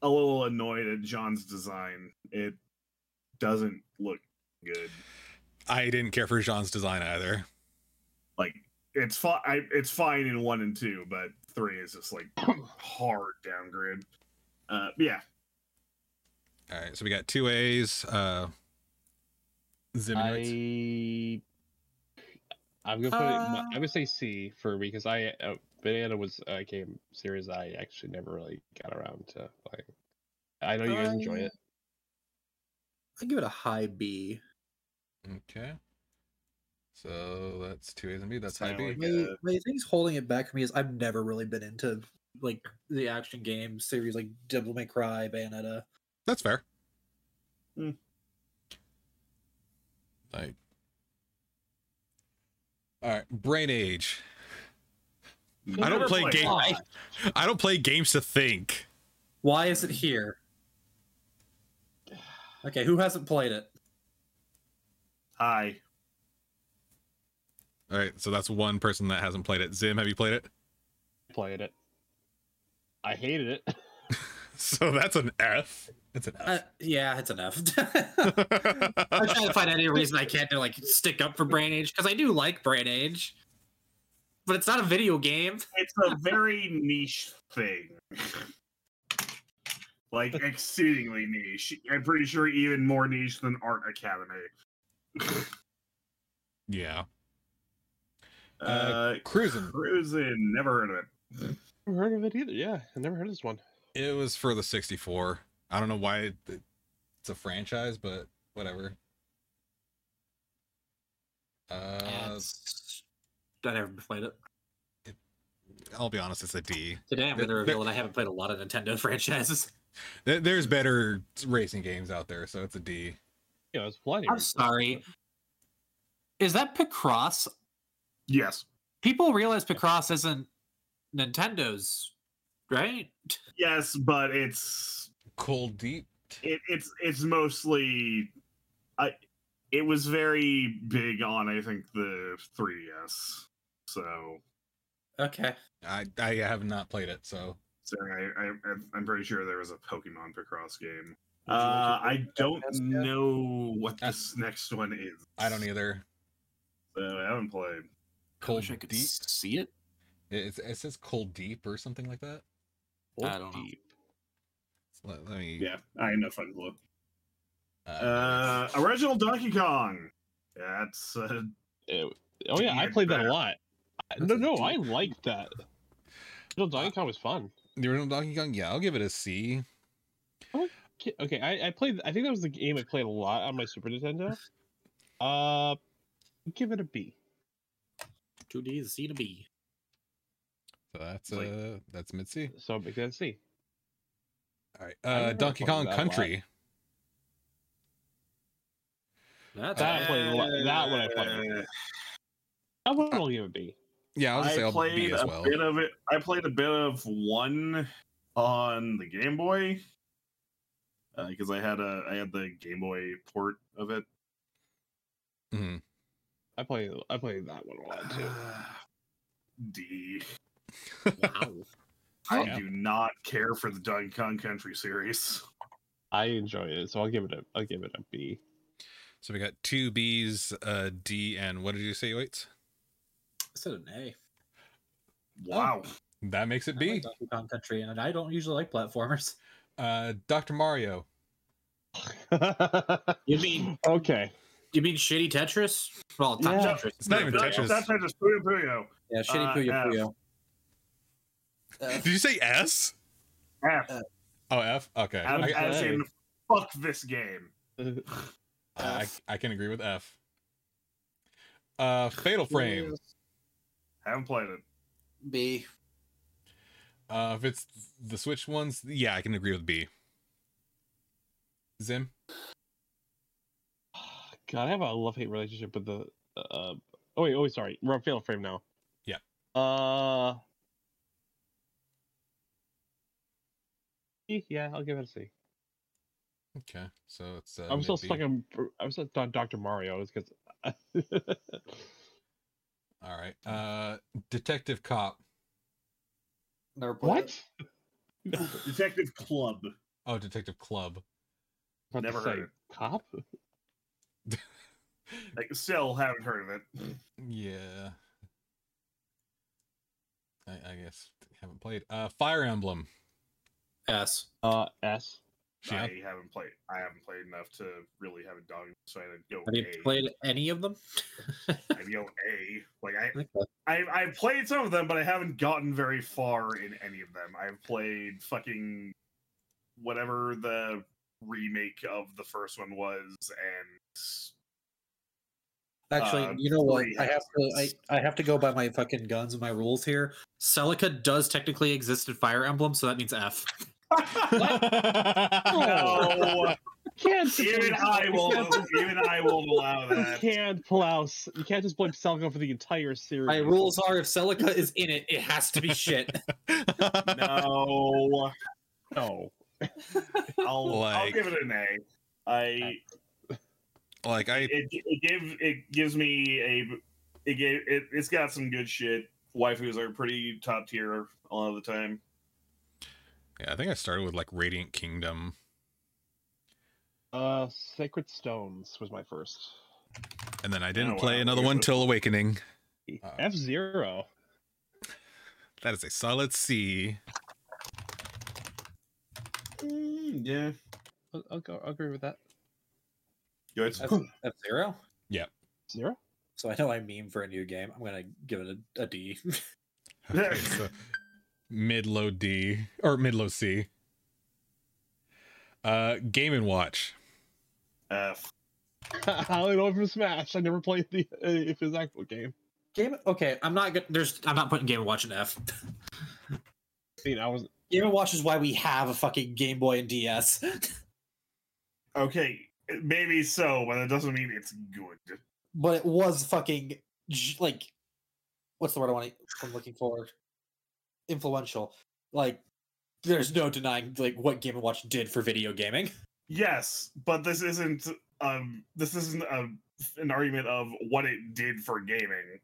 Speaker 1: a little annoyed at John's design. It doesn't look good.
Speaker 2: I didn't care for Jean's design either.
Speaker 1: Like it's fine. It's fine in one and two, but three is just like hard downgrade. Uh, yeah,
Speaker 2: All right, so we got two A's. Uh, Ziminoids.
Speaker 3: I I'm gonna put it. I would say C for because I uh, Banana was a game series I actually never really got around to playing. I know you guys enjoy it.
Speaker 8: I give it a high B.
Speaker 2: Okay. So that's two A's and B. That's high
Speaker 1: Sound
Speaker 2: B.
Speaker 1: like-
Speaker 8: My,
Speaker 4: uh,
Speaker 1: Yeah.
Speaker 8: my thing's holding it back for me is I've never really been into like the action game series like Devil May Cry, Bayonetta.
Speaker 2: That's fair.
Speaker 1: Hmm.
Speaker 2: Like, all right, brain age. I don't
Speaker 1: Never
Speaker 2: play
Speaker 1: played.
Speaker 2: game.
Speaker 1: Oh,
Speaker 2: I, I don't play games to think.
Speaker 8: Why is it here? Okay, who hasn't played it?
Speaker 1: Hi,
Speaker 2: All right, so that's one person that hasn't played it. Zim, have you played it?
Speaker 3: Played it. I hated it.
Speaker 2: So that's an F. That's an
Speaker 8: Uh, yeah, it's enough. I'm
Speaker 2: F.
Speaker 8: trying to find any reason I can't to like stick up for Brain Age because I do like Brain Age, but it's not a video game.
Speaker 1: it's a very niche thing. Like exceedingly niche. I'm pretty sure even more niche than Art Academy.
Speaker 2: yeah.
Speaker 1: Uh,
Speaker 2: Cruising. Uh,
Speaker 1: Uh, Cruising, never heard of it.
Speaker 3: never heard of it either. Yeah, I never heard of this one.
Speaker 2: It was for the 64. I don't know why it, it's a franchise, but whatever. Uh,
Speaker 8: That's- I never played it.
Speaker 2: Uh, I'll be honest, it's a D.
Speaker 8: Today I'm going to
Speaker 2: There-
Speaker 8: reveal that I haven't played a lot of Nintendo franchises.
Speaker 2: There- There's better racing games out there, so it's a D.
Speaker 3: Yeah, it's Flying.
Speaker 8: I'm sorry. Is that Picross?
Speaker 1: Yes.
Speaker 8: People realize Picross isn't Nintendo's, right?
Speaker 1: Yes, but it's
Speaker 2: Cold Deep.
Speaker 1: it, it's it's mostly I it was very big on I think the 3DS. So
Speaker 8: Okay.
Speaker 2: I I have not played it, so
Speaker 1: sorry, I, I I'm pretty sure there was a Pokemon Picross game. Uh, I don't know what this next one is.
Speaker 2: I
Speaker 3: e-
Speaker 2: don't either.
Speaker 1: So I haven't played.
Speaker 2: Cold
Speaker 10: I wish I could
Speaker 2: Deep.
Speaker 10: see it.
Speaker 2: It, it's- it says Cold Deep or something like that.
Speaker 10: Cold
Speaker 8: I don't know.
Speaker 10: Deep.
Speaker 2: Let, let me.
Speaker 1: Yeah, I had no fucking clue.
Speaker 2: Uh,
Speaker 1: Uh, original Donkey Kong. That's uh,
Speaker 3: oh yeah, I
Speaker 1: Damn
Speaker 3: played that
Speaker 1: bad.
Speaker 3: a lot. I-
Speaker 10: That's
Speaker 3: No,
Speaker 10: a
Speaker 3: no,
Speaker 10: deep-
Speaker 3: I liked that. Little Donkey Kong was fun.
Speaker 2: the original Donkey Kong. Yeah, I'll give it a C.
Speaker 3: Ki- Okay, I, I played. I think that was the game I played a lot on my Super Nintendo. Uh, give it a B.
Speaker 8: Two D's, C to B.
Speaker 2: So that's
Speaker 1: Like-
Speaker 2: uh that's mid C.
Speaker 3: So make that a C.
Speaker 2: All right.
Speaker 3: don't
Speaker 2: Uh,
Speaker 3: know
Speaker 2: Donkey
Speaker 3: if I
Speaker 2: Kong
Speaker 3: like that a lot.
Speaker 2: Country.
Speaker 8: That's
Speaker 2: Uh,
Speaker 3: That I played a lot. That one I played.
Speaker 1: uh,
Speaker 3: That one will give a B.
Speaker 2: Yeah, I'll just say
Speaker 1: I
Speaker 2: I'll B
Speaker 1: played
Speaker 2: as
Speaker 1: a
Speaker 2: well.
Speaker 1: bit of it. I played a bit of one on the Game Boy because I had a I had the Game Boy port of it.
Speaker 2: Mhm.
Speaker 3: I played. I played that one a lot too.
Speaker 1: D.
Speaker 8: wow.
Speaker 3: Oh,
Speaker 1: I
Speaker 2: Yeah.
Speaker 1: do not care for the Donkey Kong Country series.
Speaker 3: I enjoyed it, so I'll give it a. I'll give it a B.
Speaker 2: So we got two B's, a D, and what did you say, Waits?
Speaker 8: I said an A.
Speaker 1: Wow.
Speaker 2: That makes it
Speaker 8: I like
Speaker 2: B.
Speaker 8: Donkey Kong Country, and I don't usually like platformers.
Speaker 2: Uh, Dr. Mario.
Speaker 8: You mean-
Speaker 3: Okay.
Speaker 8: You mean shitty Tetris? Well, not
Speaker 3: Yeah.
Speaker 8: Tetris.
Speaker 2: It's not even
Speaker 1: That-
Speaker 2: Tetris.
Speaker 1: That's not just Puyo Puyo.
Speaker 4: Yeah, shitty
Speaker 1: Uh,
Speaker 4: Puyo
Speaker 1: F.
Speaker 4: Puyo.
Speaker 2: Did you say S?
Speaker 1: F.
Speaker 2: Oh, F. Okay.
Speaker 1: As,
Speaker 2: I,
Speaker 1: as in, fuck this game.
Speaker 2: I, I can agree with F. Uh, Fatal Frame.
Speaker 1: Haven't played it.
Speaker 10: B.
Speaker 2: Uh, if it's the Switch ones, yeah, I can agree with B. Zim.
Speaker 3: God, I have a love hate relationship with the. Uh, oh wait, oh wait, sorry, we're on fail frame now.
Speaker 2: Yeah.
Speaker 3: Uh. Yeah, I'll give it a C.
Speaker 2: Okay, so it's. Uh,
Speaker 3: I'm still
Speaker 2: mid B.
Speaker 3: stuck on. I'm still on Doctor Mario. It's because.
Speaker 2: All right. Uh, Detective Cop.
Speaker 10: Never played it.
Speaker 3: what?
Speaker 1: Detective Club.
Speaker 2: Oh, Detective Club.
Speaker 3: About to
Speaker 1: Never heard
Speaker 3: say, Cop.
Speaker 1: Like, still haven't heard of it.
Speaker 2: Yeah. I, I guess haven't played. Uh, Fire Emblem.
Speaker 8: S.
Speaker 3: Uh, S.
Speaker 2: Yeah.
Speaker 1: I haven't played. I haven't played enough to really have a dog. So I'd go
Speaker 8: Have you
Speaker 1: A.
Speaker 8: played any of them? uh,
Speaker 1: I'd go A. Like I,
Speaker 8: Okay.
Speaker 1: I, I've played some of them, but I haven't gotten very far in any of them. I've played fucking whatever the remake of the first one was, and
Speaker 4: Actually,
Speaker 1: Uh,
Speaker 4: you know what?
Speaker 1: three
Speaker 4: I have to.
Speaker 1: houses.
Speaker 4: I, I have to go by my fucking guns and my rules here.
Speaker 8: Celica does technically exist in Fire Emblem, so that means F.
Speaker 1: no,
Speaker 3: Can't
Speaker 1: even I will, even I will allow
Speaker 3: You
Speaker 1: that.
Speaker 3: can't, Klaus. You can't just blame Selgo for the entire series.
Speaker 4: My rules are if Celica is in it, it has to be shit.
Speaker 1: No,
Speaker 3: No.
Speaker 1: I'll, I'll
Speaker 2: Like-
Speaker 1: give it an A. I
Speaker 2: like I
Speaker 1: it, it give it gives me a it gave it, it's got some good shit. Waifus are pretty top tier a lot of the time.
Speaker 2: yeah, I think I started with like Radiant Kingdom.
Speaker 3: Uh, Sacred Stones was my first.
Speaker 2: And then I
Speaker 1: Oh,
Speaker 2: didn't
Speaker 1: wow.
Speaker 2: play another one till Awakening. Uh,
Speaker 3: F Zero.
Speaker 2: That is a solid C.
Speaker 1: yeah.
Speaker 3: I'll, I'll, go- I'll agree with that.
Speaker 1: Good.
Speaker 4: F, F zero.
Speaker 3: Zero.
Speaker 4: So I know I meme for a new game. I'm gonna give it a, a D.
Speaker 2: Okay, so mid low D or mid low C. Uh, Game and Watch.
Speaker 1: F.
Speaker 3: I'll over from Smash. I never played the uh, if his actual game.
Speaker 8: Game. Okay, I'm not. Gonna, there's. I'm not putting Game and Watch an F.
Speaker 3: You know, I was
Speaker 4: Game and Watch is why we have a fucking Game Boy and DS.
Speaker 1: Okay, maybe so, but that doesn't mean it's good.
Speaker 4: but it was fucking j- like what's the word I want to, I'm looking for influential like there's no denying like what Game and Watch did for video gaming
Speaker 1: Yes, but this isn't um this isn't a, an argument of what it did for gaming.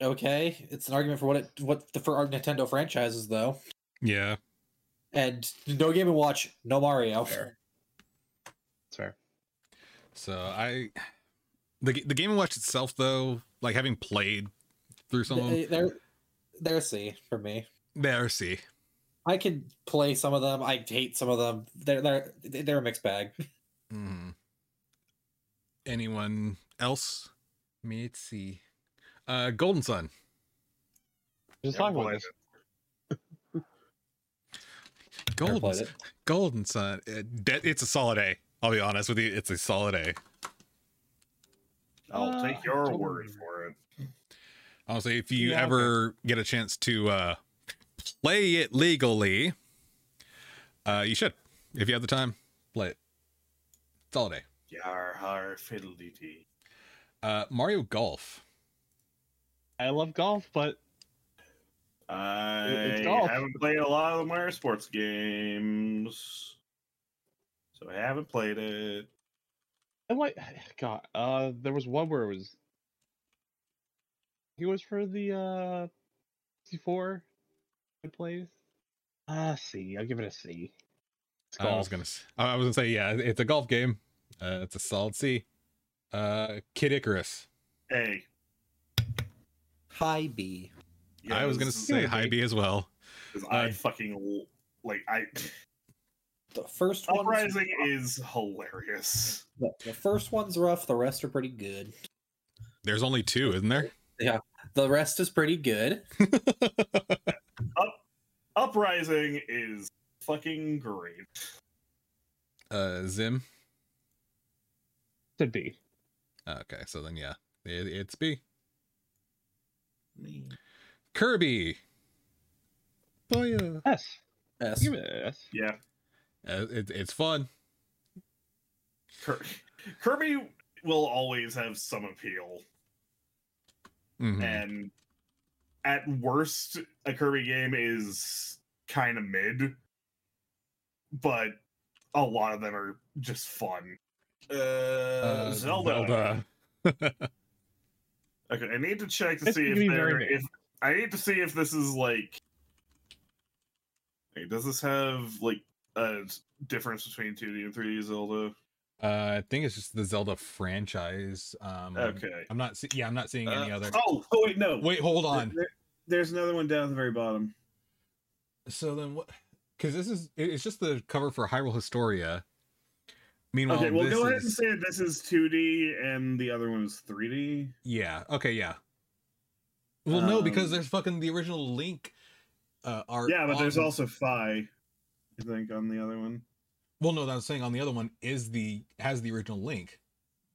Speaker 4: okay it's an argument for what it what the for our Nintendo franchises though
Speaker 2: Yeah.
Speaker 4: and no Game and Watch no Mario
Speaker 3: it's fair.
Speaker 2: So I, the g- the Game and Watch itself though, like having played through some of them,
Speaker 4: They- eh, they're they're C for me
Speaker 2: they're C.
Speaker 4: I can play some of them I hate some of them they're they're they're a mixed bag
Speaker 2: Mhm. Anyone else? Me, it's C. Uh, Golden Sun.
Speaker 1: Never
Speaker 3: Just talking about
Speaker 1: played
Speaker 3: this.
Speaker 4: Never
Speaker 2: Golden,
Speaker 4: played
Speaker 2: Sun-
Speaker 4: it.
Speaker 2: Golden Sun. Uh, de- It's a solid A. I'll be honest with you. It's a solid A.
Speaker 1: I'll
Speaker 3: Uh,
Speaker 1: take your
Speaker 3: totally.
Speaker 1: word for it.
Speaker 2: Honestly, if you
Speaker 3: Yeah, okay.
Speaker 2: ever get a chance to uh, play it legally, uh, you should. If you have the time, play it. It's all day.
Speaker 1: Yar har fiddle dee.
Speaker 2: Uh, Mario Golf.
Speaker 3: I love golf, but
Speaker 1: I
Speaker 3: it's golf.
Speaker 1: haven't played a lot of the Mario sports games, so I haven't played it.
Speaker 3: I like God. Uh, there was one where it was. He was for the uh, C4. I played. Ah, C. I'll give it a C. It's
Speaker 2: I was
Speaker 3: golf.
Speaker 2: gonna. s- I I was gonna say yeah. It's a golf game. Uh, it's a solid C. Uh, Kid Icarus.
Speaker 1: Hey,
Speaker 8: High B.
Speaker 2: I was gonna
Speaker 1: yes,
Speaker 2: say high B as well.
Speaker 1: 'cause I
Speaker 2: uh,
Speaker 1: fucking l- like I.
Speaker 4: the first one's-
Speaker 1: Uprising is hilarious.
Speaker 4: the, the first one's rough the rest are pretty good
Speaker 2: There's only two, isn't there?
Speaker 4: The rest is pretty good.
Speaker 1: Uprising is fucking great.
Speaker 2: Uh, Zim.
Speaker 3: It's a B.
Speaker 2: Okay, so then yeah, it, it's B. Kirby. Boya.
Speaker 3: S. I'll
Speaker 4: Yes.
Speaker 3: Give it an S.
Speaker 1: Yeah,
Speaker 2: Uh, it, it's fun.
Speaker 1: Kir- Kirby will always have some appeal,
Speaker 2: Mhm.
Speaker 1: and at worst, a Kirby game is kind of mid, but a lot of them are just fun. Uh,
Speaker 2: Uh, Zelda.
Speaker 1: Okay, I need to check to
Speaker 3: This
Speaker 1: see
Speaker 3: is
Speaker 1: if
Speaker 3: gonna be very
Speaker 1: there
Speaker 3: big.
Speaker 1: if I need to see if this is like like, does this have like a s- difference between 2D and 3D Zelda?
Speaker 2: Uh, I think it's just the Zelda franchise. Um,
Speaker 1: Okay.
Speaker 2: I'm not. See- yeah, I'm not seeing any
Speaker 1: Uh,
Speaker 2: other.
Speaker 1: Oh, oh wait, no.
Speaker 2: Wait, hold
Speaker 1: There-
Speaker 2: on.
Speaker 1: there- there's another one down at the very bottom.
Speaker 2: So then what? Because this is it- it's just the cover for Hyrule Historia. Meanwhile,
Speaker 1: okay, well
Speaker 2: this
Speaker 1: go ahead and
Speaker 2: is-
Speaker 1: say this is 2D and the other one is 3D.
Speaker 2: Yeah. Okay. Yeah. Well, no, because
Speaker 1: Um,
Speaker 2: there's fucking the original Link. Uh, art
Speaker 1: Yeah, but there's
Speaker 2: on-
Speaker 1: also Phi, I think, on the other one.
Speaker 2: Well, no, that I was saying on the other one is the has the original Link.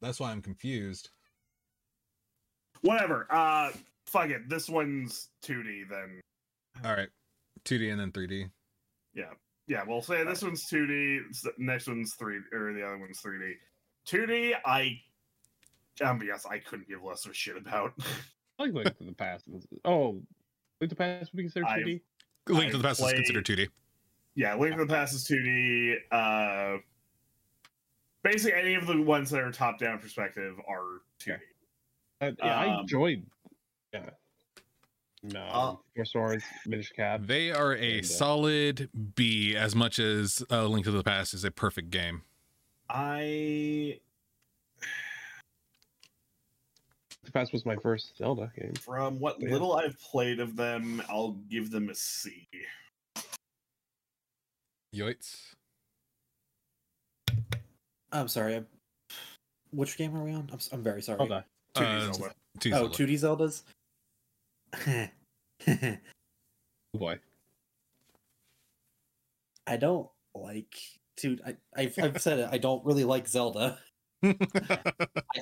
Speaker 2: That's why I'm confused.
Speaker 1: Whatever. Uh fuck it. This one's 2D then.
Speaker 2: All right, 2D and then 3D.
Speaker 1: Yeah, we'll say this one's 2D, s- next one's 3 or the other one's 3D. 2D, I um, yes, I couldn't give less of a shit about.
Speaker 3: I like Link to the Past. Oh, Link to the Past would be considered
Speaker 1: I've-
Speaker 3: 2D.
Speaker 2: Link to the Past
Speaker 1: played-
Speaker 2: is considered 2D.
Speaker 1: yeah, Link to the Past is 2D. Uh basically any of the ones that are top down perspective are 2D.
Speaker 3: Uh, yeah, I
Speaker 1: Um,
Speaker 3: enjoyed. Yeah. No.
Speaker 10: Uh,
Speaker 3: Four Swords, Minish Cap.
Speaker 2: They are a
Speaker 3: And, uh,
Speaker 2: solid B as much as uh, Link to the Past is a perfect game.
Speaker 1: I
Speaker 3: The Past was my first Zelda game.
Speaker 1: from what
Speaker 3: Yeah.
Speaker 1: little I've played of them, I'll give them a C.
Speaker 2: Yoits.
Speaker 4: I'm sorry. I'm... Which game are we on? I'm, s- I'm very sorry.
Speaker 3: Hold on.
Speaker 1: 2D
Speaker 2: Uh,
Speaker 1: Zelda.
Speaker 2: Two
Speaker 4: Oh,
Speaker 2: Zelda.
Speaker 4: 2D Zeldas?
Speaker 3: Oh,
Speaker 2: boy.
Speaker 4: I don't like, dude. I, I've, I've said it. I don't really like Zelda. I,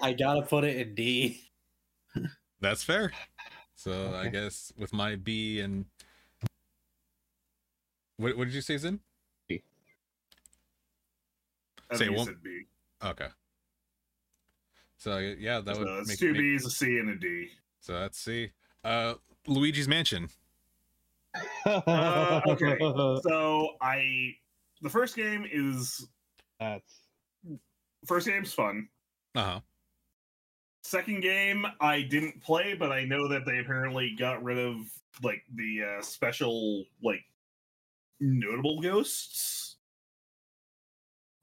Speaker 4: I gotta put it in D.
Speaker 2: That's fair. So I
Speaker 3: Okay.
Speaker 2: guess with my B and what what did you say, Zin?
Speaker 1: I
Speaker 2: Say
Speaker 1: think you
Speaker 2: one-
Speaker 1: said B.
Speaker 2: Okay. So yeah, that
Speaker 1: So
Speaker 2: would
Speaker 1: it's
Speaker 2: make
Speaker 1: two
Speaker 2: me-
Speaker 1: B's, a C, and a D.
Speaker 2: So let's see. Uh, Luigi's Mansion.
Speaker 1: Uh, okay. So I, the first game is
Speaker 3: That's
Speaker 1: first game's fun.
Speaker 2: Uh huh.
Speaker 1: Second game I didn't play, but I know that they apparently got rid of like the uh, special like notable ghosts,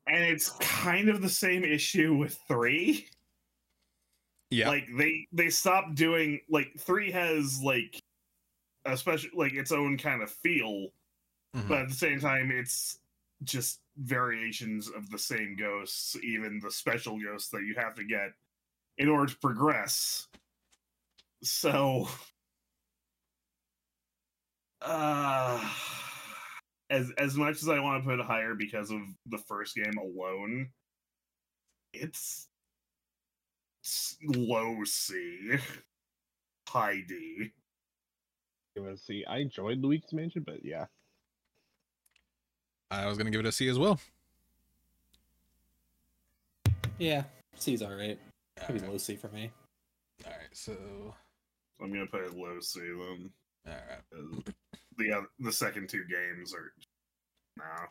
Speaker 1: and it's kind of the same issue with three.
Speaker 2: Yeah.
Speaker 1: like they they stopped doing like three has like a special like its own kind of feel
Speaker 2: Mhm.
Speaker 1: but at the same time it's just variations of the same ghosts even the special ghosts that you have to get in order to progress so uh as as much as i want to put it higher because of the first game alone it's s- low C, high D.
Speaker 3: give it a C. I enjoyed Luigi's Mansion, but yeah.
Speaker 2: I was gonna give it a C as well.
Speaker 4: Yeah, C's all right. Maybe
Speaker 2: Alright,
Speaker 4: low C for me.
Speaker 2: alright, so
Speaker 1: I'm gonna put it low C then.
Speaker 2: alright.
Speaker 1: 'cause The other, the second two games are no.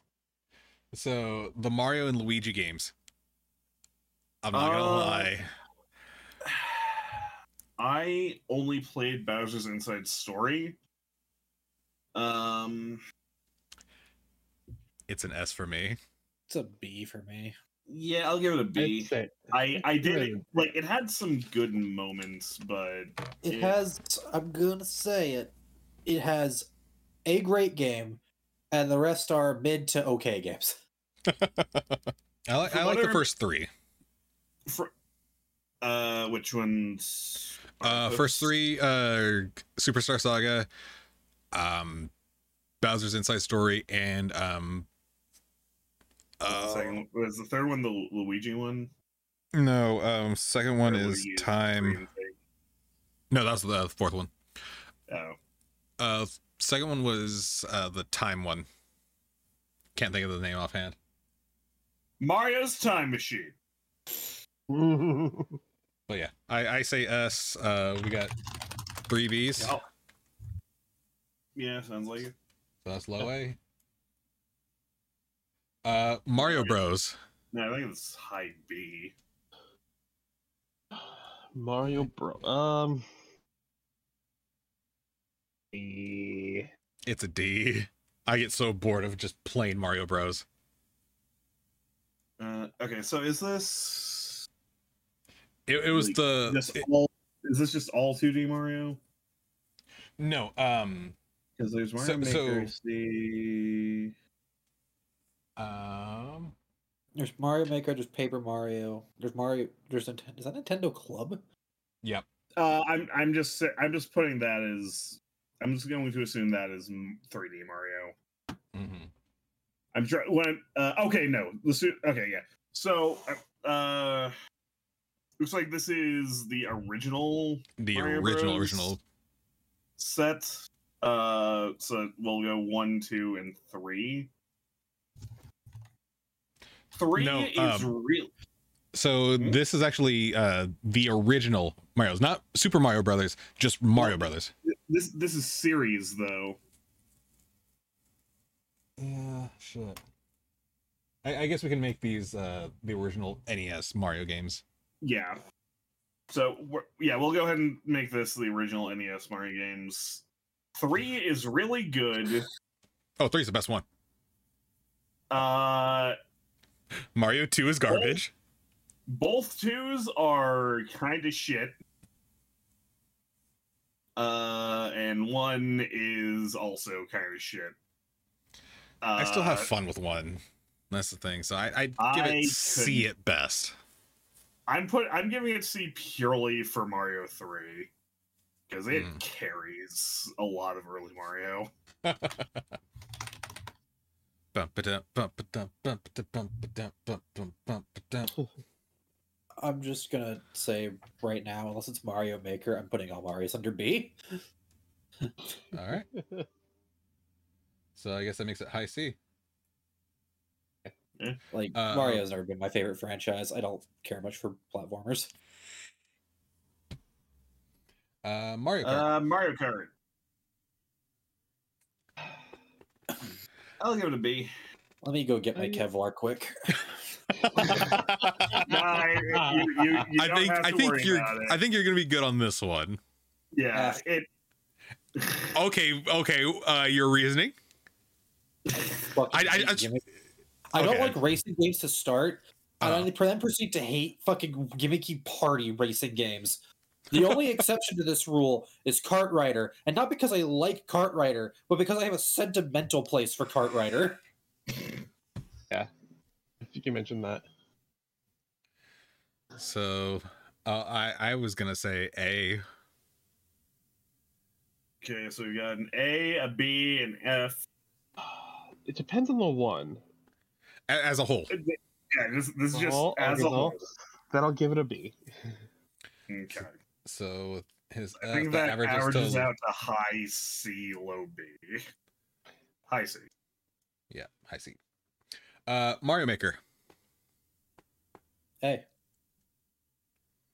Speaker 2: So the Mario and Luigi games. I'm not gonna
Speaker 1: Uh,
Speaker 2: lie.
Speaker 1: I only played Bowser's Inside Story. Um,
Speaker 2: It's an S for me.
Speaker 4: It's a B for me.
Speaker 1: yeah, I'll give it a B.
Speaker 3: I'd say-
Speaker 1: I I did
Speaker 3: Good.
Speaker 1: like it had some good moments, but
Speaker 10: It
Speaker 1: Yeah.
Speaker 10: has. I'm gonna say it. It has a great game, and the rest are mid to okay games.
Speaker 2: I, like
Speaker 1: From
Speaker 2: I like
Speaker 1: other-
Speaker 2: the first three.
Speaker 1: uh, which ones?
Speaker 2: Uh, first
Speaker 1: Oops.
Speaker 2: three, uh, Superstar Saga, um, Bowser's Inside Story, and um,
Speaker 1: Was the
Speaker 2: uh,
Speaker 1: second- was the third one the Lu- Luigi one?
Speaker 2: no, um, second one
Speaker 1: Or
Speaker 2: is
Speaker 1: Luigi
Speaker 2: Time.
Speaker 1: Dream thing?
Speaker 2: No, that was the fourth one.
Speaker 1: Oh,
Speaker 2: Uh, second one was uh the time one. Can't think of the name offhand.
Speaker 1: Mario's Time Machine.
Speaker 2: But yeah, I I say S. Uh, we got three B's.
Speaker 1: Oh. Yeah, sounds like it.
Speaker 2: So that's low A. Uh, Mario Bros.
Speaker 1: No, I think it's high B.
Speaker 3: Mario Bro. Um. eh,
Speaker 2: It's a D. I get so bored of just plain Mario Bros.
Speaker 1: Uh, okay, so is this
Speaker 2: It, it was
Speaker 1: Like,
Speaker 2: the
Speaker 1: just
Speaker 2: Uh, it-
Speaker 1: all? Is this just all 2D Mario?
Speaker 2: no. Um,
Speaker 1: Because there's Mario
Speaker 2: So- so-
Speaker 1: Maker. The
Speaker 2: um,
Speaker 4: There's Mario Maker. There's Paper Mario. There's Mario. There's Nintendo. Is that Nintendo Club?
Speaker 1: uh, I'm I'm just sa- I'm just putting that as I'm just going to assume that is m- 3D Mario.
Speaker 2: mhm.
Speaker 1: I'm sure when uh, okay, no, the su- okay, yeah. So uh, uh, looks like this is the original
Speaker 2: the
Speaker 1: Mario
Speaker 2: original
Speaker 1: Bros.
Speaker 2: original.
Speaker 1: set. Uh, so we'll go one, two, and three. Three
Speaker 2: No,
Speaker 1: is
Speaker 2: um,
Speaker 1: real.
Speaker 2: So
Speaker 1: Hmm?
Speaker 2: this is actually uh the original Mario's, not Super Mario Brothers, just Mario
Speaker 1: No.
Speaker 2: Brothers.
Speaker 1: This this is series though.
Speaker 2: Yeah, shit. I, I guess we can make these uh the original NES Mario games.
Speaker 1: Yeah. So we're, yeah, we'll go ahead and make this the original NES Mario games. Three is really good.
Speaker 2: Oh, three's the best one.
Speaker 1: Uh,
Speaker 2: Mario Two is garbage.
Speaker 1: both twos are kind of shit. Uh, and one is also kind of shit. Uh,
Speaker 2: I still have fun with one. That's the thing. So I I'd give
Speaker 1: I
Speaker 2: it C at best.
Speaker 1: I'm put. I'm giving it C purely for Mario Three because it
Speaker 2: Mm.
Speaker 1: carries a lot of early Mario.
Speaker 2: Bum-ba-dum, bum-ba-dum, bum-ba-dum, bum-ba-dum, bum-ba-dum, bum-ba-dum.
Speaker 4: I'm just gonna say right now, unless it's Mario Maker, I'm putting all Mario's under B.
Speaker 2: All right. So I guess that makes it high C.
Speaker 4: Like
Speaker 2: Uh,
Speaker 4: Mario's never been my favorite franchise. I don't care much for platformers.
Speaker 2: Uh, Mario Kart.
Speaker 1: Uh, Mario Kart. I'll give it a B.
Speaker 4: Let me go get my
Speaker 3: I-
Speaker 4: Kevlar quick.
Speaker 1: No, I, you, you, you
Speaker 2: I
Speaker 1: don't
Speaker 2: think
Speaker 1: have
Speaker 2: I
Speaker 1: to worry
Speaker 2: think you're
Speaker 1: about it.
Speaker 2: I think you're gonna be good on this one.
Speaker 1: yeah, it.
Speaker 2: Okay, okay. Uh, your reasoning.
Speaker 4: Fucking
Speaker 2: I- I-
Speaker 4: hate
Speaker 2: I-
Speaker 4: gimmick- I don't
Speaker 2: okay.
Speaker 4: like racing games to start. and
Speaker 2: Uh,
Speaker 4: I then proceed to hate fucking gimmicky party racing games. The only exception to this rule is Kart Rider, and not because I like Kart Rider, but because I have a sentimental place for Kart Rider.
Speaker 3: If you can mention that.
Speaker 2: so uh, I I was gonna say A.
Speaker 1: Okay, so we got an A, a B, an F.
Speaker 3: It depends on the one.
Speaker 2: A- as a whole.
Speaker 1: Yeah, this, this is just
Speaker 3: Oh,
Speaker 1: as a
Speaker 3: okay,
Speaker 1: whole.
Speaker 3: Then I'll give it a B.
Speaker 1: Okay.
Speaker 2: So with his
Speaker 1: I
Speaker 2: F,
Speaker 1: think
Speaker 2: Uh, the
Speaker 1: that
Speaker 2: average is
Speaker 1: averages
Speaker 2: still
Speaker 1: out to high C, low B. High C.
Speaker 2: yeah high C. Uh, Mario Maker.
Speaker 4: Hey,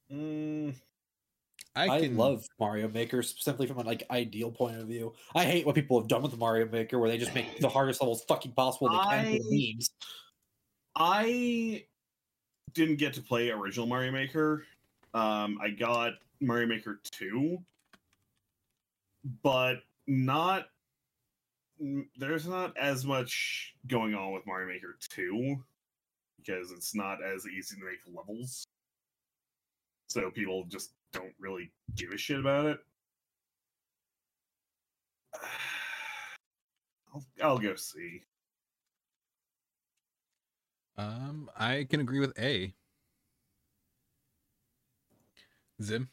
Speaker 1: Mm,
Speaker 2: I,
Speaker 4: I,
Speaker 2: can,
Speaker 4: love Mario Maker simply from an like ideal point of view. I hate what people have done with Mario Maker, where they just make the hardest levels fucking possible they can for the memes.
Speaker 1: I didn't get to play original Mario Maker. Um, I got Mario Maker 2, but not. n- There's not as much going on with Mario Maker 2 because it's not as easy to make levels. So people just don't really give a shit about it. I'll, I'll go see.
Speaker 2: Um, I can agree with A. Zim.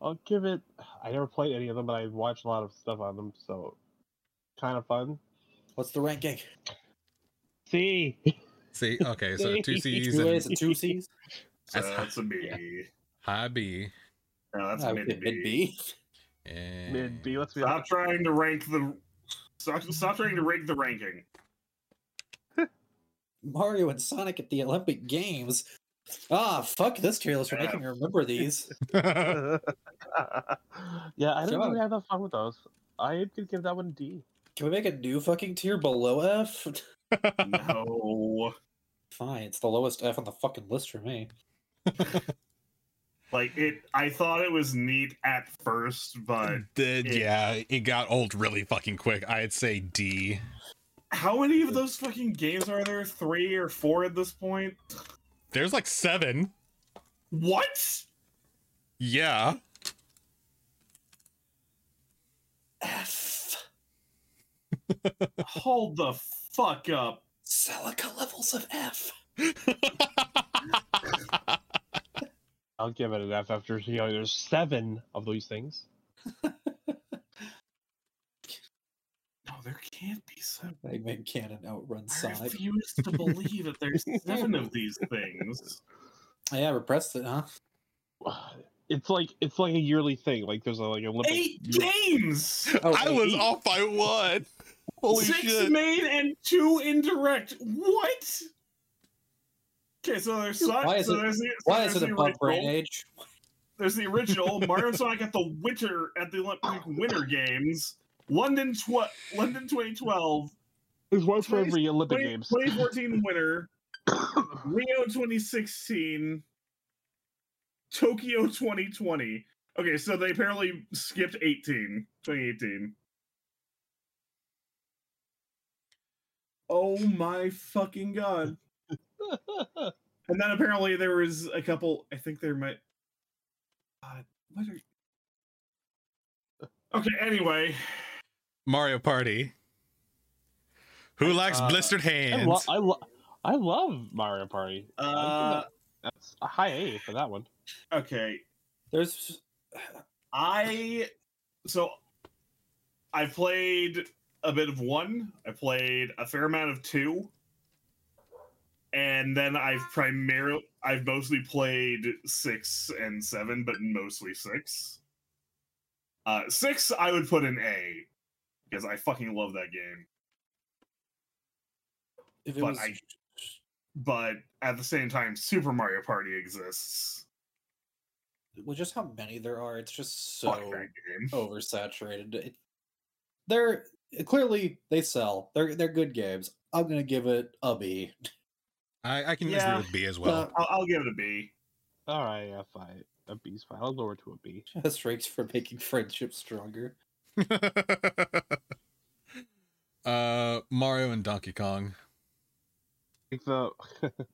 Speaker 3: I'll give it. I never played any of them, but I watched a lot of stuff on them, so kind of fun.
Speaker 4: What's the ranking?
Speaker 3: C.
Speaker 2: See, okay, so two C's
Speaker 4: Two A's
Speaker 2: and
Speaker 4: and two C's.
Speaker 1: So
Speaker 2: That's-
Speaker 1: that's a B.
Speaker 2: high B.
Speaker 1: No, that's
Speaker 4: I would say
Speaker 1: mid
Speaker 4: mid
Speaker 1: B.
Speaker 4: B.
Speaker 2: And
Speaker 3: Mid B. Let's be
Speaker 1: Stop
Speaker 3: honest.
Speaker 1: trying to rank the. Stop, stop trying to rank the ranking.
Speaker 4: Mario and Sonic at the Olympic Games. Ah, fuck this tier list for making me remember these.
Speaker 3: yeah, I didn't
Speaker 4: Sure.
Speaker 3: really have that fun with those. I could give that one a D.
Speaker 4: Can we make a new fucking tier below F?
Speaker 1: No,
Speaker 4: Fine, it's the lowest F on the fucking list for me.
Speaker 1: like it. I thought it was neat at first, but
Speaker 2: The-
Speaker 1: it-
Speaker 2: yeah, it got old really fucking quick. I'd say D.
Speaker 1: how many of those fucking games are there? Three or four at this point?
Speaker 2: There's like seven.
Speaker 1: What?
Speaker 2: Yeah.
Speaker 4: F.
Speaker 1: Hold the fuck up.
Speaker 4: Celica levels of F.
Speaker 3: I'll give it an F after you know, there's seven of these things.
Speaker 1: No, there can't be seven.
Speaker 4: Eggman Cannon outruns
Speaker 1: I
Speaker 4: Sonic.
Speaker 1: refuse to believe that there's seven of these things.
Speaker 4: Yeah, repressed it, huh?
Speaker 3: It's like it's like a yearly thing. Like there's a, like Olympic.
Speaker 1: Eight games.
Speaker 4: Oh,
Speaker 2: I was
Speaker 4: eight.
Speaker 2: off by one. Holy
Speaker 1: Six
Speaker 2: shit.
Speaker 1: main and two indirect. What? Okay, so there's Sonic.
Speaker 4: Why is
Speaker 1: so
Speaker 4: it-
Speaker 1: there's the,
Speaker 4: Why
Speaker 1: so
Speaker 4: is
Speaker 1: there's
Speaker 4: it
Speaker 1: the
Speaker 4: above brain
Speaker 1: original-
Speaker 4: age?
Speaker 1: There's the original Mario and Sonic at the Winter at the Olympic Winter Games, London tw- London 2012,
Speaker 3: There's one for
Speaker 1: Twenty-
Speaker 3: every Olympic
Speaker 1: 20-
Speaker 3: games.
Speaker 1: 2014 winter, Rio 2016, Tokyo 2020. Okay, so they apparently skipped 18, 2018. Oh my fucking god. And then apparently there was a couple. I think there might. God, what are? Okay. Anyway,
Speaker 2: Mario Party. Who likes
Speaker 3: Uh,
Speaker 2: blistered
Speaker 3: I,
Speaker 2: hands?
Speaker 3: lo- I, lo- I love Mario Party. I'd give
Speaker 1: uh,
Speaker 3: that- that's a high A for that one.
Speaker 1: okay.
Speaker 4: There's
Speaker 1: I so I played a bit of one. I played a fair amount of two, and then I've primarily I've mostly played six and seven, but mostly six. Uh, six I would put an A because I fucking love that game.
Speaker 4: If it
Speaker 1: But
Speaker 4: was,
Speaker 1: I, but at the same time, Super Mario Party exists.
Speaker 4: well, just how many there are, it's just so
Speaker 1: Fuck that game.
Speaker 4: oversaturated. It, they're clearly they sell. They're they're good games. I'm gonna give it a B.
Speaker 2: I, I can
Speaker 1: Yeah.
Speaker 2: agree with B as
Speaker 4: Uh,
Speaker 2: well.
Speaker 1: I'll, I'll give it a B.
Speaker 3: All right, yeah, fine. A B's fine. I'll lower to a B.
Speaker 4: This ranks for making friendship stronger.
Speaker 2: uh, Mario and Donkey Kong.
Speaker 3: Like the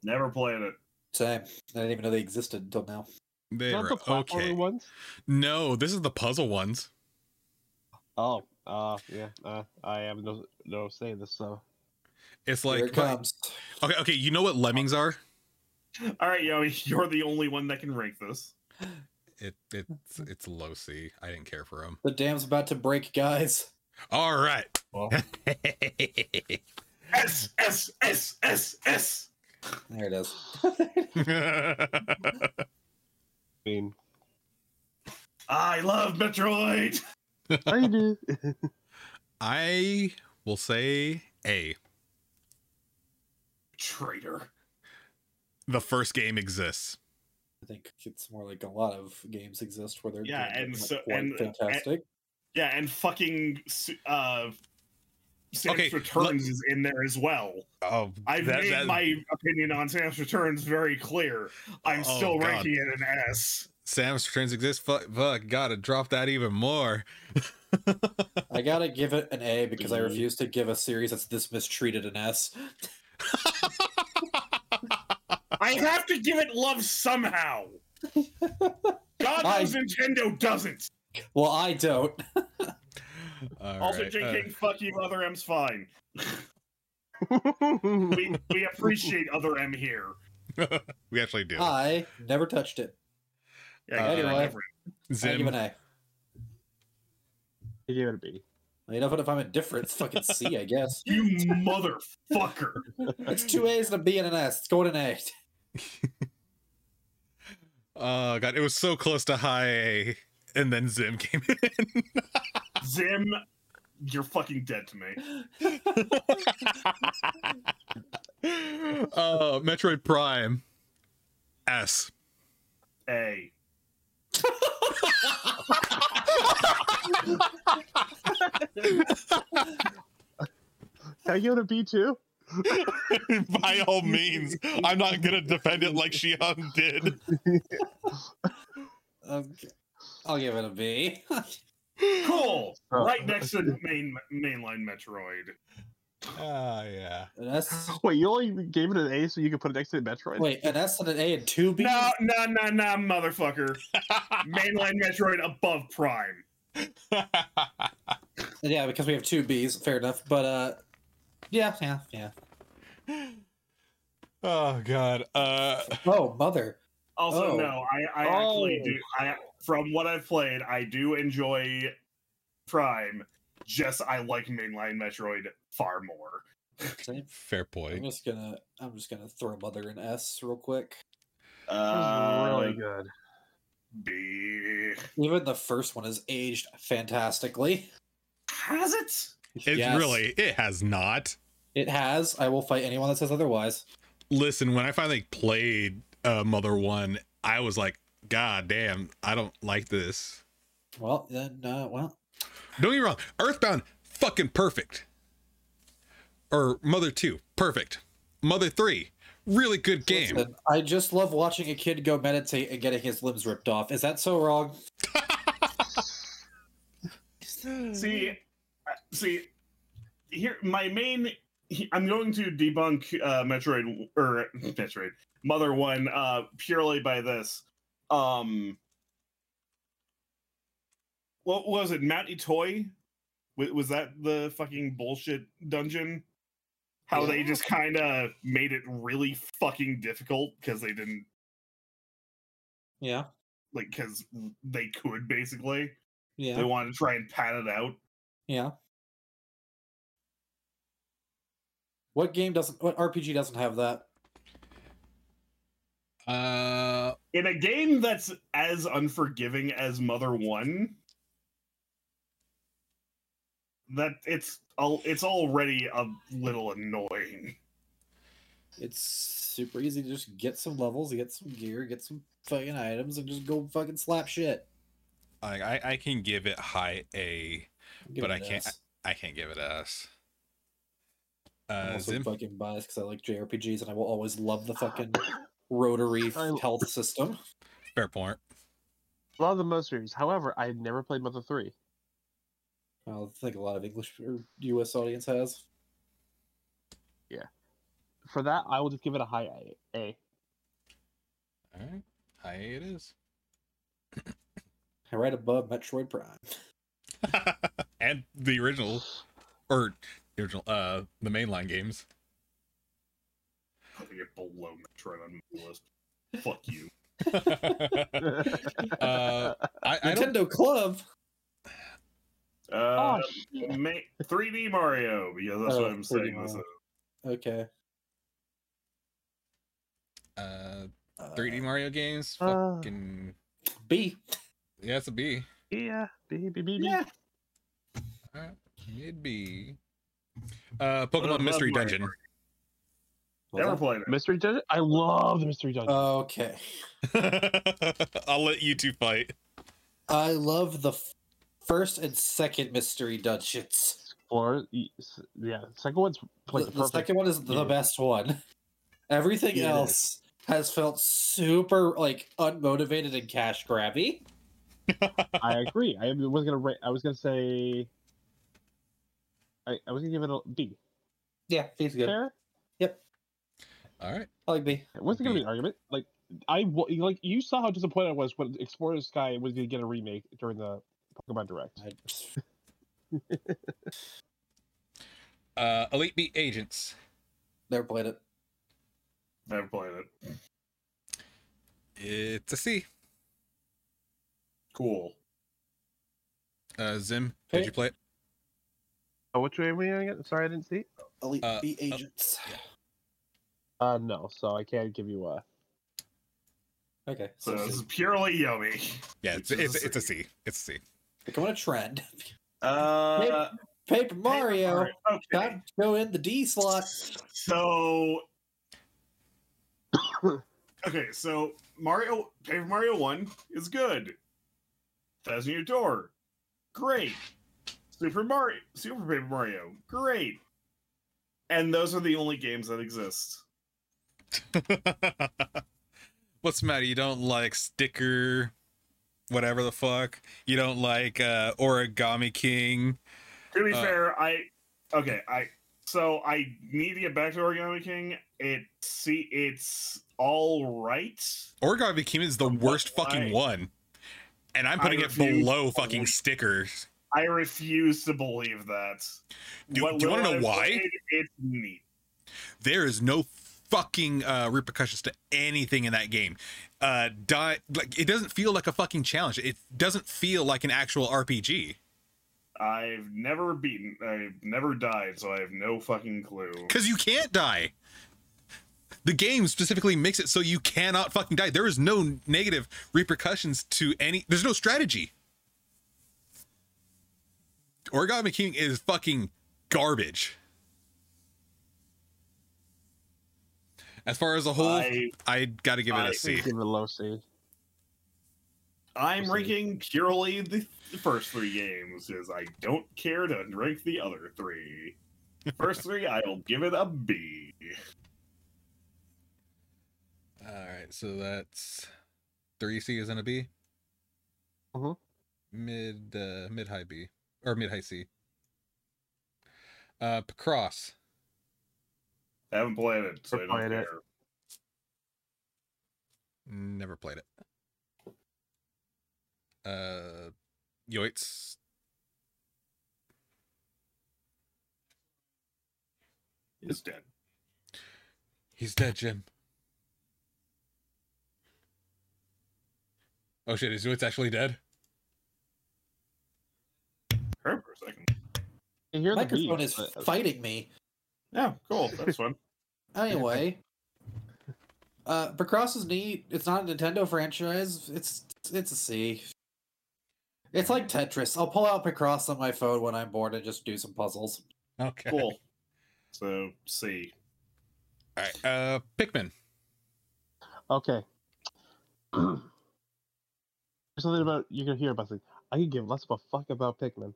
Speaker 1: Never played it.
Speaker 4: Same. I didn't even know they existed until now.
Speaker 2: They
Speaker 3: not
Speaker 2: were
Speaker 3: the platforming
Speaker 2: okay.
Speaker 3: ones.
Speaker 2: No, this is the puzzle ones.
Speaker 3: Oh, uh, yeah. Uh, I have no no say in this. So
Speaker 2: It's
Speaker 4: Here it
Speaker 2: like okay,
Speaker 4: comes.
Speaker 2: okay. You know what lemmings are?
Speaker 1: All right, Yoey, you're the only one that can rank this.
Speaker 2: It it's it's low C. I didn't care for them.
Speaker 4: The dam's about to break, guys.
Speaker 2: All right.
Speaker 4: Well.
Speaker 1: S S S S S.
Speaker 4: There it is.
Speaker 3: I mean,
Speaker 1: I love Metroid.
Speaker 3: I do.
Speaker 2: I will say A.
Speaker 1: Traitor.
Speaker 2: The first game exists.
Speaker 4: I think it's more like a lot of games exist where they're
Speaker 1: Yeah, and so-
Speaker 4: quite
Speaker 1: and- uh, and-
Speaker 4: fantastic.
Speaker 1: Yeah, and fucking uh, Sam's
Speaker 2: Okay,
Speaker 1: Returns is in there as well.
Speaker 2: Oh,
Speaker 1: I've made my opinion on Sam's Returns very clear. I'm
Speaker 2: Oh,
Speaker 1: still
Speaker 2: God.
Speaker 1: ranking it an S.
Speaker 2: Sam's Returns exists. Fuck, fuck, gotta drop that even more.
Speaker 4: I gotta give it an A because I refuse to give a series that's this mistreated an S.
Speaker 1: I have to give it love somehow. God
Speaker 4: I-
Speaker 1: knows Nintendo doesn't.
Speaker 4: Well, I don't.
Speaker 2: All
Speaker 1: also,
Speaker 2: right,
Speaker 1: J.
Speaker 2: uh,
Speaker 1: King, fuck you, Other M's fine.
Speaker 3: I
Speaker 1: We, we appreciate Other M here.
Speaker 2: we actually do.
Speaker 4: I never touched it.
Speaker 1: Yeah,
Speaker 2: Uh,
Speaker 1: you're
Speaker 4: anyway.
Speaker 1: different.
Speaker 4: I
Speaker 2: Zim,
Speaker 4: give it an A.
Speaker 3: gave it a B.
Speaker 4: You know, but if I'm indifferent, it's fucking C, I guess.
Speaker 1: You motherfucker.
Speaker 4: It's two A's and a B and an S. It's going an A.
Speaker 2: Oh god, it was so close to high A, and then Zim came in.
Speaker 1: Zim, you're fucking dead to me.
Speaker 2: uh, Metroid Prime S.
Speaker 1: A.
Speaker 3: Can I give it a B too?
Speaker 2: By all means, I'm not gonna defend it like Shion did.
Speaker 4: Okay. I'll give it a B.
Speaker 1: Cool.
Speaker 3: Oh.
Speaker 1: Right next to main mainline Metroid.
Speaker 2: Ah, yeah.
Speaker 4: An S.
Speaker 3: Wait, you only gave it an A so you could put it next to Metroid?
Speaker 4: Wait, an S and an A and two B's?
Speaker 1: No, no, no, no, motherfucker. mainline Metroid above Prime.
Speaker 4: Yeah, because we have two B's. Fair enough. But, uh, yeah, yeah, yeah.
Speaker 2: oh god. Uh,
Speaker 4: Oh, mother.
Speaker 1: Also,
Speaker 4: Oh.
Speaker 1: no, I, I actually
Speaker 3: Oh.
Speaker 1: do. I, from what I've played, I do enjoy Prime. Just I like mainline Metroid far more.
Speaker 4: Same.
Speaker 2: fair
Speaker 4: I'm
Speaker 2: point.
Speaker 4: just gonna, I'm just gonna throw mother an S real quick.
Speaker 3: It was
Speaker 1: Uh,
Speaker 3: really good.
Speaker 1: B.
Speaker 4: Even the first one is aged fantastically.
Speaker 1: Has it?
Speaker 2: It's
Speaker 4: Yes,
Speaker 2: really. It has not.
Speaker 4: It has. I will fight anyone that says otherwise.
Speaker 2: Listen, when I finally played uh, Mother One, I was like, God damn, I don't like this.
Speaker 4: Well, then, uh, well,
Speaker 2: Don't get me wrong. Earthbound, fucking perfect. Or Mother 2, perfect. Mother 3, really good game.
Speaker 4: Listen, I just love watching a kid go meditate and getting his limbs ripped off. Is that so wrong? Mm-hmm.
Speaker 1: See, uh, see, here my main. he- I'm going to debunk uh, Metroid or Metroid Mother One uh, purely by this. Um, what was it? Mount Itoy? Wa- Was that the fucking bullshit dungeon? How they
Speaker 4: Yeah.
Speaker 1: just kind of made it really fucking difficult because they didn't
Speaker 4: Yeah.
Speaker 1: like because they could basically.
Speaker 4: Yeah.
Speaker 1: They wanted to try and pad it out.
Speaker 4: Yeah. What game doesn't? What RPG doesn't have that?
Speaker 2: Uh,
Speaker 1: In a game that's as unforgiving as Mother One, that it's al- it's already a little annoying.
Speaker 4: It's super easy to just get some levels, get some gear, get some fucking items, and just go fucking slap shit.
Speaker 2: like I, I can give it high A.
Speaker 4: Give
Speaker 2: But
Speaker 4: it
Speaker 2: I
Speaker 4: an
Speaker 2: can't-
Speaker 4: S.
Speaker 2: I can't give it S. Uh,
Speaker 4: I'm also
Speaker 2: Zim-
Speaker 4: fucking biased because I like JRPGs and I will always love the fucking rotary
Speaker 3: I-
Speaker 4: health system.
Speaker 2: fair point.
Speaker 3: Love the most series. However, I never played Mother 3.
Speaker 4: I don't think a lot of English or U.S. audience has.
Speaker 3: For that, I will just give it a high A. A.
Speaker 2: All right, high A it is,
Speaker 4: Right above Metroid Prime.
Speaker 2: and the original, or the original, uh, the mainline games.
Speaker 1: Putting it below Metroid on the list. Fuck you.
Speaker 2: I, Uh, I don't.
Speaker 4: Nintendo Club.
Speaker 1: Uh,
Speaker 3: oh, shit.
Speaker 1: ma- 3D Mario, because that's
Speaker 4: Oh,
Speaker 1: what I'm
Speaker 4: 3D
Speaker 1: saying. This is.
Speaker 4: Mario. Okay.
Speaker 2: Uh,
Speaker 4: Uh,
Speaker 2: 3D Mario games.
Speaker 3: Uh.
Speaker 2: Fucking
Speaker 4: B.
Speaker 2: yeah, it's a B.
Speaker 3: Yeah. B, B, B, B.
Speaker 1: Yeah.
Speaker 2: All right, mid B. Uh, Pokemon
Speaker 1: about
Speaker 2: Mystery
Speaker 1: Mario
Speaker 2: Dungeon.
Speaker 1: Never played it.
Speaker 3: Mystery Dungeon. I love the Mystery
Speaker 4: Uh,
Speaker 3: Dungeon.
Speaker 4: Okay.
Speaker 2: I'll let you two fight.
Speaker 4: I love the f- first and second mystery dungeons.
Speaker 3: Explore. y- s- Yeah. Second one's like the,
Speaker 4: the, the
Speaker 3: perfect.
Speaker 4: second one is the
Speaker 3: Yeah.
Speaker 4: best one. Everything
Speaker 3: Yeah, it
Speaker 4: else has felt super like unmotivated and cash grabby.
Speaker 3: I agree. I was gonna. Ra- I was gonna say. I, I was gonna give it a B.
Speaker 4: Yeah, he's good.
Speaker 3: Fair.
Speaker 2: All right.
Speaker 4: I like B.
Speaker 3: It wasn't gonna be an argument. Like I wa- like you saw how disappointed I was when Explorer Sky was gonna get a remake during the Pokemon Direct.
Speaker 4: I,
Speaker 2: Uh, Elite Beat Agents.
Speaker 4: never played it.
Speaker 1: Never played it.
Speaker 2: It's a C.
Speaker 1: Cool.
Speaker 2: Uh, Zim, did
Speaker 4: Okay.
Speaker 2: you play it?
Speaker 3: Oh, which way were you gonna get? Sorry, I didn't see.
Speaker 4: Elite
Speaker 2: Uh,
Speaker 4: B
Speaker 2: uh,
Speaker 4: agents.
Speaker 3: Uh, no. So I can't give you a.
Speaker 4: Okay,
Speaker 1: So
Speaker 4: so,
Speaker 1: this is purely yummy.
Speaker 2: Yeah, it's
Speaker 1: Which is
Speaker 2: it's,
Speaker 1: a
Speaker 2: it's a C. It's a C.
Speaker 4: becoming a trend.
Speaker 1: Uh,
Speaker 4: Paper Mario.
Speaker 1: Okay.
Speaker 4: Time to go in the D slot.
Speaker 1: So Okay, so Mario Paper Mario 1 is good. Thousand Year Door. Great. Super Mario Super Paper Mario. Great. And those are the only games that exist.
Speaker 2: What's the matter? You don't like sticker, whatever the fuck. You don't like uh, Origami King.
Speaker 1: To be
Speaker 2: Uh,
Speaker 1: fair, I okay, I so I need to get back to Origami King. It see it's all right.
Speaker 2: Origami King is the worst fucking
Speaker 1: why?
Speaker 2: one, and I'm
Speaker 1: I
Speaker 2: putting it
Speaker 1: refuse
Speaker 2: below
Speaker 1: to
Speaker 2: fucking
Speaker 1: believe-
Speaker 2: stickers.
Speaker 1: I refuse to believe that.
Speaker 2: Do- do you wanna
Speaker 1: little
Speaker 2: know
Speaker 1: I've
Speaker 2: why?
Speaker 1: played, It's neat.
Speaker 2: There is no fucking uh, repercussions to anything in that game. Uh, die like it doesn't feel like a fucking challenge. It doesn't feel like an actual RPG
Speaker 1: I've never beaten. I've never died, so I have no fucking clue.
Speaker 2: because you can't die. The game specifically makes it so you cannot fucking die. There is no negative repercussions to any. There's no strategy. Origami King is fucking garbage. As far as a whole,
Speaker 1: I,
Speaker 2: I gotta give it a
Speaker 1: I-
Speaker 2: C.
Speaker 3: Give it a low C.
Speaker 1: I'm
Speaker 3: Listen.
Speaker 1: ranking purely the, the first three games, as I don't care to rank the other three. First three, I'll give it a B.
Speaker 2: All right, so that's three C's and a B.
Speaker 3: Mhm.
Speaker 2: Mid uh, mid high B or mid high C. Uh, Pacross.
Speaker 1: I haven't played it, so I don't
Speaker 3: Played
Speaker 1: care.
Speaker 3: it.
Speaker 2: Never played it. Uh, Yoitz.
Speaker 1: It's dead.
Speaker 2: He's dead, Jim. Oh shit, is Zoid's actually dead?
Speaker 1: Her for a second.
Speaker 3: You hear the beat.
Speaker 4: Microphone is
Speaker 3: but-
Speaker 4: fighting me.
Speaker 1: Yeah, cool. That's fun.
Speaker 4: Anyway, uh, Macross is neat. It's not a Nintendo franchise. It's it's a C. It's like Tetris. I'll pull out Macross on my phone when I'm bored and just do some puzzles.
Speaker 2: Okay.
Speaker 1: Cool. So C.
Speaker 2: All right. Uh, Pikmin.
Speaker 3: Okay. There's something about you can hear about this. I could give less of a fuck about Pikmin.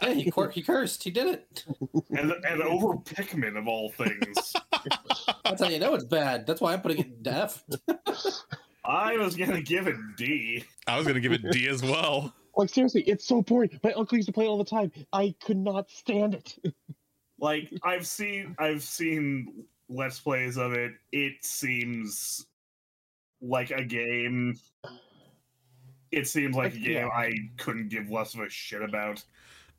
Speaker 4: Hey, he, cor- he cursed. He did it.
Speaker 1: And, and over Pikmin of all things.
Speaker 4: That's how you know it's bad. That's why I'm putting it in F.
Speaker 1: I was gonna give it D.
Speaker 2: I was gonna give it D as well.
Speaker 3: Like seriously, it's so boring. My uncle used to play it all the time. I could not stand it.
Speaker 1: Like I've seen I've seen let's plays of it. It seems like a game. It seems like a game
Speaker 3: Yeah.
Speaker 1: I couldn't give less of a shit about.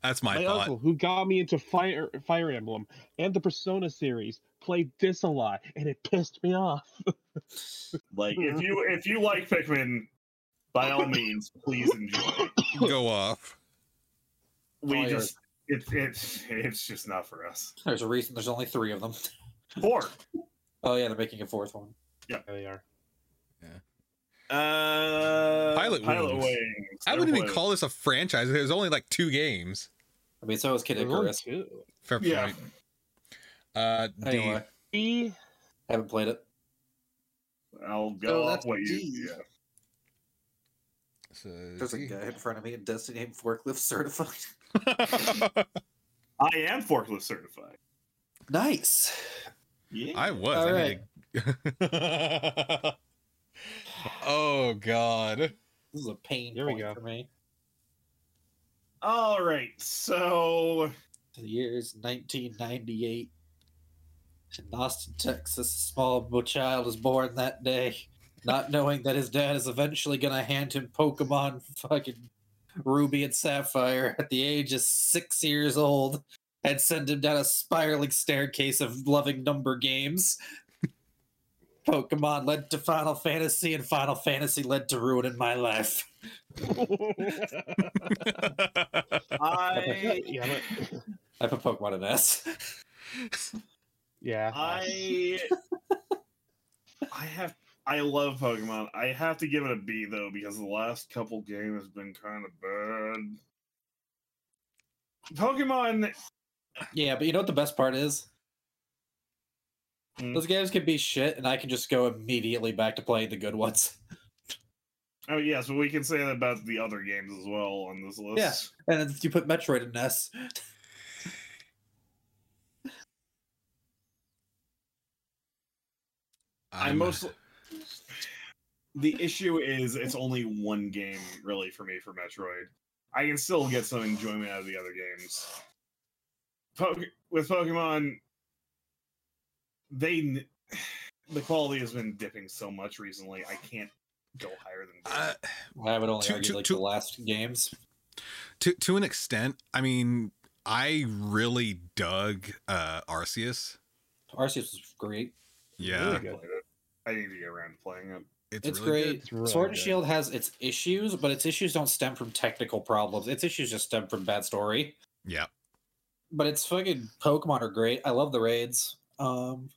Speaker 2: That's my,
Speaker 3: My
Speaker 2: thought.
Speaker 3: uncle, who got me into Fire Fire Emblem and the Persona series, played this a lot, and it pissed me off.
Speaker 1: Like
Speaker 4: Mm-hmm.
Speaker 1: if you if you like Pikmin, by all means, please enjoy it.
Speaker 2: Go off.
Speaker 1: We
Speaker 4: Oh, yeah.
Speaker 1: just it, it it's just not for us.
Speaker 4: There's a reason there's only three of them.
Speaker 1: Four.
Speaker 4: Oh, yeah, they're making a fourth one.
Speaker 3: There they are.
Speaker 1: Uh
Speaker 2: Pilot
Speaker 1: Pilot
Speaker 2: Wings.
Speaker 1: Wings.
Speaker 2: I wouldn't even
Speaker 1: Airplane.
Speaker 2: call this a franchise. There's only like two games.
Speaker 4: I mean, so is Kid
Speaker 3: There's only
Speaker 4: Icarus.
Speaker 3: two.
Speaker 2: Fair
Speaker 1: Yeah.
Speaker 2: point. Uh, D.
Speaker 4: Anyway,
Speaker 3: E.
Speaker 4: haven't played it.
Speaker 1: I'll
Speaker 4: So
Speaker 1: go off
Speaker 4: Oh, that's
Speaker 1: what
Speaker 4: D.
Speaker 1: you yeah.
Speaker 2: So,
Speaker 4: There's a
Speaker 2: D.
Speaker 4: guy in front of me in Destiny named Forklift Certified.
Speaker 1: I am forklift certified.
Speaker 4: nice.
Speaker 1: Yeah.
Speaker 2: I was.
Speaker 4: All
Speaker 2: I need to- oh God.
Speaker 4: This is a pain
Speaker 3: There we
Speaker 4: point
Speaker 3: go.
Speaker 4: for me.
Speaker 1: All right. So
Speaker 4: The year is 1998. In Austin, Texas, a small bo- child is born that day, not knowing that his dad is eventually going to hand him Pokemon fucking Ruby and Sapphire at the age of six years old and send him down a spiraling staircase of loving number games. Pokemon led to Final Fantasy, and Final Fantasy led to ruining my life.
Speaker 1: I
Speaker 3: yeah, but,
Speaker 4: I put Pokemon in S.
Speaker 3: yeah.
Speaker 1: I I have I love Pokemon. I have to give it a B though because the last couple game has been kind of bad. Pokemon
Speaker 4: Yeah, but you know what the best part is?
Speaker 1: Hmm.
Speaker 4: Those games can be shit, and I can just go immediately back to playing the good ones.
Speaker 1: Oh yes, but we can say that about the other games as well on this list.
Speaker 4: Yeah. And then you put Metroid in S.
Speaker 1: I
Speaker 2: I'm-
Speaker 1: mostly the issue is it's only one game really for me for Metroid. I can still get some enjoyment out of the other games. Poke with Pokemon, they kn- the quality has been dipping so much recently. I can't go higher than B.
Speaker 2: Uh,
Speaker 4: I would only
Speaker 2: To-
Speaker 4: argue
Speaker 2: to-
Speaker 4: like
Speaker 2: to-
Speaker 4: the last games.
Speaker 2: to to an extent. I mean, I really dug uh Arceus.
Speaker 4: Arceus was great.
Speaker 2: Yeah,
Speaker 1: I, played it. I need to get around to playing it.
Speaker 2: it's,
Speaker 4: It's,
Speaker 2: really
Speaker 4: great.
Speaker 2: good.
Speaker 3: It's really
Speaker 4: Sword and
Speaker 3: good.
Speaker 4: Shield has its issues, but its issues don't stem from technical problems. Its issues just stem from bad story.
Speaker 2: Yeah,
Speaker 4: But its fucking Pokemon are great. I love the raids. Um,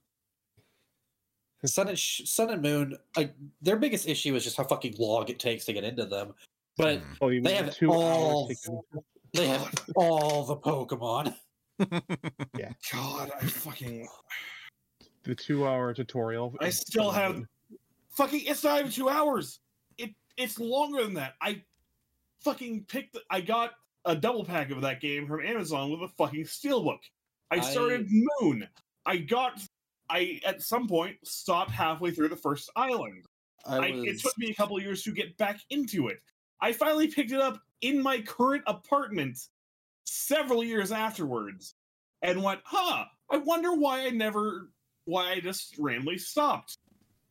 Speaker 4: Sun and Sh- Sun and Moon, like their biggest issue is just how fucking long it takes to get into them. But
Speaker 2: Hmm.
Speaker 3: Oh, you
Speaker 4: They
Speaker 3: mean
Speaker 4: have
Speaker 3: two
Speaker 4: all-
Speaker 3: hours to
Speaker 4: they have all the Pokemon.
Speaker 1: God, I fucking
Speaker 3: the two-hour tutorial.
Speaker 1: I
Speaker 3: is
Speaker 1: still
Speaker 3: so
Speaker 1: have
Speaker 3: good.
Speaker 1: fucking it's not even two hours it it's longer than that i fucking picked i got a double pack of that game from amazon with a fucking steelbook i
Speaker 4: I-
Speaker 1: started moon i got i at some point stopped halfway through the first island
Speaker 4: I
Speaker 1: I,
Speaker 4: was,
Speaker 1: it took me a couple years to get back into it i finally picked it up in my current apartment several years afterwards and went huh i wonder why i never why i just randomly stopped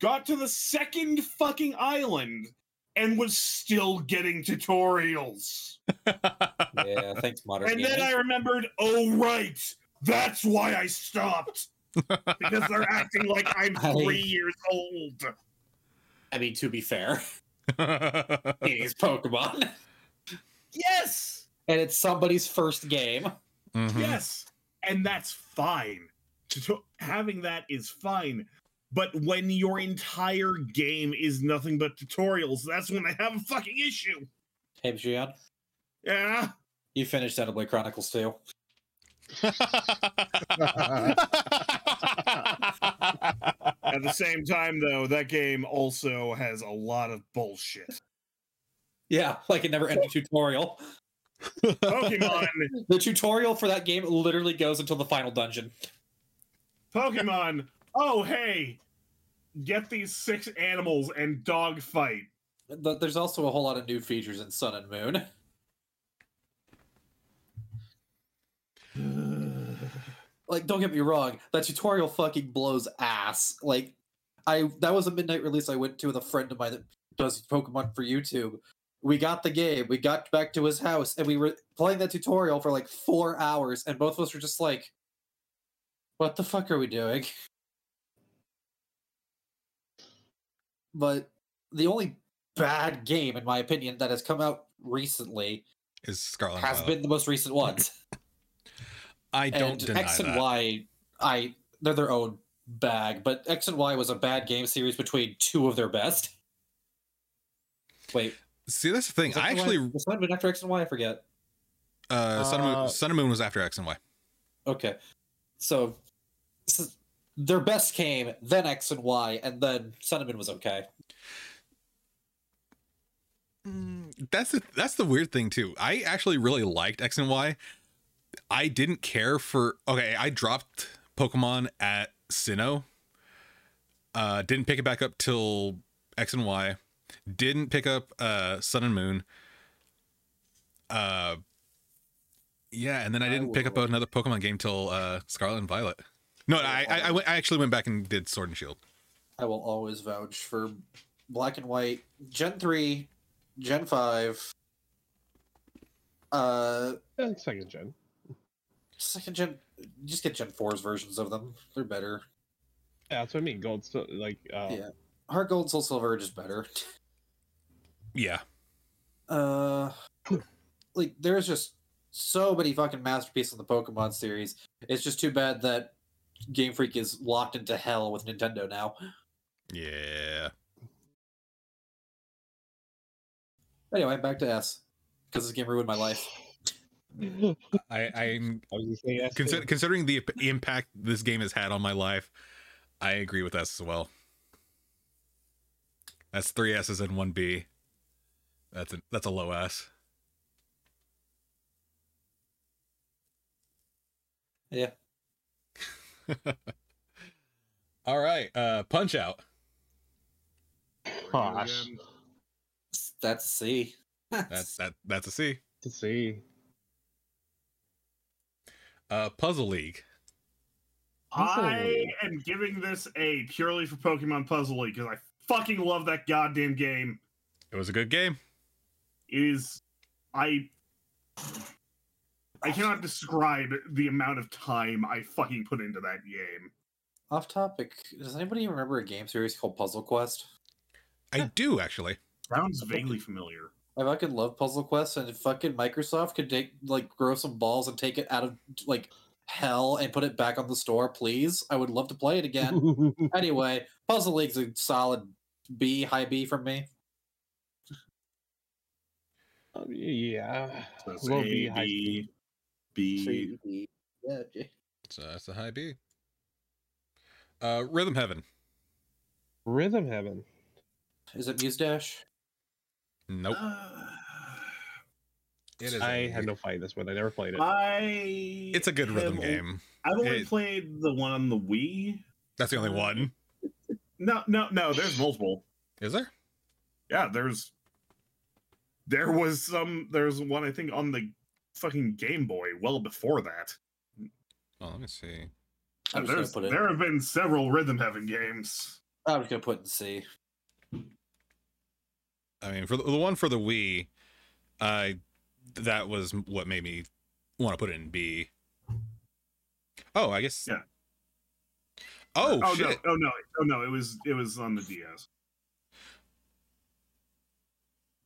Speaker 1: got to the second fucking island and was still getting tutorials
Speaker 4: yeah, thanks modern
Speaker 1: and
Speaker 4: gaming.
Speaker 1: then i remembered oh right that's why i stopped because they're acting like i'm
Speaker 4: I-
Speaker 1: three years old
Speaker 4: I mean, to be fair,
Speaker 2: Hmm.
Speaker 4: It's Pokemon.
Speaker 1: Yes.
Speaker 4: and it's somebody's first game.
Speaker 2: Mhm.
Speaker 1: Yes. And that's fine. To- to- Having that is fine. But when your entire game is nothing but tutorials, that's when I have a fucking issue.
Speaker 4: Hey, Gian,
Speaker 1: Yeah.
Speaker 4: you finished Xenoblade Chronicles 2.
Speaker 1: At the same time, though, that game also has a lot of bullshit.
Speaker 4: Yeah, like it never ended tutorial.
Speaker 1: Pokemon,
Speaker 4: The tutorial for that game literally goes until the final dungeon.
Speaker 1: Pokemon. Oh, hey, get these six animals and dog fight.
Speaker 4: But there's also a whole lot of new features in Sun and Moon. like, don't get me wrong, that tutorial fucking blows ass. Like, I that was a midnight release I went to with a friend of mine that does Pokemon for YouTube. We got the game, we got back to his house, and we were playing that tutorial for like four hours, and both of us were just like, "What the fuck are we doing?" But the only bad game, in my opinion, that has come out recently
Speaker 2: Is Scarlet and
Speaker 4: has
Speaker 2: Violet.
Speaker 4: been the most recent ones.
Speaker 2: I don't
Speaker 4: and
Speaker 2: deny
Speaker 4: X and
Speaker 2: that.
Speaker 4: Y, I they're their own bag, but X and Y was a bad game series between two of their best. Wait,
Speaker 2: See, that's the thing.
Speaker 4: was X
Speaker 2: I
Speaker 4: and Y-
Speaker 2: actually
Speaker 4: was Sun and Moon after X and Y. I forget.
Speaker 2: uh, Sun, and Moon,
Speaker 3: Uh,
Speaker 2: Sun and Moon was after X and Y.
Speaker 4: Okay, so, so their best came then X and Y, and then Sun and Moon was okay.
Speaker 2: Mm, That's the that's the weird thing too. I actually really liked X and Y. I didn't care for okay, I dropped Pokemon at Sinnoh. Uh didn't pick it back up till X and Y. Didn't pick up uh Sun and Moon. Uh yeah, and then I didn't pick up another Pokemon game till uh Scarlet and Violet. No, I I, I, went, I actually went back and did Sword and Shield.
Speaker 4: I will always vouch for Black and White, Gen three, Gen five, uh,
Speaker 3: Eh, Second gen.
Speaker 4: second gen. Just get Gen 4's versions of them; they're better.
Speaker 3: Yeah, that's what I mean. Gold, so, like, uh,
Speaker 4: Yeah. Heart Gold Soul Silver are just better.
Speaker 2: Yeah.
Speaker 4: Uh, like there's just so many fucking masterpieces in the Pokemon series. It's just too bad that Game Freak is locked into hell with Nintendo now.
Speaker 2: Yeah.
Speaker 4: Anyway, back to S because this game ruined my life.
Speaker 3: I
Speaker 2: I I'm
Speaker 3: was just saying, yes,
Speaker 2: Consider, considering the ip- impact this game has had on my life, I agree with S as well. That's three S's and one B. That's a that's a low S.
Speaker 4: Yeah.
Speaker 2: All right, uh, punch out.
Speaker 3: Gosh.
Speaker 4: That's a C.
Speaker 2: That's that that's a C.
Speaker 3: to see.
Speaker 2: Uh, Puzzle League.
Speaker 1: I am giving this a purely for Pokemon Puzzle League because I fucking love that goddamn game.
Speaker 2: It was a good game.
Speaker 1: It is I I cannot describe the amount of time I fucking put into that game.
Speaker 4: Off topic. Does anybody remember a game series called Puzzle Quest?
Speaker 2: I do actually.
Speaker 1: Sounds vaguely familiar.
Speaker 4: I fucking love Puzzle Quest, and if fucking Microsoft could take like grow some balls and take it out of like hell and put it back on the store, please. I would love to play it again. anyway, Puzzle League's a solid B, high B from me.
Speaker 3: Um, yeah.
Speaker 1: So it's
Speaker 3: Low
Speaker 1: A,
Speaker 3: B, high
Speaker 1: B,
Speaker 3: C.
Speaker 1: B.
Speaker 2: So that's a high B. Uh, Rhythm Heaven.
Speaker 3: Rhythm Heaven.
Speaker 4: Is it Muse Dash?
Speaker 2: Nope. It is.
Speaker 3: Uh, I
Speaker 2: a-
Speaker 3: had no fight in this one. I never played it.
Speaker 1: I
Speaker 2: It's a good rhythm
Speaker 1: have-
Speaker 2: game.
Speaker 1: I've only
Speaker 2: It-
Speaker 1: played the one on the Wii.
Speaker 2: That's the only
Speaker 1: Uh,
Speaker 2: one.
Speaker 1: No, no, no. There's multiple.
Speaker 2: Is there?
Speaker 1: Yeah, there's. There was some. There's one I think on the fucking Game Boy. Well before that,
Speaker 2: Oh, let me see.
Speaker 4: I'm just gonna
Speaker 1: Oh, there's,
Speaker 4: put it.
Speaker 1: there have been several Rhythm Heaven games.
Speaker 4: I was gonna put in C.
Speaker 2: I mean, for the, the one for the Wii, I that was what made me want to put it in B. Oh, I guess.
Speaker 1: Yeah.
Speaker 2: Oh,
Speaker 1: Oh
Speaker 2: shit!
Speaker 1: no! Oh no! Oh no! It was it was on the DS.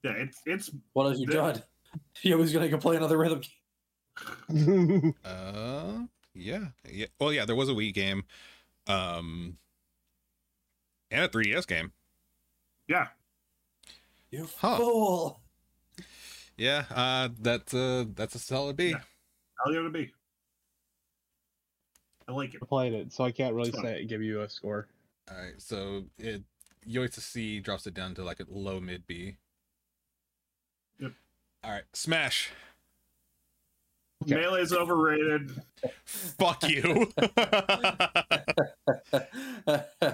Speaker 1: Yeah, it's it's
Speaker 10: What have you
Speaker 1: Yeah.
Speaker 10: done? You always gonna go play another rhythm game.
Speaker 2: Uh, yeah, yeah. Well, yeah, there was a Wii game, um, and a 3DS game.
Speaker 1: yeah.
Speaker 10: You
Speaker 2: Huh.
Speaker 10: fool!
Speaker 2: Yeah, uh, that's a that's a solid B.
Speaker 1: Yeah. I'll give it a B. I like it.
Speaker 3: I played it, so I can't really
Speaker 1: It's fine.
Speaker 3: say give you a score.
Speaker 2: All right, so it Yoitsu C drops it down to like a low mid B.
Speaker 1: Yep.
Speaker 2: All right, Smash.
Speaker 3: Okay.
Speaker 1: Melee's overrated.
Speaker 2: Fuck you.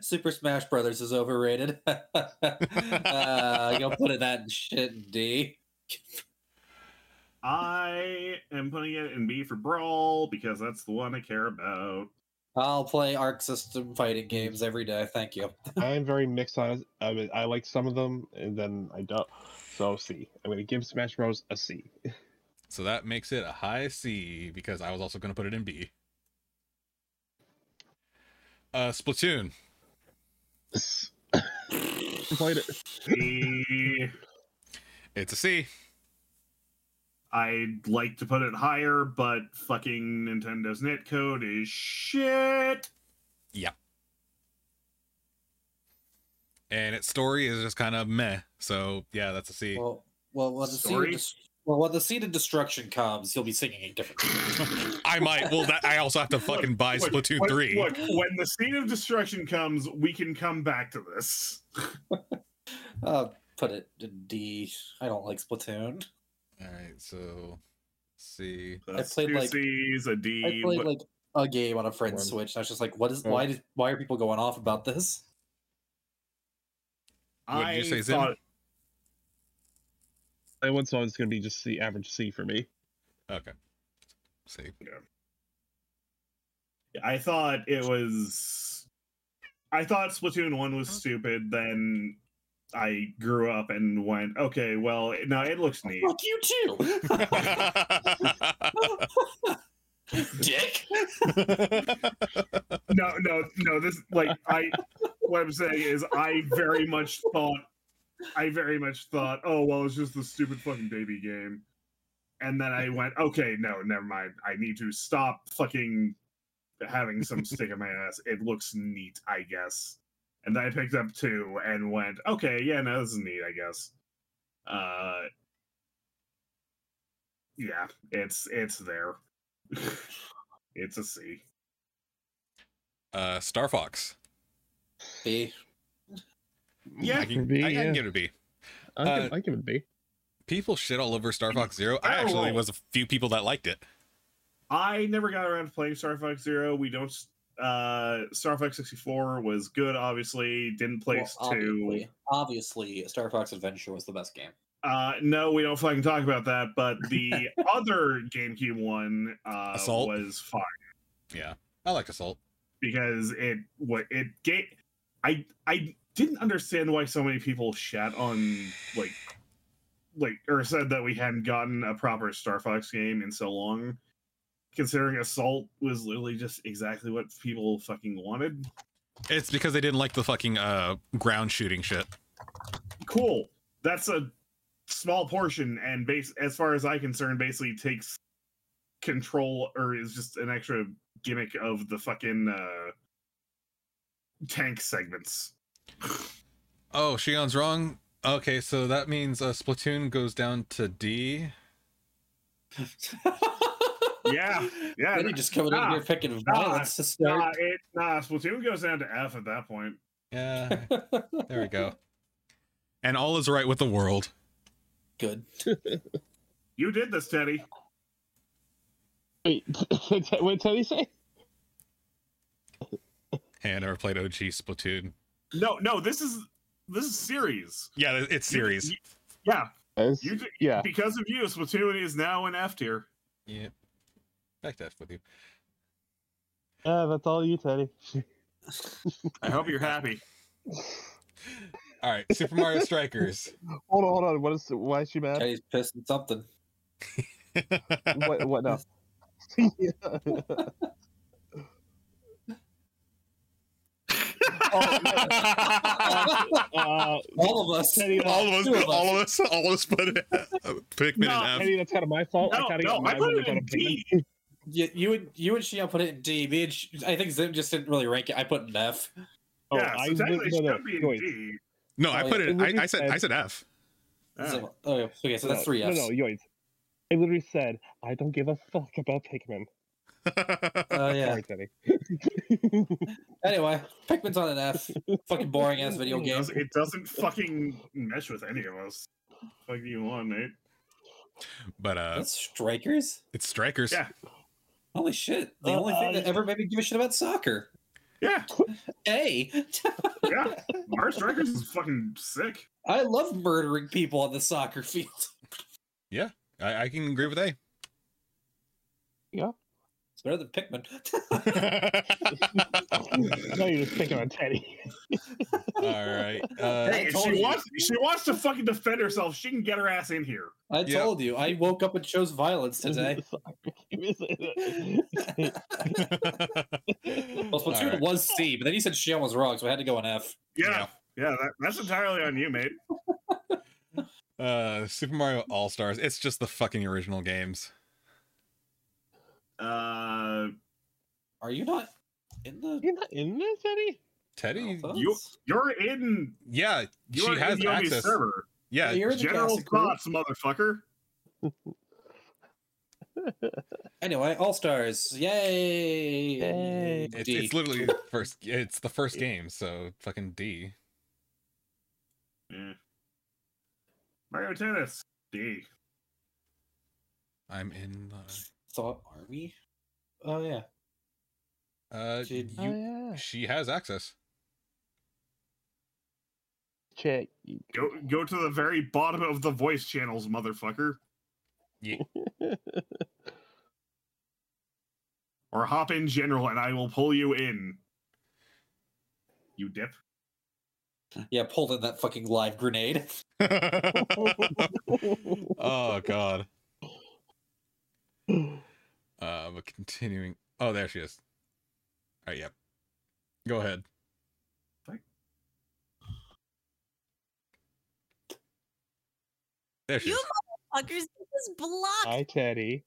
Speaker 10: Super Smash Brothers is overrated. uh, you'll put it that in shit in D.
Speaker 1: I am putting it in B for Brawl because that's the one I care about.
Speaker 10: I'll play Arc System fighting games every day. Thank you.
Speaker 3: I am very mixed on. it. I mean, I like some of them, and then I don't. So C. I'm gonna give Smash Bros a C.
Speaker 2: so that makes it a high C because I was also going to put it in B. Uh, Splatoon.
Speaker 3: S- played it.
Speaker 1: B.
Speaker 2: It's a C.
Speaker 1: I'd like to put it higher, but fucking Nintendo's netcode is shit.
Speaker 2: and its story is just kind of meh. So yeah, that's a C.
Speaker 10: Well, well, when the seed of
Speaker 1: Sorry?
Speaker 10: dis- well, when the seed of destruction comes, you'll be singing a different.
Speaker 2: I might. Well, that I also have to fucking buy
Speaker 1: Look,
Speaker 2: Splatoon
Speaker 1: when-
Speaker 2: three.
Speaker 1: Look, when the scene of destruction comes, we can come back to this.
Speaker 10: Uh, put it in D. I don't like Splatoon.
Speaker 2: All right, so C.
Speaker 1: That's
Speaker 10: played,
Speaker 1: two
Speaker 10: like-
Speaker 1: C's, a D.
Speaker 10: I played
Speaker 1: what-
Speaker 10: like a game on a friend's
Speaker 3: One.
Speaker 10: Switch. And I was just like, what is?
Speaker 3: Oh.
Speaker 10: Why did? Why are people going off about this?
Speaker 2: What did you say, Zim?
Speaker 1: thought-
Speaker 3: That one, so it's gonna be just C, average C for me.
Speaker 2: Okay. C.
Speaker 1: I thought it was. I thought Splatoon one was stupid. Then I grew up and went, okay, well, no, it looks neat.
Speaker 10: Fuck you too, dick.
Speaker 1: no, no, no. This like I what I'm saying is I very much thought I very much thought, oh well, it's just the stupid fucking baby game. And then I went, okay, no, never mind. I need to stop fucking having some stick in my ass. It looks neat, I guess. And then I picked up two and went, okay, yeah, no, this is neat, I guess. Uh yeah, it's it's there. it's a C.
Speaker 2: uh, Star Fox.
Speaker 10: B.
Speaker 1: Yeah.
Speaker 2: I can,
Speaker 3: B,
Speaker 2: I can
Speaker 3: yeah.
Speaker 2: give it a B.
Speaker 3: I
Speaker 2: Uh,
Speaker 3: give, I give it a B.
Speaker 2: People shit all over Star Fox Zero. I
Speaker 1: Oh.
Speaker 2: actually was a few people that liked it.
Speaker 1: I never got around to playing Star Fox Zero. We don't. Uh, Star Fox 64 was good, obviously. Didn't play
Speaker 10: Well,
Speaker 1: two.
Speaker 10: obviously, obviously, Star Fox Adventure was the best game.
Speaker 1: Uh, no, we don't fucking talk about that. But the other GameCube one uh,
Speaker 2: Assault?
Speaker 1: was fine
Speaker 2: Yeah, I like Assault.
Speaker 1: because it what it gave. I I didn't understand why so many people shat on like like or said that we hadn't gotten a proper Star Fox game in so long, considering Assault was literally just exactly what people fucking wanted.
Speaker 2: It's because they didn't like the fucking uh ground shooting shit.
Speaker 1: cool. That's a small portion, and base as far as I'm concerned, basically takes control or is just an extra gimmick of the fucking uh, tank segments.
Speaker 2: Oh, Shion's wrong. Okay, so that means uh, Splatoon goes down to D.
Speaker 1: Yeah, Ah, yeah.
Speaker 10: Then you just coming in
Speaker 1: Nah.
Speaker 10: here picking
Speaker 1: Nah.
Speaker 10: violence to
Speaker 1: Nah,
Speaker 10: start.
Speaker 1: it, nah, Splatoon goes down to F at that point.
Speaker 2: Yeah.
Speaker 1: ah,
Speaker 2: There we go. And all is right with the world.
Speaker 10: Good.
Speaker 1: You did this, Teddy.
Speaker 3: Wait, what did he say?
Speaker 2: Hey, I never played OG Splatoon.
Speaker 1: No, no, this is this is series.
Speaker 2: Yeah, it's
Speaker 1: You-
Speaker 2: series.
Speaker 1: you- yeah, you
Speaker 3: Yes.
Speaker 1: did,
Speaker 3: Yeah.
Speaker 1: because of you, Splatoon is now in F tier.
Speaker 2: Yeah. Back to F with you.
Speaker 3: Yeah, Uh, that's all you, Teddy.
Speaker 1: I hope you're happy.
Speaker 2: All right, Super Mario Strikers.
Speaker 3: Hold on, hold on. What is? Why is she mad?
Speaker 10: Teddy's pissed at something.
Speaker 3: What? What now? Yeah.
Speaker 1: Oh, no. uh,
Speaker 4: All of us.
Speaker 1: Teddy,
Speaker 2: all of us,
Speaker 4: Two of
Speaker 2: all of us, all of us put Pikmin
Speaker 1: No,
Speaker 2: in F.
Speaker 3: Eddie, that's kind of my fault. I
Speaker 1: no,
Speaker 3: kind of
Speaker 1: no,
Speaker 3: got
Speaker 1: I
Speaker 3: mine
Speaker 1: put
Speaker 3: when
Speaker 1: it in
Speaker 3: got opinion.
Speaker 1: D.
Speaker 4: Yeah, you and you and Shion put it in D. Me and Sh- I think Zim just didn't really rank it. I put it in F.
Speaker 3: Oh,
Speaker 1: yeah,
Speaker 3: I
Speaker 1: so technically
Speaker 3: no,
Speaker 1: it
Speaker 3: no,
Speaker 1: should be in
Speaker 3: Yoid.
Speaker 1: D.
Speaker 2: No, I
Speaker 4: Oh,
Speaker 2: put
Speaker 4: yeah.
Speaker 2: it.
Speaker 3: It would
Speaker 2: I, I
Speaker 3: be
Speaker 2: said
Speaker 3: F.
Speaker 2: I said F. Ah.
Speaker 4: Zim- oh, yeah, okay, so that's
Speaker 3: No,
Speaker 4: three Fs.
Speaker 3: No, no, Yoids. I literally said, I don't give a fuck about Pikmin.
Speaker 4: Oh yeah.
Speaker 3: Sorry, Teddy.
Speaker 4: Anyway, Pikmin's on an F. Fucking boring ass video
Speaker 1: It
Speaker 4: game.
Speaker 1: doesn't- It doesn't fucking mesh with any of us. Fuck you, one, mate.
Speaker 2: but uh,
Speaker 4: That's strikers.
Speaker 2: it's strikers.
Speaker 1: Yeah.
Speaker 4: Holy shit! The
Speaker 3: Uh,
Speaker 4: only thing
Speaker 3: uh,
Speaker 4: that ever made me give a shit about soccer.
Speaker 1: Yeah,
Speaker 4: A.
Speaker 1: yeah. Mars Strikers is fucking sick.
Speaker 4: I love murdering people on the soccer field.
Speaker 2: I, I can agree with A.
Speaker 4: It's better than Pikmin.
Speaker 3: now you're just picking on Teddy.
Speaker 2: all right. Uh,
Speaker 1: Hey, if she wants, if she wants to fucking defend herself. She can get her ass in here.
Speaker 4: I
Speaker 2: Yeah.
Speaker 4: told you. I woke up and chose violence today.
Speaker 2: all
Speaker 4: Well, Splatoon
Speaker 2: right.
Speaker 4: was C, but then you said Shion was wrong, so I had to go on F.
Speaker 1: Yeah, yeah. that, that's entirely on you, mate.
Speaker 2: Uh, Super Mario All Stars. It's just the fucking original games.
Speaker 1: Uh,
Speaker 4: Are you not in the?
Speaker 3: You're not in this, Teddy?
Speaker 2: Teddy.
Speaker 1: you you're in.
Speaker 2: Yeah,
Speaker 1: You're
Speaker 2: she
Speaker 1: in
Speaker 2: has
Speaker 1: the Yomi
Speaker 2: access.
Speaker 1: server.
Speaker 2: Yeah,
Speaker 4: You're in the
Speaker 1: General
Speaker 4: classic group.
Speaker 1: thoughts, motherfucker.
Speaker 4: Anyway, All Stars, yay!
Speaker 3: Yay.
Speaker 2: it's,
Speaker 4: D.
Speaker 2: it's literally the first. It's the first game, so fucking D.
Speaker 1: Yeah. Mario Tennis D.
Speaker 2: I'm in the.
Speaker 4: Thought Army. Oh yeah,
Speaker 2: Uh,
Speaker 4: Did-
Speaker 2: you-
Speaker 3: oh, yeah.
Speaker 2: She has access.
Speaker 3: Check.
Speaker 1: Go go to the very bottom of the voice channels, motherfucker.
Speaker 2: Yeah.
Speaker 1: or hop in general, and I will pull you in. You dip.
Speaker 4: yeah. Pulled in that fucking live grenade.
Speaker 2: oh god. Uh, but continuing. Oh, there she is. All right. Yep. Go ahead.
Speaker 1: Sorry.
Speaker 2: There she
Speaker 11: You
Speaker 2: is.
Speaker 11: motherfuckers did this block
Speaker 3: Hi, Teddy.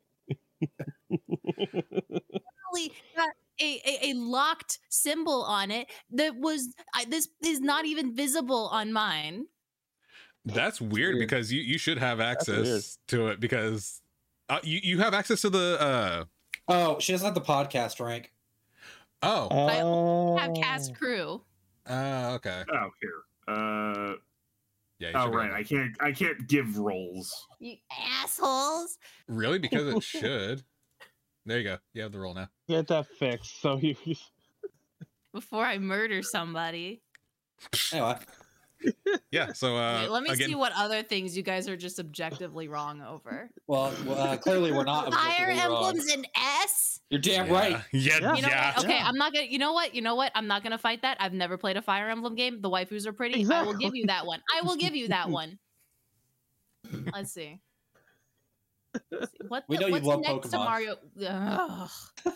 Speaker 11: literally got a, a, a locked symbol on it that was I, this is not even visible on mine.
Speaker 2: That's weird,
Speaker 3: weird.
Speaker 2: because you you should have
Speaker 3: weird.
Speaker 2: access to it because uh, you you have access to the uh
Speaker 4: Oh, she doesn't have the podcast rank.
Speaker 2: oh
Speaker 11: I have
Speaker 3: Oh.
Speaker 11: cast crew.
Speaker 2: uh, okay
Speaker 1: Oh, here. Uh, oh,
Speaker 2: yeah you should have
Speaker 1: right. I
Speaker 2: it.
Speaker 1: can't. I can't give rolls.
Speaker 11: You assholes.
Speaker 2: really because it should there you go you have the roll now
Speaker 3: Get that fixed. So you. you-
Speaker 11: Before I murder somebody.
Speaker 4: Anyway,
Speaker 2: yeah so uh
Speaker 11: Wait, let me
Speaker 2: again,
Speaker 11: see what other things you guys are just objectively wrong over.
Speaker 4: well, well, uh, clearly we're not.
Speaker 11: Fire
Speaker 10: uh,
Speaker 4: objectively wrong.
Speaker 11: emblems in S.
Speaker 4: You're damn
Speaker 2: yeah.
Speaker 4: right.
Speaker 2: yeah yeah,
Speaker 11: You know what? Okay,
Speaker 3: Yeah.
Speaker 11: I'm not gonna. You know what? You know what? I'm not gonna fight that. I've never played a Fire Emblem game. The waifus are pretty. I will give you that one. I will give you that one. Let's see. Let's see. What
Speaker 4: We
Speaker 11: the-
Speaker 4: know you
Speaker 11: what's
Speaker 4: love
Speaker 11: next to
Speaker 4: Pokemon.
Speaker 11: Mario? Ugh.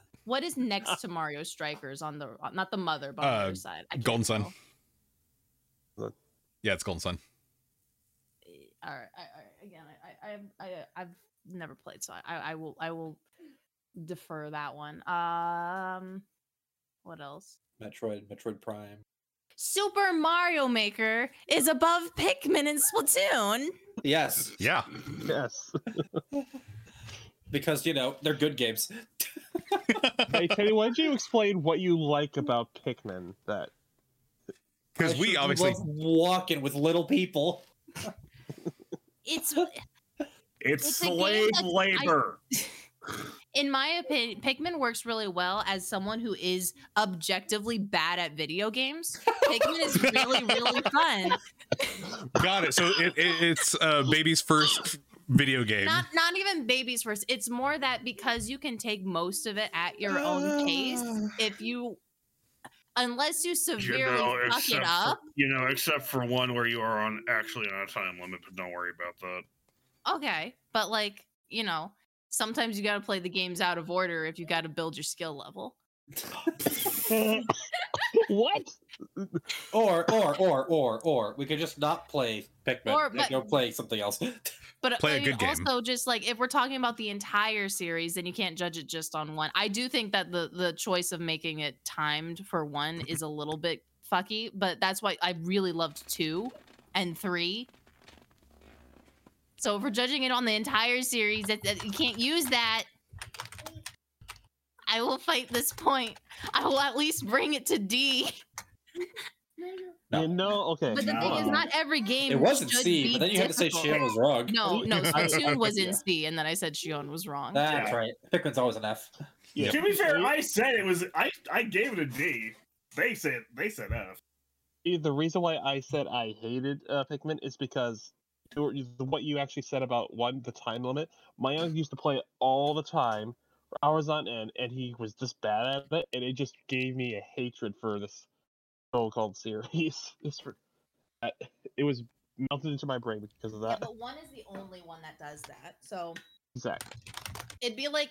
Speaker 11: What is next to Mario Strikers on the on- not the mother but on the
Speaker 2: Uh,
Speaker 4: Um,
Speaker 11: other side? I can't
Speaker 2: Golden Sun.
Speaker 11: tell.
Speaker 2: yeah it's golden sun
Speaker 11: Eh, All right, I, I, again, I, I, I, I- I've never played, so I, I will, I will defer that one. Um, what else?
Speaker 4: Metroid, Metroid Prime.
Speaker 11: Super Mario Maker is above Pikmin and Splatoon.
Speaker 4: Yes,
Speaker 2: yeah
Speaker 3: yes.
Speaker 4: because you know they're good games.
Speaker 3: Hey, Teddy, why don't you explain what you like about Pikmin? That
Speaker 2: because
Speaker 4: I
Speaker 2: we
Speaker 4: sure do
Speaker 2: obviously
Speaker 4: love walking with little people.
Speaker 11: It's,
Speaker 1: It's,
Speaker 11: It's a game
Speaker 1: slave
Speaker 11: that's- I-
Speaker 1: labor.
Speaker 11: in my opinion, Pikmin works really well as someone who is objectively bad at video games. Pikmin is really, really fun.
Speaker 2: got it so it, it, it's uh baby's first video game
Speaker 11: Not, not even babies first. It's more that because you can take most of it at your own pace. If you, unless you severely fuck it up.
Speaker 1: you know, except for one where you are on actually on a time limit, but don't worry about that.
Speaker 11: okay but like you know sometimes you got to play the games out of order if you got to build your skill level
Speaker 3: what?
Speaker 10: Or or or or or we could just not play Pikmin.
Speaker 11: Or-
Speaker 10: Or,
Speaker 11: but-
Speaker 10: go play something else.
Speaker 11: But
Speaker 2: Play a
Speaker 11: I mean,
Speaker 2: good game.
Speaker 11: also just like if we're talking about the entire series, then you can't judge it just on one. I do think that the the choice of making it timed for one is a little bit fucky, but that's why I really loved two and three. So if we're judging it on the entire series, that, that- you can't use that. I will fight this point. I will at least bring it to D.
Speaker 3: You know, okay.
Speaker 11: But the thing is,
Speaker 1: No.
Speaker 11: not every game.
Speaker 10: It
Speaker 11: will
Speaker 10: wasn't
Speaker 11: judge
Speaker 10: C,
Speaker 11: be
Speaker 10: but then you had to say
Speaker 11: difficult.
Speaker 10: Shion was wrong.
Speaker 11: No, no, Splatoon was in
Speaker 10: Yeah.
Speaker 11: C, and then I said Shion was wrong.
Speaker 10: That's
Speaker 1: Yeah.
Speaker 10: right. Pikmin's always an F.
Speaker 2: Yep.
Speaker 1: To be fair, I said it was. I I gave it a D. They said they said F.
Speaker 3: eh, the reason why I said I hated uh, Pikmin is because or you- the- what you actually said about one, the time limit. My uncle used to play it all the time, for hours on end, and he was just bad at it, and it just gave me a hatred for this so-called series. It's for- I- it was melted into my brain because of
Speaker 11: Yeah,
Speaker 3: that.
Speaker 11: but one is the only one that does that. So
Speaker 3: Exactly.
Speaker 11: it'd be like,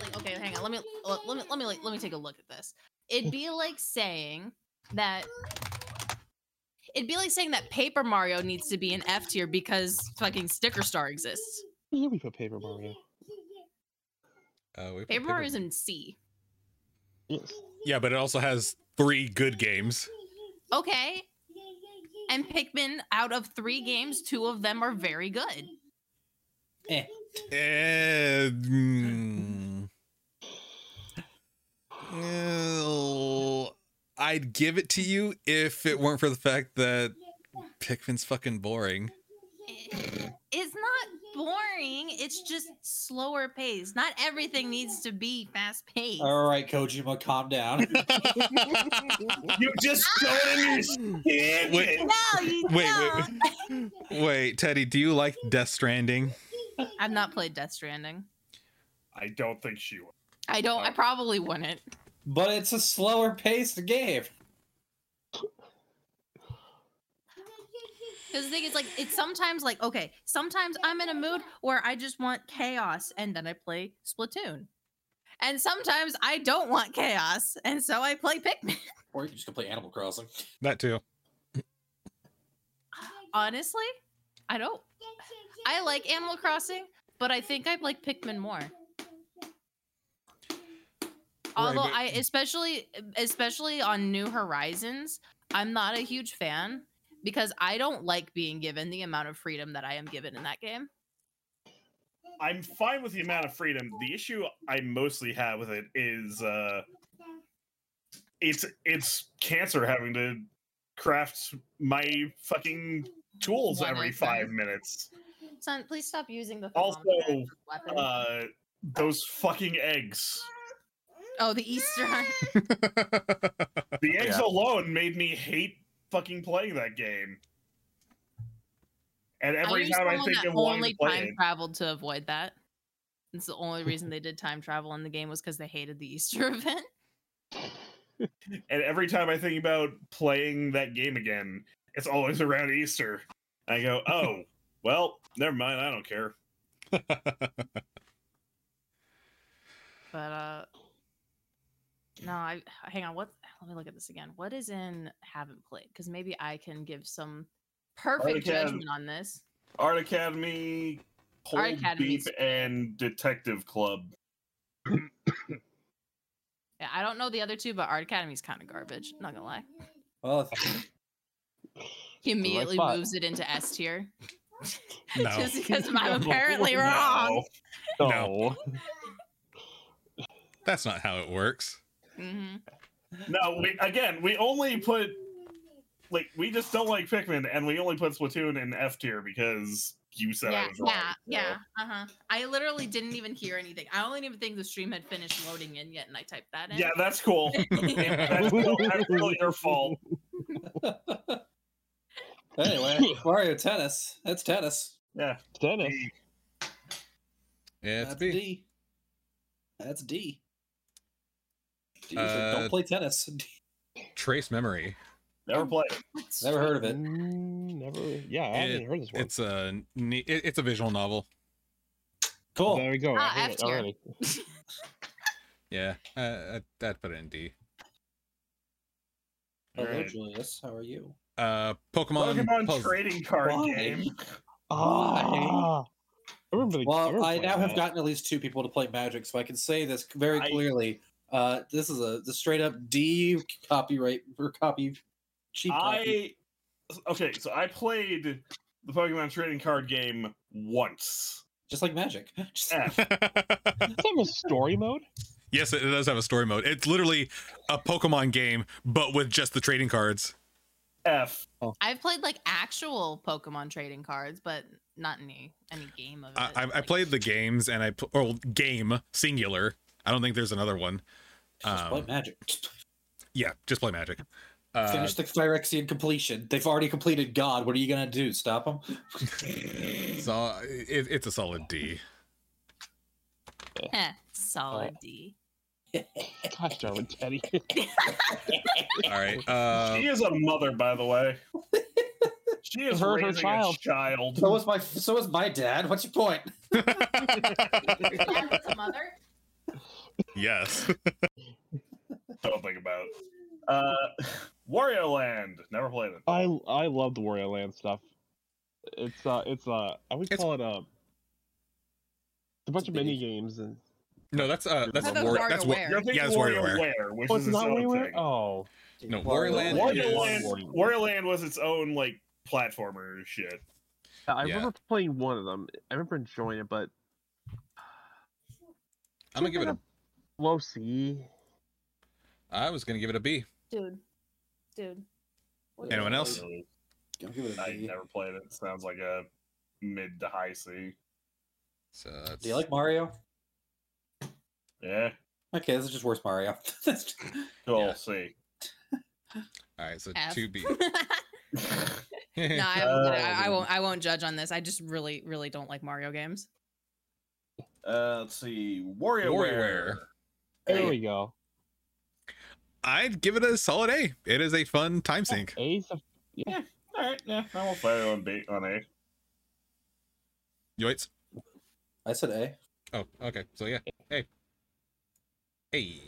Speaker 11: like okay, hang on. Let me let, let me let me like, let me take a look at this. It'd be like saying that. It'd be like saying that Paper Mario needs to be an F tier because fucking Sticker Star exists.
Speaker 3: Yeah, we put Paper Mario.
Speaker 2: Uh, we put
Speaker 11: Paper Mario's in C.
Speaker 3: Yes.
Speaker 2: Yeah, but it also has three good games.
Speaker 11: Okay. And Pikmin, out of three games, two of them are very good.
Speaker 2: Eh, mm. Well, mm, I'd give it to you if it weren't for the fact that Pikmin's fucking boring.
Speaker 11: it- it's not boring. It's just slower pace. Not everything needs to be fast paced.
Speaker 10: All right, Kojima, calm down.
Speaker 1: You just don't understand
Speaker 2: Wait.
Speaker 1: it.
Speaker 11: No, you
Speaker 2: Wait, wait,
Speaker 11: don't.
Speaker 2: Wait, Teddy, do you like Death Stranding?
Speaker 11: I've not played Death Stranding.
Speaker 1: I don't think she was.
Speaker 11: I don't. I probably wouldn't.
Speaker 10: but it's a slower paced game.
Speaker 11: Because the thing is, like, it's sometimes like okay. Sometimes I'm in a mood where I just want chaos, and then I play Splatoon. And sometimes I don't want chaos, and so I play Pikmin.
Speaker 10: Or you can just go play Animal Crossing.
Speaker 2: That too.
Speaker 11: Honestly, I don't. I like Animal Crossing, but I think I like Pikmin more. Although
Speaker 2: but-
Speaker 11: I especially especially on New Horizons, I'm not a huge fan because I don't like being given the amount of freedom that I am given in that game.
Speaker 1: I'm fine with the amount of freedom. The issue I mostly have with it is uh it's it's cancer having to craft my fucking tools
Speaker 11: One
Speaker 1: every
Speaker 11: of them.
Speaker 1: five minutes.
Speaker 11: Son, please stop using the
Speaker 1: Also,
Speaker 11: thermometer as a weapon.
Speaker 1: Uh those fucking eggs.
Speaker 11: oh the Easter hunt.
Speaker 1: The eggs
Speaker 3: Yeah.
Speaker 1: alone made me hate fucking playing that game. And every
Speaker 11: knew
Speaker 1: time I
Speaker 11: someone
Speaker 1: think
Speaker 11: that
Speaker 1: of wanting
Speaker 11: only
Speaker 1: to play
Speaker 11: time
Speaker 1: it,
Speaker 11: traveled to avoid that. It's the only reason they did time travel in the game was because they hated the Easter event.
Speaker 1: and every time I think about playing that game again, it's always around Easter. I go, oh, well, never mind. I don't care.
Speaker 11: But uh no, I hang on. What? Let me look at this again. What is in haven't played? Because maybe I can give some perfect
Speaker 1: Arcane-
Speaker 11: judgment on this.
Speaker 1: Art Academy,
Speaker 11: Art
Speaker 1: Cold Beef,
Speaker 11: Academy's-
Speaker 1: and Detective Club.
Speaker 11: Yeah, I don't know the other two, but Art Academy's kind of garbage. Not gonna lie.
Speaker 10: Well,
Speaker 11: He immediately
Speaker 3: spot.
Speaker 11: moves it into S tier
Speaker 2: no.
Speaker 11: just because I'm apparently wrong.
Speaker 2: No. That's not how it works.
Speaker 11: hmm
Speaker 1: No, we, again, we only put like we just don't like Pikmin, and we only put Splatoon in F tier because you said I
Speaker 11: Yeah,
Speaker 1: was wrong. so.
Speaker 11: yeah, yeah. Uh huh. I literally didn't even hear anything. I don't even think the stream had finished loading in yet, and I typed that in.
Speaker 1: Yeah, that's cool. that's, cool. that's really your fault.
Speaker 10: anyway, Mario Tennis. That's tennis.
Speaker 1: Yeah,
Speaker 3: Dennis.
Speaker 2: Yeah, it's
Speaker 10: That's
Speaker 2: B.
Speaker 10: D. That's D. Jeez,
Speaker 2: Uh,
Speaker 10: don't play tennis.
Speaker 2: Trace memory.
Speaker 1: never play. it.
Speaker 10: Never heard of it.
Speaker 3: Mm, Never. Yeah, I haven't
Speaker 2: It-
Speaker 3: heard this one.
Speaker 2: It's a ne- it- it's a visual novel.
Speaker 10: Cool.
Speaker 3: There we go. I
Speaker 11: Ah,
Speaker 3: heard
Speaker 11: F
Speaker 3: it
Speaker 11: tier.
Speaker 3: already.
Speaker 2: Yeah, uh, I'd- I'd put it in D.
Speaker 4: Hello,
Speaker 1: Right.
Speaker 4: Julius. How are you?
Speaker 2: Uh, Pokemon.
Speaker 1: Pokemon
Speaker 2: Puzzle.
Speaker 1: trading card
Speaker 4: Why?
Speaker 1: game.
Speaker 3: Ah, I remember the, I
Speaker 4: Well,
Speaker 3: remember
Speaker 4: I
Speaker 3: playing
Speaker 4: now have
Speaker 3: that.
Speaker 4: gotten at least two people to play Magic, so I can say this very
Speaker 1: I-
Speaker 4: clearly. Uh, this is a the straight up D copyright or copy cheap copy.
Speaker 1: I okay, so I played the Pokemon trading card game once.
Speaker 4: just like Magic. Just-
Speaker 1: F.
Speaker 3: Does it have a story mode?
Speaker 2: yes, it does have a story mode. It's literally a Pokemon game, but with just the trading cards.
Speaker 1: F.
Speaker 11: I've played like actual Pokemon trading cards, but not any any game of it.
Speaker 2: I, I, I
Speaker 11: Like,
Speaker 2: played the games and I pl- or game singular. I don't think there's another one.
Speaker 4: just play
Speaker 2: Um,
Speaker 4: Magic.
Speaker 2: yeah, just play Magic. Uh,
Speaker 4: Finish the Phyrexian completion. They've already completed God. What are you gonna do? Stop them?
Speaker 2: so it, it's a solid D.
Speaker 11: heh, solid D.
Speaker 3: God darn it, Teddy.
Speaker 2: All right. Uh,
Speaker 1: she is a mother, by the way. She is
Speaker 3: Her- her
Speaker 1: raising
Speaker 3: child.
Speaker 1: a child.
Speaker 4: So was my so was my dad. What's your point?
Speaker 11: mother.
Speaker 2: yes.
Speaker 1: Don't think about. it. Uh, Wario Land. Never played it.
Speaker 3: I I love the Wario Land stuff. It's uh it's uh I would
Speaker 2: It's-
Speaker 3: call it a, it's a bunch
Speaker 4: a
Speaker 3: of mini games and
Speaker 2: No, that's uh, that's
Speaker 11: How about
Speaker 2: war- that's what.
Speaker 11: WarioWare?
Speaker 1: You're thinking
Speaker 2: Yeah, it's
Speaker 1: WarioWare,
Speaker 2: WarioWare.
Speaker 1: which
Speaker 3: oh,
Speaker 1: is
Speaker 3: it's
Speaker 1: its
Speaker 3: not
Speaker 1: own
Speaker 3: WarioWare?
Speaker 1: thing.
Speaker 3: Oh,
Speaker 2: No,
Speaker 4: Wario
Speaker 2: Warland
Speaker 4: Land
Speaker 1: Wario
Speaker 2: is-
Speaker 1: Land,
Speaker 3: Wario-
Speaker 1: Wario Land was its own like platformer shit.
Speaker 3: I
Speaker 2: Yeah.
Speaker 3: remember playing one of them. I remember enjoying it, but
Speaker 2: I'm gonna give it a.
Speaker 3: low C.
Speaker 2: I was gonna give it a B.
Speaker 11: Dude. Dude. What
Speaker 2: Anyone
Speaker 11: is-
Speaker 2: else?
Speaker 4: Don't give it a
Speaker 1: I
Speaker 4: D.
Speaker 1: never played it. Sounds like a mid to high C.
Speaker 2: So that's-
Speaker 4: Do you like Mario?
Speaker 1: Yeah,
Speaker 4: Okay, this is just worse Mario. That's-
Speaker 1: cool
Speaker 2: Yeah.
Speaker 1: C.
Speaker 2: All right, so
Speaker 11: F.
Speaker 2: two B.
Speaker 11: no, I won't,
Speaker 1: Oh,
Speaker 11: I, I
Speaker 1: man.
Speaker 11: won't. I won't judge on this. I just really, really don't like Mario games.
Speaker 1: Uh, let's see. WarioWare.
Speaker 2: WarioWare.
Speaker 3: There
Speaker 1: Hey.
Speaker 3: we go.
Speaker 2: I'd give it a solid A. It is a fun time sink.
Speaker 3: A's of
Speaker 1: All right, yeah, I won't play it on B on A.
Speaker 2: Yoits.
Speaker 4: I said A.
Speaker 2: Oh, okay. So yeah. Hey. Hey.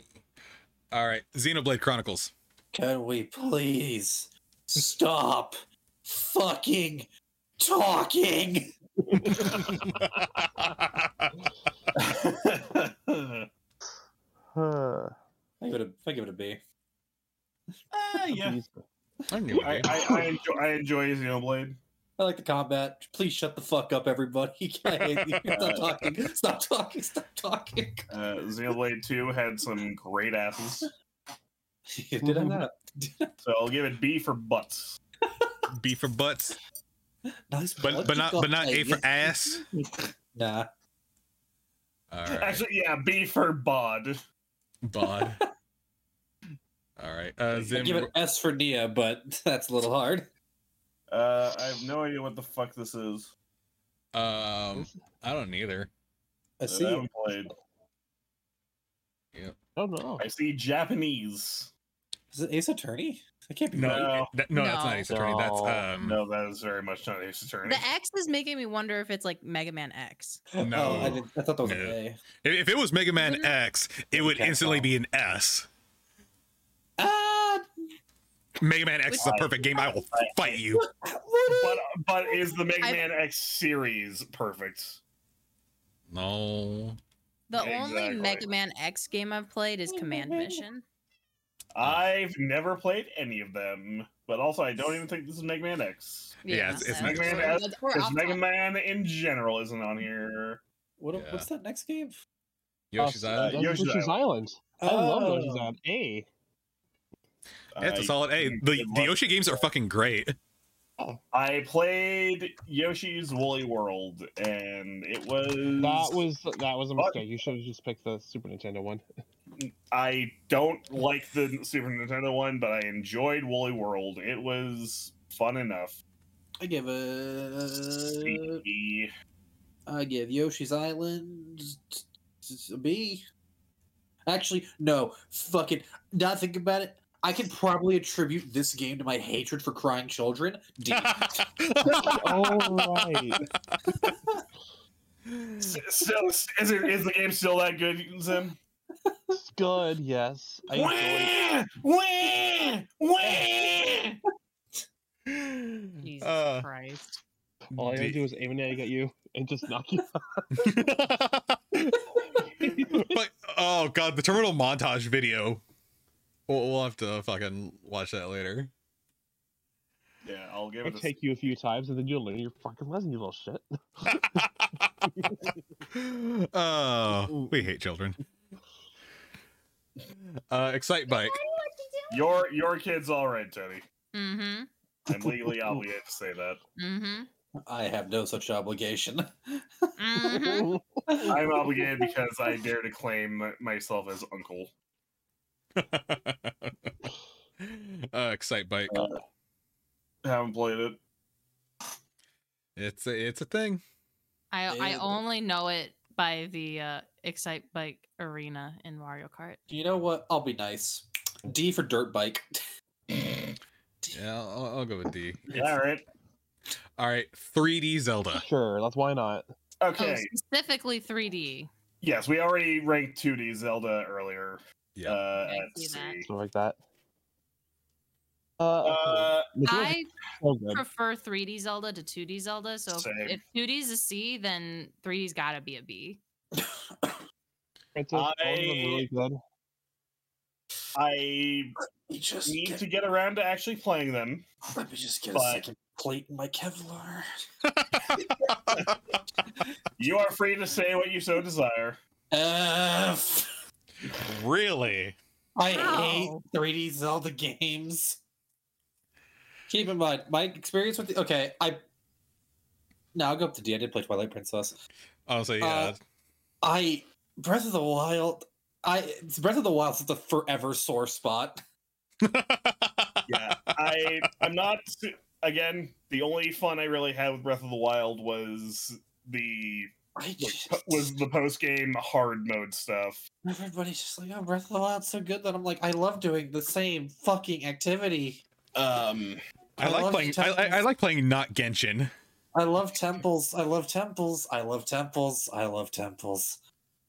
Speaker 2: All right. Xenoblade Chronicles.
Speaker 4: Can we please stop fucking talking?
Speaker 3: huh.
Speaker 4: I give it a, I give it a B.
Speaker 2: Ah,
Speaker 1: Uh, yeah,
Speaker 2: I knew
Speaker 1: I,
Speaker 2: it.
Speaker 1: I, I enjoy I enjoy Xenoblade.
Speaker 4: I like the combat. Please shut the fuck up, everybody. I hate you. Stop talking. Stop talking. Stop talking.
Speaker 1: Uh, Xenoblade Two had some great asses,
Speaker 4: Did I not?
Speaker 1: so I'll give it B for butts.
Speaker 2: B for butts,
Speaker 4: Nice,
Speaker 2: but but
Speaker 4: bloody
Speaker 2: not but not A for
Speaker 4: guy.
Speaker 2: ass.
Speaker 4: Nah.
Speaker 2: All right.
Speaker 1: Actually, yeah, B for bod.
Speaker 2: Bod. All right. Uh,
Speaker 4: I give
Speaker 2: Zim.
Speaker 4: it S for Nia, but that's a little hard.
Speaker 1: Uh, I have no idea what the fuck this is.
Speaker 2: Um, I don't either.
Speaker 4: I
Speaker 1: Uh, I haven't played.
Speaker 3: Oh no.
Speaker 1: I see Japanese.
Speaker 4: Is it Ace Attorney? I can't be
Speaker 2: No,
Speaker 4: right.
Speaker 1: No.
Speaker 2: that- no, that's not
Speaker 11: No.
Speaker 2: Ace Attorney. That's um.
Speaker 1: No, that is very much not Ace Attorney.
Speaker 11: The X is making me wonder if it's like Mega Man X.
Speaker 2: No.
Speaker 4: Oh, I, didn't, I thought that was
Speaker 2: No.
Speaker 4: an A.
Speaker 2: If, if it was Mega Man X, it would
Speaker 4: Okay,
Speaker 2: instantly
Speaker 4: well.
Speaker 2: be an S.
Speaker 4: Ah,
Speaker 2: Mega Man X is a perfect game. I will fight you.
Speaker 1: But but is the Mega
Speaker 11: I-
Speaker 1: Man X series perfect?
Speaker 2: No.
Speaker 11: The only
Speaker 1: Exactly.
Speaker 11: Mega Man X game I've played is Command Mission.
Speaker 1: I've never played any of them, but also I don't even think this is Mega Man X.
Speaker 2: Yeah, it's- it's
Speaker 11: so-
Speaker 2: Mega Man
Speaker 11: we're-
Speaker 1: X,
Speaker 11: we're- we're
Speaker 1: Because
Speaker 11: off
Speaker 1: Mega
Speaker 11: topic.
Speaker 1: Man in general isn't on here.
Speaker 4: what,
Speaker 2: Yeah.
Speaker 4: what's that next game?
Speaker 2: Yoshi's
Speaker 3: Oh,
Speaker 2: Island.
Speaker 3: that's
Speaker 1: Yoshi's
Speaker 3: Yoshi's Island. I love
Speaker 4: Oh.
Speaker 3: Yoshi's Island. A.
Speaker 2: It's a
Speaker 1: I-
Speaker 2: solid A. The,
Speaker 1: Good
Speaker 2: the
Speaker 1: luck.
Speaker 2: Yoshi games are fucking great.
Speaker 1: I played Yoshi's Woolly World, and it was
Speaker 3: That was that was a mistake. You should have just picked the Super Nintendo one.
Speaker 1: I don't like the Super Nintendo one, but I enjoyed Woolly World. It was fun enough.
Speaker 4: I give
Speaker 11: Uh,
Speaker 4: a.
Speaker 1: The-
Speaker 4: I give Yoshi's Island a B. Actually, no. Fucking. Now that I think about it. I can probably attribute this game to my hatred for crying children. D.
Speaker 3: All right.
Speaker 1: S- So, is, it, is the game still that good, Zim?
Speaker 3: It's good, yes. I enjoy
Speaker 11: Jesus
Speaker 2: Uh,
Speaker 11: Christ.
Speaker 3: All I gotta
Speaker 2: D-
Speaker 3: do is aim an egg at you and just knock you out.
Speaker 2: but oh god, the terminal montage video. We'll, we'll have to fucking watch that later.
Speaker 1: Yeah, I'll give
Speaker 3: I
Speaker 1: it. A...
Speaker 3: take you a few times and then you'll learn your fucking lesson, you little shit.
Speaker 2: oh, we hate children. Uh, Excite Bike.
Speaker 1: Your your kid's all right, Teddy.
Speaker 11: Mm-hmm.
Speaker 1: I'm legally obligated to say that.
Speaker 11: Mm-hmm.
Speaker 4: I have no such obligation.
Speaker 11: Mm-hmm.
Speaker 2: Hmm?
Speaker 1: I'm obligated because I dare to claim myself as uncle.
Speaker 2: uh, Excite Bike.
Speaker 1: haven't played it.
Speaker 2: It's a, it's a thing.
Speaker 11: I I
Speaker 4: Yeah.
Speaker 11: only know it by the uh, Excite Bike Arena in Mario Kart.
Speaker 4: You know what? I'll be nice. D for dirt bike.
Speaker 2: Yeah, I'll, I'll- I'll go with D.
Speaker 1: All right.
Speaker 2: All right, 3D Zelda.
Speaker 3: Sure, that's why not.
Speaker 1: Okay.
Speaker 11: Oh, specifically 3D.
Speaker 1: Yes, we already ranked 2D Zelda earlier.
Speaker 2: Yeah.
Speaker 1: Uh,
Speaker 11: I
Speaker 1: at
Speaker 11: see that.
Speaker 1: C.
Speaker 3: Something like that. Uh,
Speaker 1: Uh,
Speaker 3: Majora's
Speaker 11: I
Speaker 3: so good.
Speaker 11: prefer 3D Zelda to 2D Zelda. So if-
Speaker 1: Same.
Speaker 11: if 2D's a C, then 3D's gotta be a B.
Speaker 3: Princess, all of them really good.
Speaker 1: I
Speaker 4: You just
Speaker 1: need
Speaker 4: get-
Speaker 1: to get around to actually playing them.
Speaker 4: let me just get
Speaker 1: but-
Speaker 4: a second plate in my Kevlar.
Speaker 1: You are free to say what you so desire.
Speaker 4: F.
Speaker 2: really?
Speaker 4: I
Speaker 11: Ow.
Speaker 4: hate 3D Zelda games. Keep in mind, my experience with the okay, I no, I'll go up to D. I did play Twilight Princess.
Speaker 2: Honestly, yeah.
Speaker 4: Uh, I Breath of the Wild. I Breath of the Wild's the forever sore spot.
Speaker 1: Yeah, I I'm not again. The only fun I really had with Breath of the Wild was the
Speaker 4: I just,
Speaker 1: was the post game hard mode stuff.
Speaker 4: everybody's just like, oh, Breath of the Wild's so good that I'm like, I love doing the same fucking activity. Um,
Speaker 2: I,
Speaker 4: I
Speaker 2: like
Speaker 4: love
Speaker 2: playing. I, I, I
Speaker 4: Tetris.
Speaker 2: like playing not Genshin.
Speaker 4: I love temples. I love temples. I love temples. I love temples.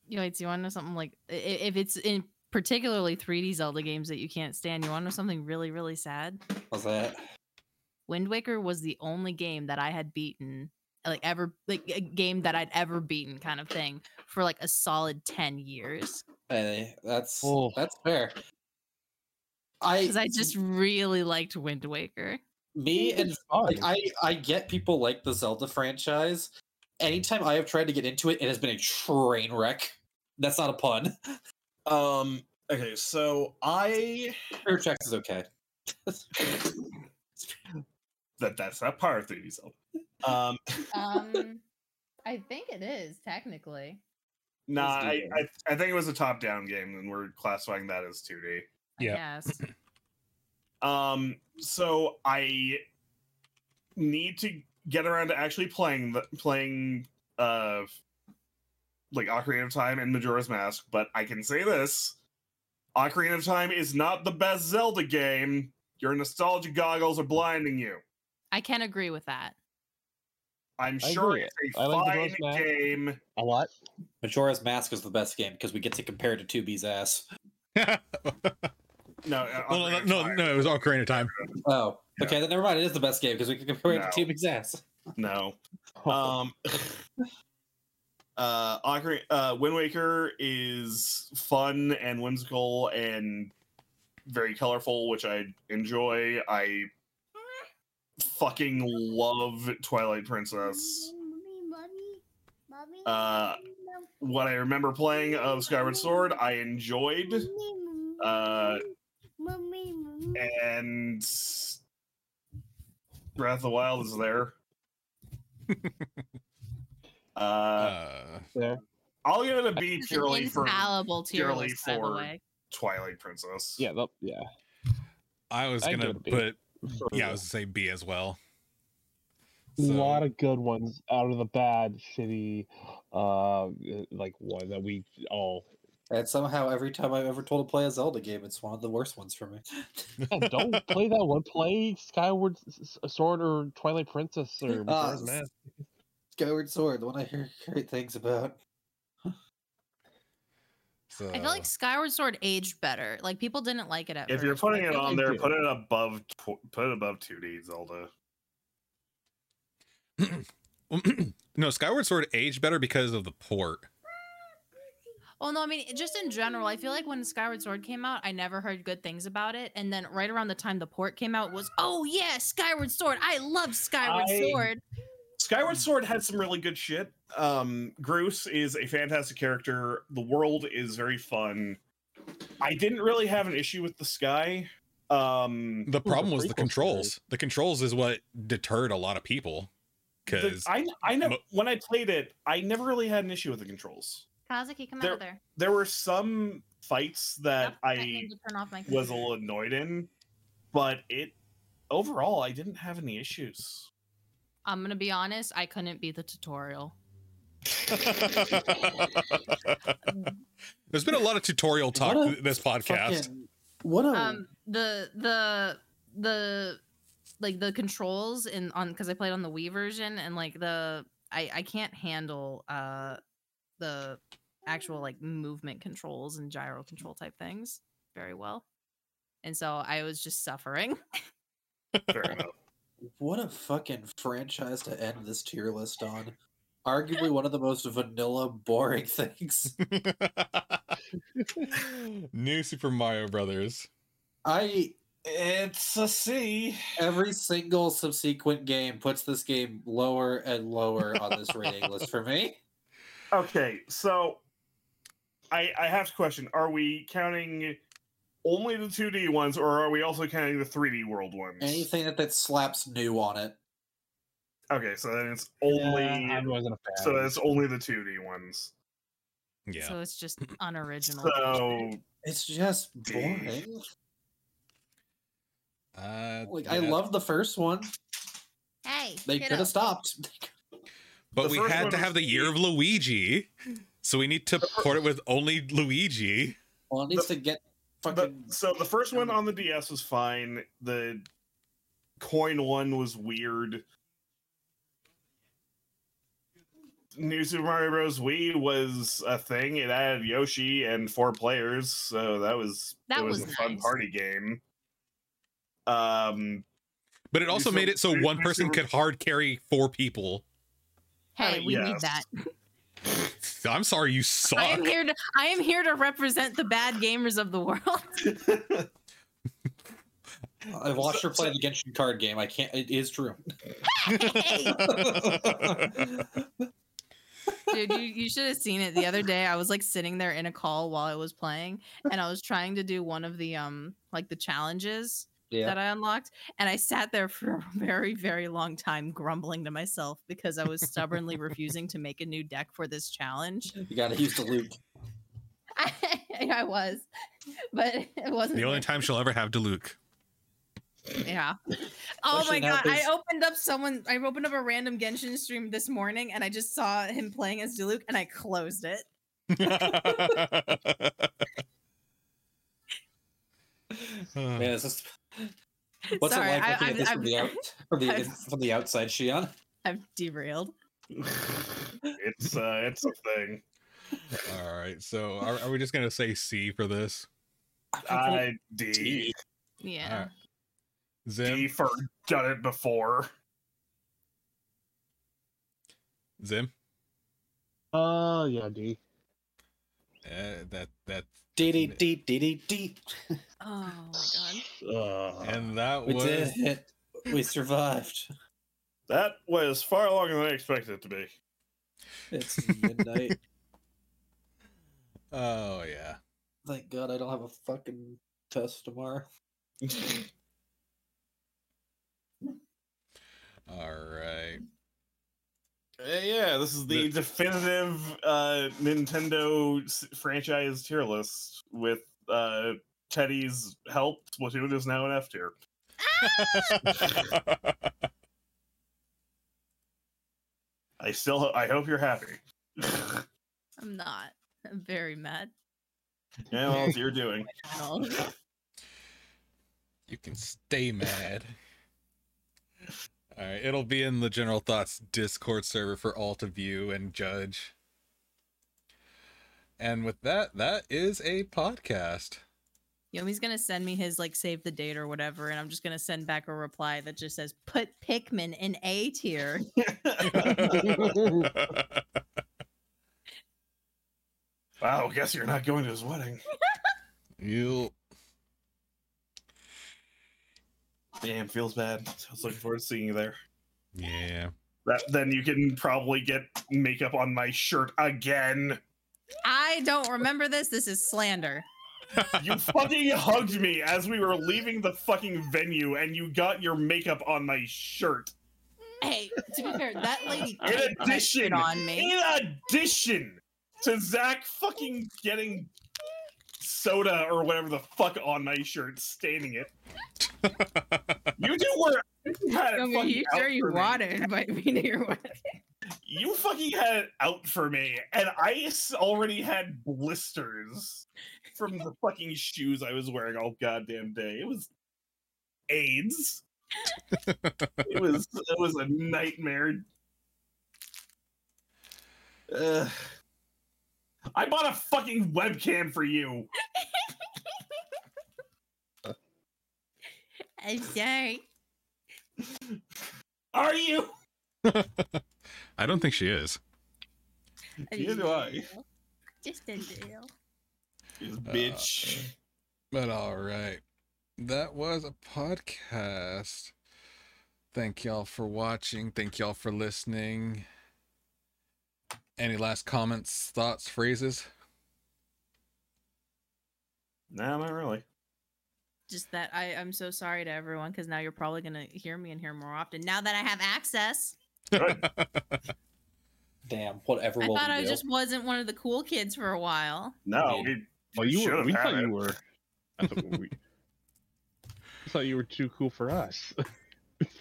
Speaker 11: You like, do you want to know something like i- i- if it's in particularly 3D Zelda games that you can't stand? You want to know something really really sad?
Speaker 4: What's that?
Speaker 11: Wind Waker was the only game that I had beaten, like ever, like a game that I'd ever beaten, kind of thing, for like a solid ten years.
Speaker 4: Hey, that's
Speaker 3: Oh.
Speaker 4: that's fair. I,
Speaker 11: Because I just really liked Wind Waker.
Speaker 2: E
Speaker 4: me and like, I I get people like the Zelda franchise. Anytime I have tried to get into it, it has been a train wreck. That's not a pun.
Speaker 1: Um. Okay, so I
Speaker 4: Air tracks is okay.
Speaker 1: that that's not part of 3D Zelda. Um,
Speaker 11: Um, I think it is technically.
Speaker 1: nah,
Speaker 4: do
Speaker 1: I,
Speaker 4: that.
Speaker 1: I I think it was a top down game, and we're classifying that as 2D.
Speaker 2: Yeah.
Speaker 11: Yes.
Speaker 1: Um, so I need to get around to actually playing the playing uh like Ocarina of Time and Majora's Mask, but I can say this. Ocarina of Time is not the best Zelda game. Your nostalgia goggles are blinding you.
Speaker 11: I can agree with that.
Speaker 1: I'm
Speaker 3: I
Speaker 1: sure
Speaker 3: agree.
Speaker 1: it's a
Speaker 3: I like
Speaker 1: fine
Speaker 3: Majora's Mask.
Speaker 1: game.
Speaker 3: A lot.
Speaker 4: Majora's Mask is the best game because we get to compare it to 2B's ass.
Speaker 2: well,
Speaker 1: No, uh,
Speaker 2: no, no,
Speaker 1: Ocarina of
Speaker 2: no,
Speaker 1: Time.
Speaker 2: no, it was Ocarina of Time.
Speaker 4: Oh, okay, then never mind. It is the best game because we can compare
Speaker 1: No.
Speaker 4: it to 2B's ass.
Speaker 1: no. Um, uh, Ocarina, uh, Wind Waker is fun and whimsical and very colorful, which I enjoy. I fucking love Twilight Princess. Uh, What I remember playing of Skyward Sword, I enjoyed, uh, and Breath of the Wild is there. uh,
Speaker 2: Uh,
Speaker 1: I'll give it a B
Speaker 11: It's an
Speaker 1: purely for
Speaker 11: infallible tier
Speaker 1: purely
Speaker 11: list, by the
Speaker 1: for-
Speaker 11: way.
Speaker 1: Twilight Princess.
Speaker 3: Yeah, that, yeah.
Speaker 2: I was
Speaker 3: I'd
Speaker 2: gonna
Speaker 3: go B.
Speaker 2: put.
Speaker 3: Sure.
Speaker 2: Yeah, I was gonna say B as well.
Speaker 3: a
Speaker 2: So-
Speaker 3: lot of good ones out of the bad, shitty, uh, like one that we all
Speaker 4: And somehow, every time I've ever told to play a Zelda game, it's one of the worst ones for me.
Speaker 3: Yeah, Oh, don't play that one. Play Skyward S- S- Sword or Twilight Princess or Majora's
Speaker 4: s-
Speaker 3: Mask.
Speaker 4: Skyward Sword, the one I hear great things about.
Speaker 2: So,
Speaker 11: I feel like Skyward Sword aged better. Like people didn't like it at
Speaker 1: uh, If you're
Speaker 11: first, but
Speaker 1: putting
Speaker 11: I
Speaker 1: it
Speaker 11: feel
Speaker 1: on
Speaker 11: like-
Speaker 1: there,
Speaker 3: do.
Speaker 1: put it above tw- put it above 2D Zelda.
Speaker 2: no, Skyward Sword aged better because of the port.
Speaker 11: Well, no, I mean just in general. I feel like when Skyward Sword came out, I never heard good things about it, and then right around the time the port came out, was oh yeah, Skyward Sword. I love Skyward
Speaker 1: I-
Speaker 11: Sword.
Speaker 1: Skyward Sword had some really good shit. Um, Groose is a fantastic character. The world is very fun. I didn't really have an issue with the sky. Um,
Speaker 2: The problem was the
Speaker 3: prequel's
Speaker 2: controls. The controls is what deterred a lot of people
Speaker 1: the-
Speaker 2: because
Speaker 1: I I never
Speaker 2: mo-
Speaker 1: when I played it, I never really had an issue with the controls.
Speaker 11: Kazuki, come
Speaker 1: There-
Speaker 11: out of there.
Speaker 1: There were some fights that
Speaker 11: Yep,
Speaker 1: I
Speaker 11: need to turn off my
Speaker 1: was
Speaker 11: computer.
Speaker 1: a little annoyed in, but it overall I didn't have any issues.
Speaker 11: I'm gonna be honest. I couldn't beat the tutorial.
Speaker 2: there's been a lot of tutorial talk
Speaker 10: What a
Speaker 2: th- this podcast.
Speaker 10: Fucking- what a
Speaker 4: Oh.
Speaker 11: um the the the like the controls in on because i played on the wii version and like the i i can't handle uh the actual like movement controls and gyro control type things very well and so i was just suffering
Speaker 1: Fair enough.
Speaker 10: what a fucking franchise to end this tier list on. Arguably one of the most vanilla, boring things.
Speaker 2: New Super Mario Brothers.
Speaker 10: I
Speaker 1: It's a C.
Speaker 10: every single subsequent game puts this game lower and lower on this rating list for me.
Speaker 1: Okay, so I I have to question: Are we counting only the two D ones, or are we also counting the three D world ones?
Speaker 10: Anything that that slaps new on it.
Speaker 1: Okay, so then it's only
Speaker 3: Yeah, I wasn't a fan.
Speaker 1: so it's only the two D ones.
Speaker 2: Yeah.
Speaker 11: so it's just unoriginal
Speaker 1: So
Speaker 10: It's just
Speaker 1: Dang.
Speaker 10: boring.
Speaker 2: uh,
Speaker 10: Like I
Speaker 2: yeah.
Speaker 10: love the first one.
Speaker 11: hey
Speaker 10: They
Speaker 11: get
Speaker 10: could have
Speaker 11: up.
Speaker 10: stopped.
Speaker 1: The
Speaker 2: But we
Speaker 1: first
Speaker 2: had
Speaker 1: one
Speaker 2: to
Speaker 1: was
Speaker 2: have the year of Luigi. So we need to port it with only Luigi.
Speaker 10: Well, it needs to get
Speaker 1: the,
Speaker 10: fucking
Speaker 1: so the first one on the DS was fine. The coin one was weird. New Super Mario Bros. Wii was a thing. It added Yoshi and four players, so that was
Speaker 11: That
Speaker 1: it was,
Speaker 11: was
Speaker 1: a fun
Speaker 11: nice.
Speaker 1: party game. Um,
Speaker 2: But it
Speaker 1: New
Speaker 2: also
Speaker 1: Sup-
Speaker 2: made it so
Speaker 1: New-
Speaker 2: one
Speaker 1: New
Speaker 2: person
Speaker 1: Super-
Speaker 2: could hard carry four people.
Speaker 11: hey we need
Speaker 1: yes.
Speaker 11: that
Speaker 2: I'm sorry, you suck.
Speaker 11: i am here to i am here to represent the bad gamers of the world
Speaker 10: I watched her play the Genshin card game. I can't it is true.
Speaker 11: hey Dude, you, you should have seen it the other day. I was like sitting there in a call while I was playing, and I was trying to do one of the um like the challenges
Speaker 10: Yeah.
Speaker 11: that I unlocked, and I sat there for a very very long time grumbling to myself because I was stubbornly refusing to make a new deck for this challenge.
Speaker 10: You gotta use the loop.
Speaker 11: I, was, but it wasn't.
Speaker 2: the only time she'll ever have Diluc.
Speaker 11: Yeah. Oh my
Speaker 10: Question
Speaker 11: god! I
Speaker 10: happens-
Speaker 11: opened up someone. I opened up a random Genshin stream this morning, and I just saw him playing as Diluc, and I closed it.
Speaker 10: Man, it's just- what's
Speaker 11: Hmm. Sorry,
Speaker 10: it like
Speaker 11: I-
Speaker 10: looking
Speaker 11: I've-
Speaker 10: at this from
Speaker 11: I've-
Speaker 10: the out from the
Speaker 11: I've-
Speaker 10: from the outside, Shion?
Speaker 11: I've derailed.
Speaker 1: it's uh, it's a thing.
Speaker 2: All right. So are, are we just going to say C for this?
Speaker 1: I D
Speaker 11: Yeah.
Speaker 2: Alright.
Speaker 1: D
Speaker 2: Zim?
Speaker 1: for done it before.
Speaker 2: Zim?
Speaker 3: Oh yeah, D.
Speaker 2: Uh, that that
Speaker 10: Dee dee dee dee dee dee.
Speaker 11: Oh my god.
Speaker 3: uh.
Speaker 2: and that
Speaker 10: We
Speaker 2: was
Speaker 10: did it. We survived.
Speaker 1: That was far longer than I expected it to be.
Speaker 10: It's midnight.
Speaker 2: oh yeah.
Speaker 10: Thank God I don't have a fucking test tomorrow.
Speaker 2: All right.
Speaker 1: Uh, yeah, this is the,
Speaker 2: The-
Speaker 1: definitive uh, Nintendo s- franchise tier list with uh, Teddy's help. Splatoon is now an F tier. I still, ho- I hope you're happy. yeah,
Speaker 11: I'm not. I'm very mad.
Speaker 1: well, you're doing.
Speaker 11: at all.
Speaker 2: you can stay mad. All right, it'll be in the General Thoughts Discord server for all to view and judge. And with that, that is a podcast.
Speaker 11: Yomi's gonna send me his like save the date or whatever, and I'm just gonna send back a reply that just says put Pikmin in A tier.
Speaker 1: Wow, guess you're not going to his wedding.
Speaker 2: you
Speaker 1: Damn, feels bad. I was looking forward to seeing you there.
Speaker 2: yeah.
Speaker 1: That, then you can probably get makeup on my shirt again.
Speaker 11: I don't remember this. This is slander.
Speaker 1: You fucking hugged me as we were leaving the fucking venue, and you got your makeup on my shirt.
Speaker 11: Hey, to be fair, that lady
Speaker 1: In
Speaker 11: did put
Speaker 1: addition-
Speaker 11: shit on me.
Speaker 1: In addition to Zach fucking getting soda or whatever the fuck on my shirt, staining it. you two were you had it
Speaker 11: Yomi,
Speaker 1: fucking
Speaker 11: you
Speaker 1: out
Speaker 11: sure you
Speaker 1: for me.
Speaker 11: watered by being your wedding.
Speaker 1: You fucking had it out for me, and I s- already had blisters from the fucking shoes I was wearing all goddamn day. It was AIDS. it was it was a nightmare. Ugh. I bought a fucking webcam for you.
Speaker 11: I'm sorry.
Speaker 1: Are you?
Speaker 2: I don't think she is.
Speaker 1: Neither do I.
Speaker 11: Just a little.
Speaker 1: You
Speaker 3: Uh,
Speaker 1: Bitch.
Speaker 2: But all right. That was a podcast. Thank y'all for watching. Thank y'all for listening. Any last comments, thoughts, phrases?
Speaker 1: No, not really.
Speaker 11: Just that I, I'm so sorry to everyone because now you're probably gonna hear me and hear more often. Now that I have access,
Speaker 10: Damn, whatever
Speaker 11: I
Speaker 10: will
Speaker 11: thought
Speaker 10: we
Speaker 11: I
Speaker 10: do?
Speaker 11: just wasn't one of the cool kids for a while.
Speaker 1: No, we,
Speaker 3: Well, you
Speaker 1: should
Speaker 3: were.
Speaker 1: have
Speaker 3: We
Speaker 1: had
Speaker 3: thought
Speaker 1: it.
Speaker 3: you were. I thought we, I thought you were too cool for us.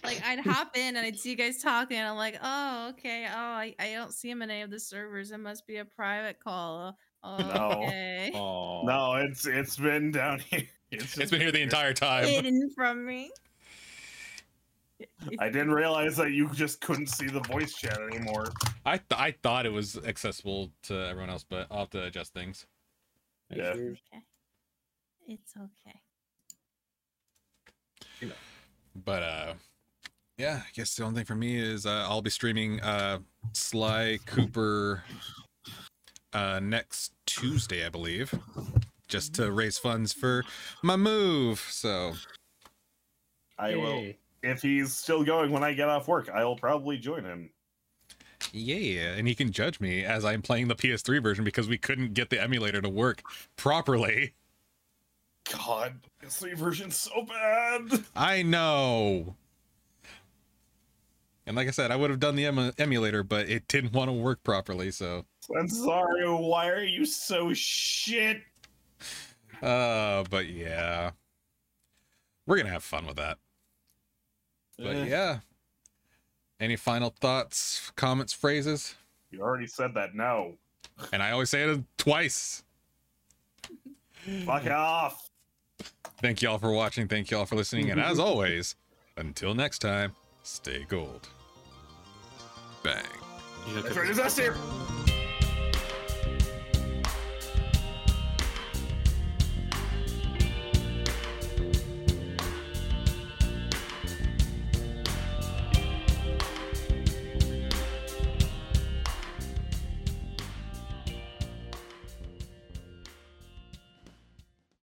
Speaker 11: Like I'd hop in and I'd see you guys talking, and I'm like, oh okay, oh I, I don't see him in any of the servers. It must be a private call.
Speaker 1: No.
Speaker 11: Okay.
Speaker 3: Aww.
Speaker 1: no, it's it's been down here.
Speaker 2: Oh. It's been here the entire time.
Speaker 11: Hidden from me.
Speaker 1: I didn't realize that you just couldn't see the voice chat anymore.
Speaker 2: I th- I thought it was accessible to everyone else, but I'll have to adjust things.
Speaker 1: Yeah.
Speaker 11: It's okay.
Speaker 2: But uh yeah, I guess the only thing for me is uh, I'll be streaming uh Sly Cooper uh next Tuesday, I believe, just to raise funds for my move. So,
Speaker 1: I will. If he's still going when I get off work, I'll probably join him.
Speaker 2: yeah, and he can judge me as I'm playing the PS3 version because we couldn't get the emulator to work properly.
Speaker 1: God, this three version's so bad.
Speaker 2: I know. And like I said, I would have done the em- emulator, but it didn't want to work properly, so
Speaker 1: I'm sorry. Why are you so shit?
Speaker 2: Uh, but yeah, we're gonna have fun with that. But
Speaker 1: Eh,
Speaker 2: yeah, any final thoughts, comments, phrases?
Speaker 1: You already said that. No.
Speaker 2: And I always say it twice.
Speaker 1: Fuck off.
Speaker 2: Thank y'all for watching. Thank y'all for listening. And as always, until next time, stay gold. Bang.
Speaker 1: That's right. Is that here?